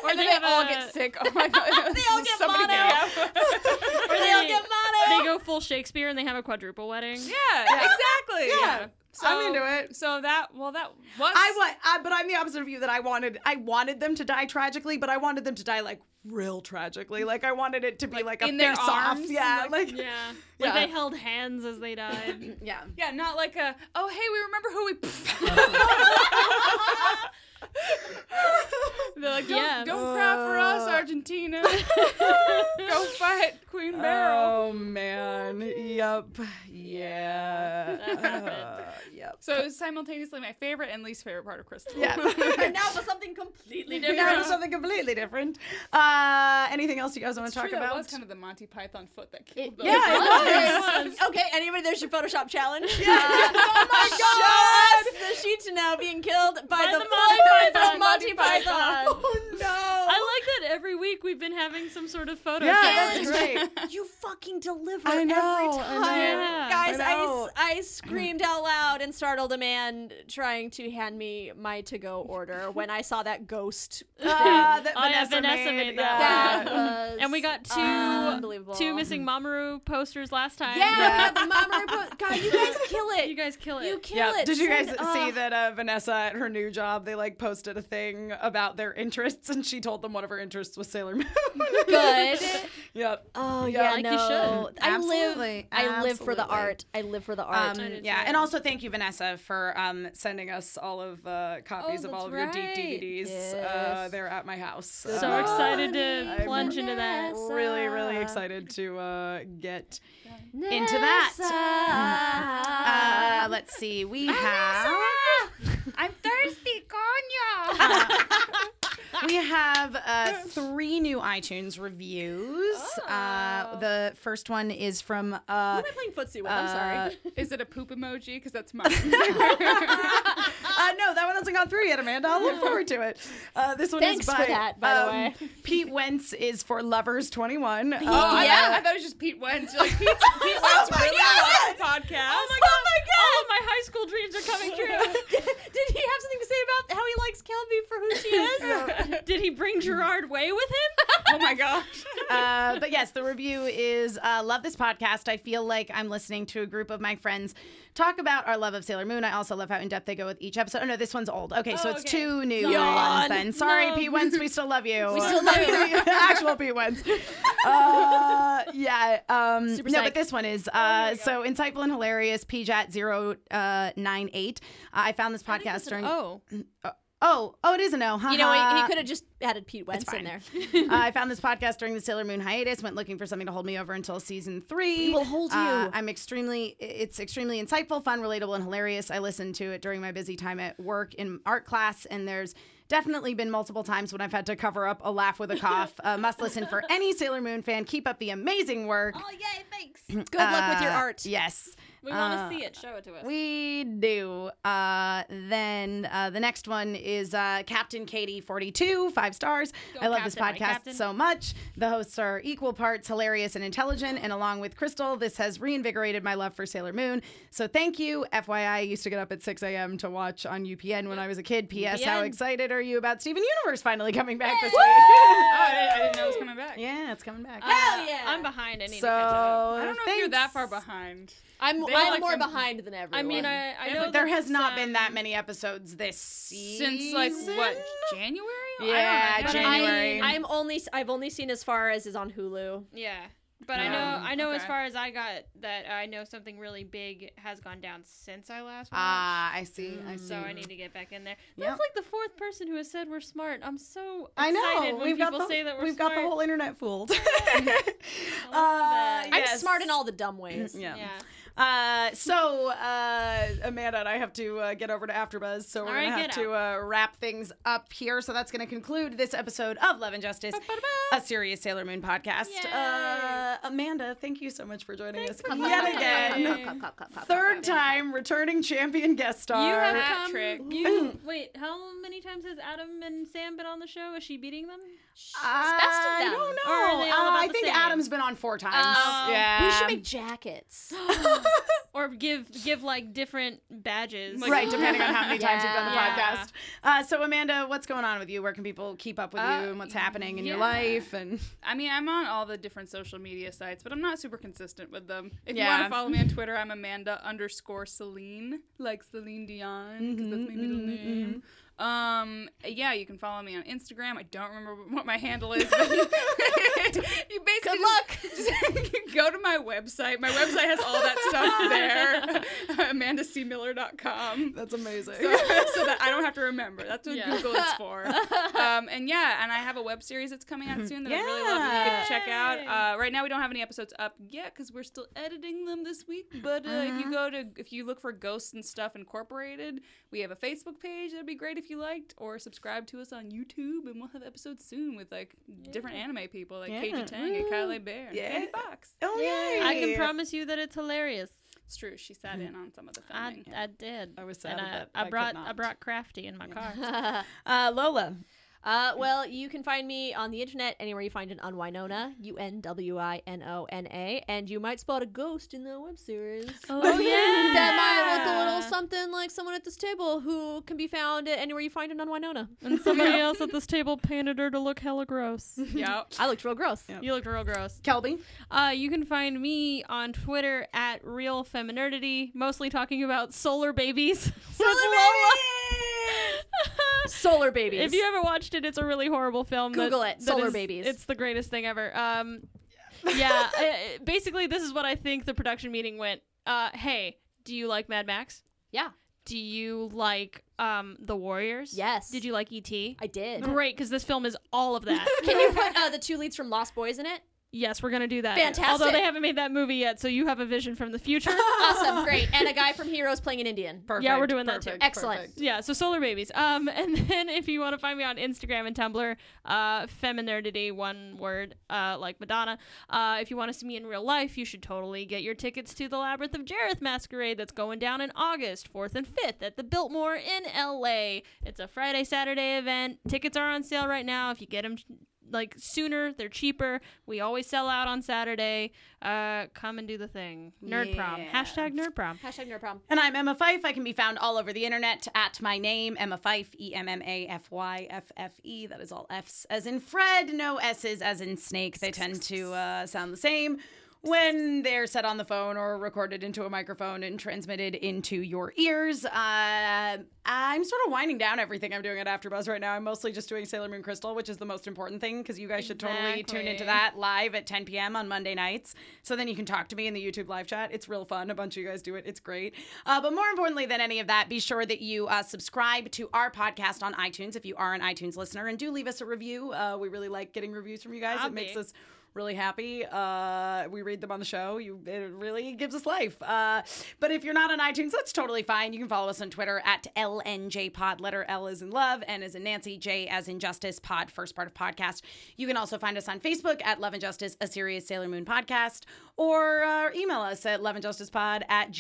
S5: Or
S2: And
S5: then
S2: they
S5: they,
S2: have
S5: all
S2: a-
S5: get sick. Oh my god, they
S4: all get
S5: somebody
S4: mono.
S5: Yeah.
S2: *laughs* Or they,
S4: They'll get mono.
S2: they go full Shakespeare and they have a quadruple wedding.
S5: yeah, exactly.
S3: Yeah. I'm into it.
S5: So that well, that was
S3: I want, I, but I'm the opposite of you. That I wanted, I wanted them to die tragically, but I wanted them to die like real tragically. Like I wanted it to be like, a
S5: in their
S3: face off.
S5: arms,
S3: Yeah, like,
S2: Yeah. *laughs*
S3: *laughs* Yeah.
S2: Like they held hands as they died. *laughs*
S3: yeah.
S5: Yeah, not like a oh hey we *laughs* remember who we. They're like don't,
S2: Yeah. *laughs*
S5: don't cry for
S3: Uh.
S5: us Argentina. Go fight Queen Barrel.
S3: Oh man. Yep. Yeah.
S2: That happened.
S3: *laughs* Uh, yep.
S5: so it was simultaneously my favorite and least favorite part of Crystal. *laughs*
S3: Yeah.
S4: And now for something completely different.
S3: Now to something completely different. Uh, anything else you guys want to
S5: It's true,
S3: talk about?
S5: That was kind of the Monty Python foot that killed them.
S3: yeah, it
S4: It was. Okay, anybody, there's your Photoshop challenge.
S3: *laughs*
S4: Yeah.
S3: oh my god!
S4: Show us the sheet to now being killed by,
S2: By
S4: the,
S2: the
S4: Monty
S2: Monty Python.
S4: Monty Python.
S3: Oh no!
S2: I like that every week we've been having some sort of photo.
S3: Yeah,
S2: challenge.
S3: that's great.
S4: You fucking deliver
S3: I know,
S4: every
S3: I
S4: time.
S3: know.
S2: Yeah.
S4: Guys,
S3: I
S4: I,
S3: know.
S4: s- I screamed out loud and startled a man trying to hand me my to go order when I saw that ghost.
S3: *laughs* Ah, that
S2: Oh, yeah, Vanessa made that
S4: That
S3: yeah.
S4: was
S2: And we got two
S4: unbelievable.
S2: two missing Mamoru posters last time.
S4: Yeah, we got the Mamoru po- God, you
S2: *laughs*
S4: guys kill it.
S2: You guys kill it.
S4: You kill
S3: Yeah.
S4: it.
S3: Did you guys
S4: Send-
S3: see
S4: ah.
S3: that uh, Vanessa at her new job? They like posted a thing about their interests, and she told them one of her interests was Sailor Moon. *laughs*
S4: Good.
S3: yep.
S4: *laughs* Oh
S3: Yeah,
S4: yeah,
S2: like
S4: no.
S2: you should.
S4: I live.
S3: Absolutely,
S4: I live for the
S3: absolutely.
S4: art. I live for the art.
S3: Um,
S2: I did
S3: yeah,
S2: too.
S3: and also thank you, Vanessa, for um, sending us all of the copies of
S2: Oh, that's
S3: all of your D-
S2: right.
S3: DVDs. Uh,
S4: Yes.
S3: they're at my house.
S2: so
S3: Uh,
S2: excited to
S3: I'm
S2: plunge into that.
S3: Really, really excited to uh, get into
S4: Uh-huh.
S3: that. Uh, let's see. We have
S5: I'm thirsty, Konya.
S3: *laughs* we have
S4: *laughs*
S3: uh, three new iTunes reviews. Uh, the first one is from uh,
S4: Oh. Who am I playing footsie with? I'm sorry.
S5: Is it a poop emoji? Because that's
S3: *laughs*
S5: *laughs* mine.
S3: uh, no, that one hasn't gone through yet, Amanda. I'll look forward to it. Uh, this one
S4: Thanks
S3: is
S4: for
S3: by, um,
S4: that, by the way.
S3: Pete Wentz is for Lovers 21. Oh,
S5: Oh, I,
S4: Yeah.
S5: thought, I thought it was just Pete Wentz. You're like, Oh, Pete, Pete Wentz
S3: my
S5: really
S3: God.
S5: loves the podcast.
S2: *laughs* *laughs* Oh my god! Oh, All of my high school dreams are coming
S4: *laughs*
S2: true.
S4: Did he have something to say about how he likes Kelby for who she is?
S2: Did he bring *laughs* Gerard Way with him?
S5: Oh my
S2: *laughs*
S5: gosh.
S3: uh, but yes, the review is uh, love this podcast. I feel like I'm listening to a group of my friends talk about our love of Sailor Moon. I also love how in depth they go with each episode. Oh no, this one's old. Okay, so
S2: Oh,
S3: it's
S2: okay.
S3: two new ones.
S4: Yawn.
S3: Then sorry,
S2: No.
S3: Pete Wentz, we still love you.
S4: We still love you.
S3: *laughs* Actual Pete Wentz.
S4: *laughs*
S3: Uh, yeah. Um,
S4: Super
S3: no,
S4: psych. Oh,
S3: but this one is uh, so insightful and hilarious. PJat098. uh, I found this podcast during.
S2: Oh,
S3: oh, oh, it is an O. Huh?
S4: You know, he,
S3: Uh,
S4: he could have just added Pete Wentz
S3: fine.
S4: in
S2: *laughs*
S4: there.
S3: Uh, I found this podcast during the Sailor Moon hiatus. Went looking for something to hold me over until season three.
S4: We will hold
S3: Uh,
S4: you.
S3: I'm extremely. It's extremely insightful, fun, relatable, and hilarious. I listen to it during my busy time at work in art class, and there's definitely been multiple times when I've had to cover up a laugh with a
S4: *laughs*
S3: cough. uh, must listen for any Sailor Moon fan. Keep up the amazing work.
S2: oh yay! Thanks. We
S4: Good luck with your
S3: Uh,
S4: art.
S3: Yes.
S2: want to
S3: Uh,
S2: see it. Show it to us.
S3: we do. Uh, then uh, the next one is uh, Captain Katie 42, five stars. I love this
S2: Captain, my
S3: podcast
S2: captain.
S3: so much. The hosts are equal parts hilarious and intelligent. And along with Crystal, this has reinvigorated my love for Sailor Moon. So thank you. FYI, I used to get up at 6 a.m. to watch on UPN when I was a kid. P.S. How
S2: UPN.
S3: excited are you about Steven Universe finally coming back this week? *laughs*
S5: Oh, I didn't, I didn't know it was coming back.
S3: yeah, it's coming
S5: Uh,
S3: back.
S2: Hell
S4: yeah.
S2: I'm behind. I need
S3: so
S2: to catch up.
S5: I don't know if you're that
S3: thanks.
S5: far behind.
S4: I'm,
S5: They
S4: I'm
S5: like
S4: more
S5: them-
S4: behind than everyone.
S2: I mean, I, I
S5: Yeah,
S2: know
S5: but
S3: There
S2: that
S3: has
S2: it's,
S3: not
S2: um,
S3: been that many episodes this season.
S5: Since like what January? I don't know.
S3: Yeah,
S5: I don't
S3: January.
S4: I, am only s- I've only seen as far as is on Hulu.
S2: Yeah. But I
S3: Um,
S2: know, I know as
S5: okay.
S2: far as I got that I know something really big has gone down since I last watched.
S3: Ah, I see.
S5: Mm.
S3: I see.
S2: so I need to get back in there.
S3: Yep.
S2: That's like the fourth person who has said we're smart. I'm so
S3: I
S2: excited
S3: know.
S2: when
S3: We've got
S2: people
S3: the
S2: say that we're
S3: we've
S2: smart.
S3: got the whole internet fooled. *laughs*
S2: that.
S3: Uh,
S4: I'm
S3: yes.
S4: smart in all the dumb ways.
S3: Yeah.
S2: Yeah.
S3: Uh, so uh, Amanda and I have to uh, get over to AfterBuzz, so we're
S2: All right,
S3: gonna have
S2: get
S3: to uh, wrap things up here. So that's gonna conclude this episode of Love and Justice, a serious Sailor Moon podcast.
S2: Yay.
S3: Uh, Amanda, thank you so much for joining us
S2: for
S3: yet
S2: coming.
S3: again.
S2: Yay.
S3: Third time, returning champion guest star.
S2: You have
S5: Hat
S2: come.
S5: trick.
S3: *clears throat*
S2: You wait. How many times has Adam and Sam been on the show? Is she beating them?
S3: I
S4: them.
S3: don't know.
S2: Or are they all
S3: Uh,
S2: about
S3: I
S2: the
S3: think
S2: same?
S3: Adam's been on four times.
S4: Oh.
S3: yeah.
S4: We should make jackets. *laughs*
S2: Or give give like different badges?
S5: Like-
S3: Right,
S2: *laughs*
S3: depending on how many times you've done the
S2: Yeah.
S3: podcast. Uh, so, Amanda, what's going on with you? Where can people keep up with you
S5: Uh,
S3: and what's happening in your
S5: yeah.
S3: life? And *laughs*
S5: I mean, I'm on all the different social media sites, but I'm not super consistent with them. If
S3: Yeah.
S5: you want to follow me on Twitter, I'm Amanda underscore Celine, like Celine Dion, because that's my middle
S4: Mm-hmm,
S5: name. Um, yeah, you can follow me on Instagram. I don't remember what my handle is.
S4: *laughs*
S5: But *laughs* you basically
S4: Good luck.
S5: just- *laughs* just go to my website. My website has all that
S4: *laughs*
S5: stuff there. *laughs* AmandaCMiller.com
S3: that's *laughs* amazing.
S5: so, *laughs* so that I don't have to remember. That's what
S2: Yeah.
S5: Google is
S3: *laughs*
S5: for. Um, and yeah, and I have a web series that's coming
S3: Mm-hmm.
S5: out soon that I really love that you can check out. Uh, right now, we don't have any episodes up yet because we're still editing them this week. But uh,
S3: Mm-hmm.
S5: if you go to, if you look for Ghosts and Stuff Incorporated, we have a Facebook page. That'd be great if you liked, or subscribe to us on YouTube, and we'll have episodes soon with like different anime people like
S3: Yeah.
S5: Keiji Tang and Kyle Bear and
S3: Yeah.
S5: Sandy Fox.
S3: oh, yay.
S2: I can promise you that it's hilarious.
S5: It's true. She
S3: Hmm.
S5: sat in on some of the
S2: I,
S5: filming.
S2: I did.
S3: I was sad
S2: and I,
S3: that I
S2: I
S3: could
S2: brought I
S3: not.
S2: brought Crafty in my car.
S3: uh, Lola.
S4: Uh, well, you can find me on the internet anywhere you find an unwinona, U N W I N O N A, and you might spot a ghost in the web series.
S2: *laughs*
S4: *laughs*
S2: Oh, yeah.
S4: That might look a little something like someone at this table who can be found at anywhere you find an unwinona.
S2: And
S4: *laughs*
S2: somebody else at this table painted her to look hella gross.
S5: Yep.
S4: I looked real gross.
S3: Yeah.
S2: *laughs* You looked real gross.
S3: Kelby.
S2: Uh, you can find me on Twitter at Real Feminerdity, mostly talking about solar babies. *laughs* Solar
S4: Solar
S2: *laughs*
S4: babies.
S2: if you haven't watched it, it's a really horrible film. that-
S4: Google it,
S2: that
S4: Solar
S2: is-
S4: Babies.
S2: It's the greatest thing ever. Um,
S4: *laughs*
S2: yeah. uh, basically, this is what I think the production meeting went. Uh, hey, do you like Mad Max?
S4: Yeah.
S2: Do you like um, The Warriors?
S4: Yes.
S2: Did you like E.T.?
S4: I did.
S2: Great, because this film is all of
S4: *laughs*
S2: that.
S4: Can you put uh, the two leads from Lost Boys in it?
S2: yes, we're gonna do that.
S4: Fantastic.
S2: Although they haven't made that movie yet, so you have a vision from the
S4: *laughs*
S2: future.
S4: Awesome, great. And a guy from Heroes playing an Indian.
S3: Perfect.
S2: Yeah, we're doing that too.
S3: perfect,
S4: Excellent.
S3: perfect.
S2: yeah so solar babies um *laughs* and then if you want to find me on instagram and tumblr uh feminerdity one word uh like madonna uh if you want to see me in real life you should totally get your tickets to the labyrinth of jareth masquerade that's going down in august 4th and 5th at the biltmore in la it's a friday saturday event tickets are on sale right now if you get them like sooner they're cheaper we always sell out on saturday uh come and do the thing nerd prom
S3: Yeah.
S2: hashtag nerd prom
S4: Hashtag no problem.
S3: And I'm Emma Fife. I can be found all over the internet at my name, Emma Fife, E M M A F Y F F E. That is all F's as in Fred, no S's as in snake. They tend to uh, sound the same when they're said on the phone or recorded into a microphone and transmitted into your ears. Uh, I'm sort of winding down everything I'm doing at AfterBuzz right now. I'm mostly just doing Sailor Moon Crystal, which is the most important thing because you guys should totally tune into
S2: Exactly.
S3: that at live at 10 p.m. on Monday nights. So then you can talk to me in the YouTube live chat. It's real fun. A bunch of you guys do it. It's great. Uh, but more importantly than any of that, be sure that you uh, subscribe to our podcast on iTunes if you are an iTunes listener and do leave us a review. Uh, we really like getting reviews from you guys. it makes
S2: Hobby.
S3: us really happy. Uh, we read them on the show. You, it really gives us life. Uh, but if you're not on iTunes, that's totally fine. You can follow us on Twitter at LNJPod. Letter L is in love, N is in Nancy, J as in Justice, Pod, first part of podcast. You can also find us on Facebook at Love and Justice, a serious Sailor Moon podcast, or uh, email us at loveandjusticepod at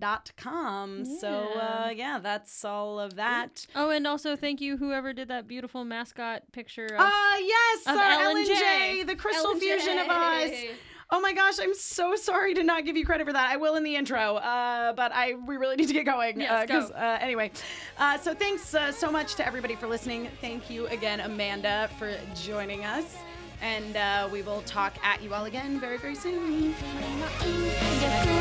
S3: gmail.com. So, uh, yeah, that's all of that.
S2: Oh, and also thank you whoever did that beautiful mascot picture. Of-
S3: Uh, yes,
S2: Of
S3: our
S2: Ellen
S3: LNJ,
S2: J.
S3: the crystal fusion of us. Oh my gosh, I'm so sorry to not give you credit for that. I will in the intro, uh, but I we really need to get going.
S2: Yes,
S3: uh,
S2: go.
S3: 'cause, uh, anyway, uh, so thanks uh, so much to everybody for listening. Thank you again, Amanda, for joining us, and uh, we will talk at you all again very very soon.
S6: 君のいいとこ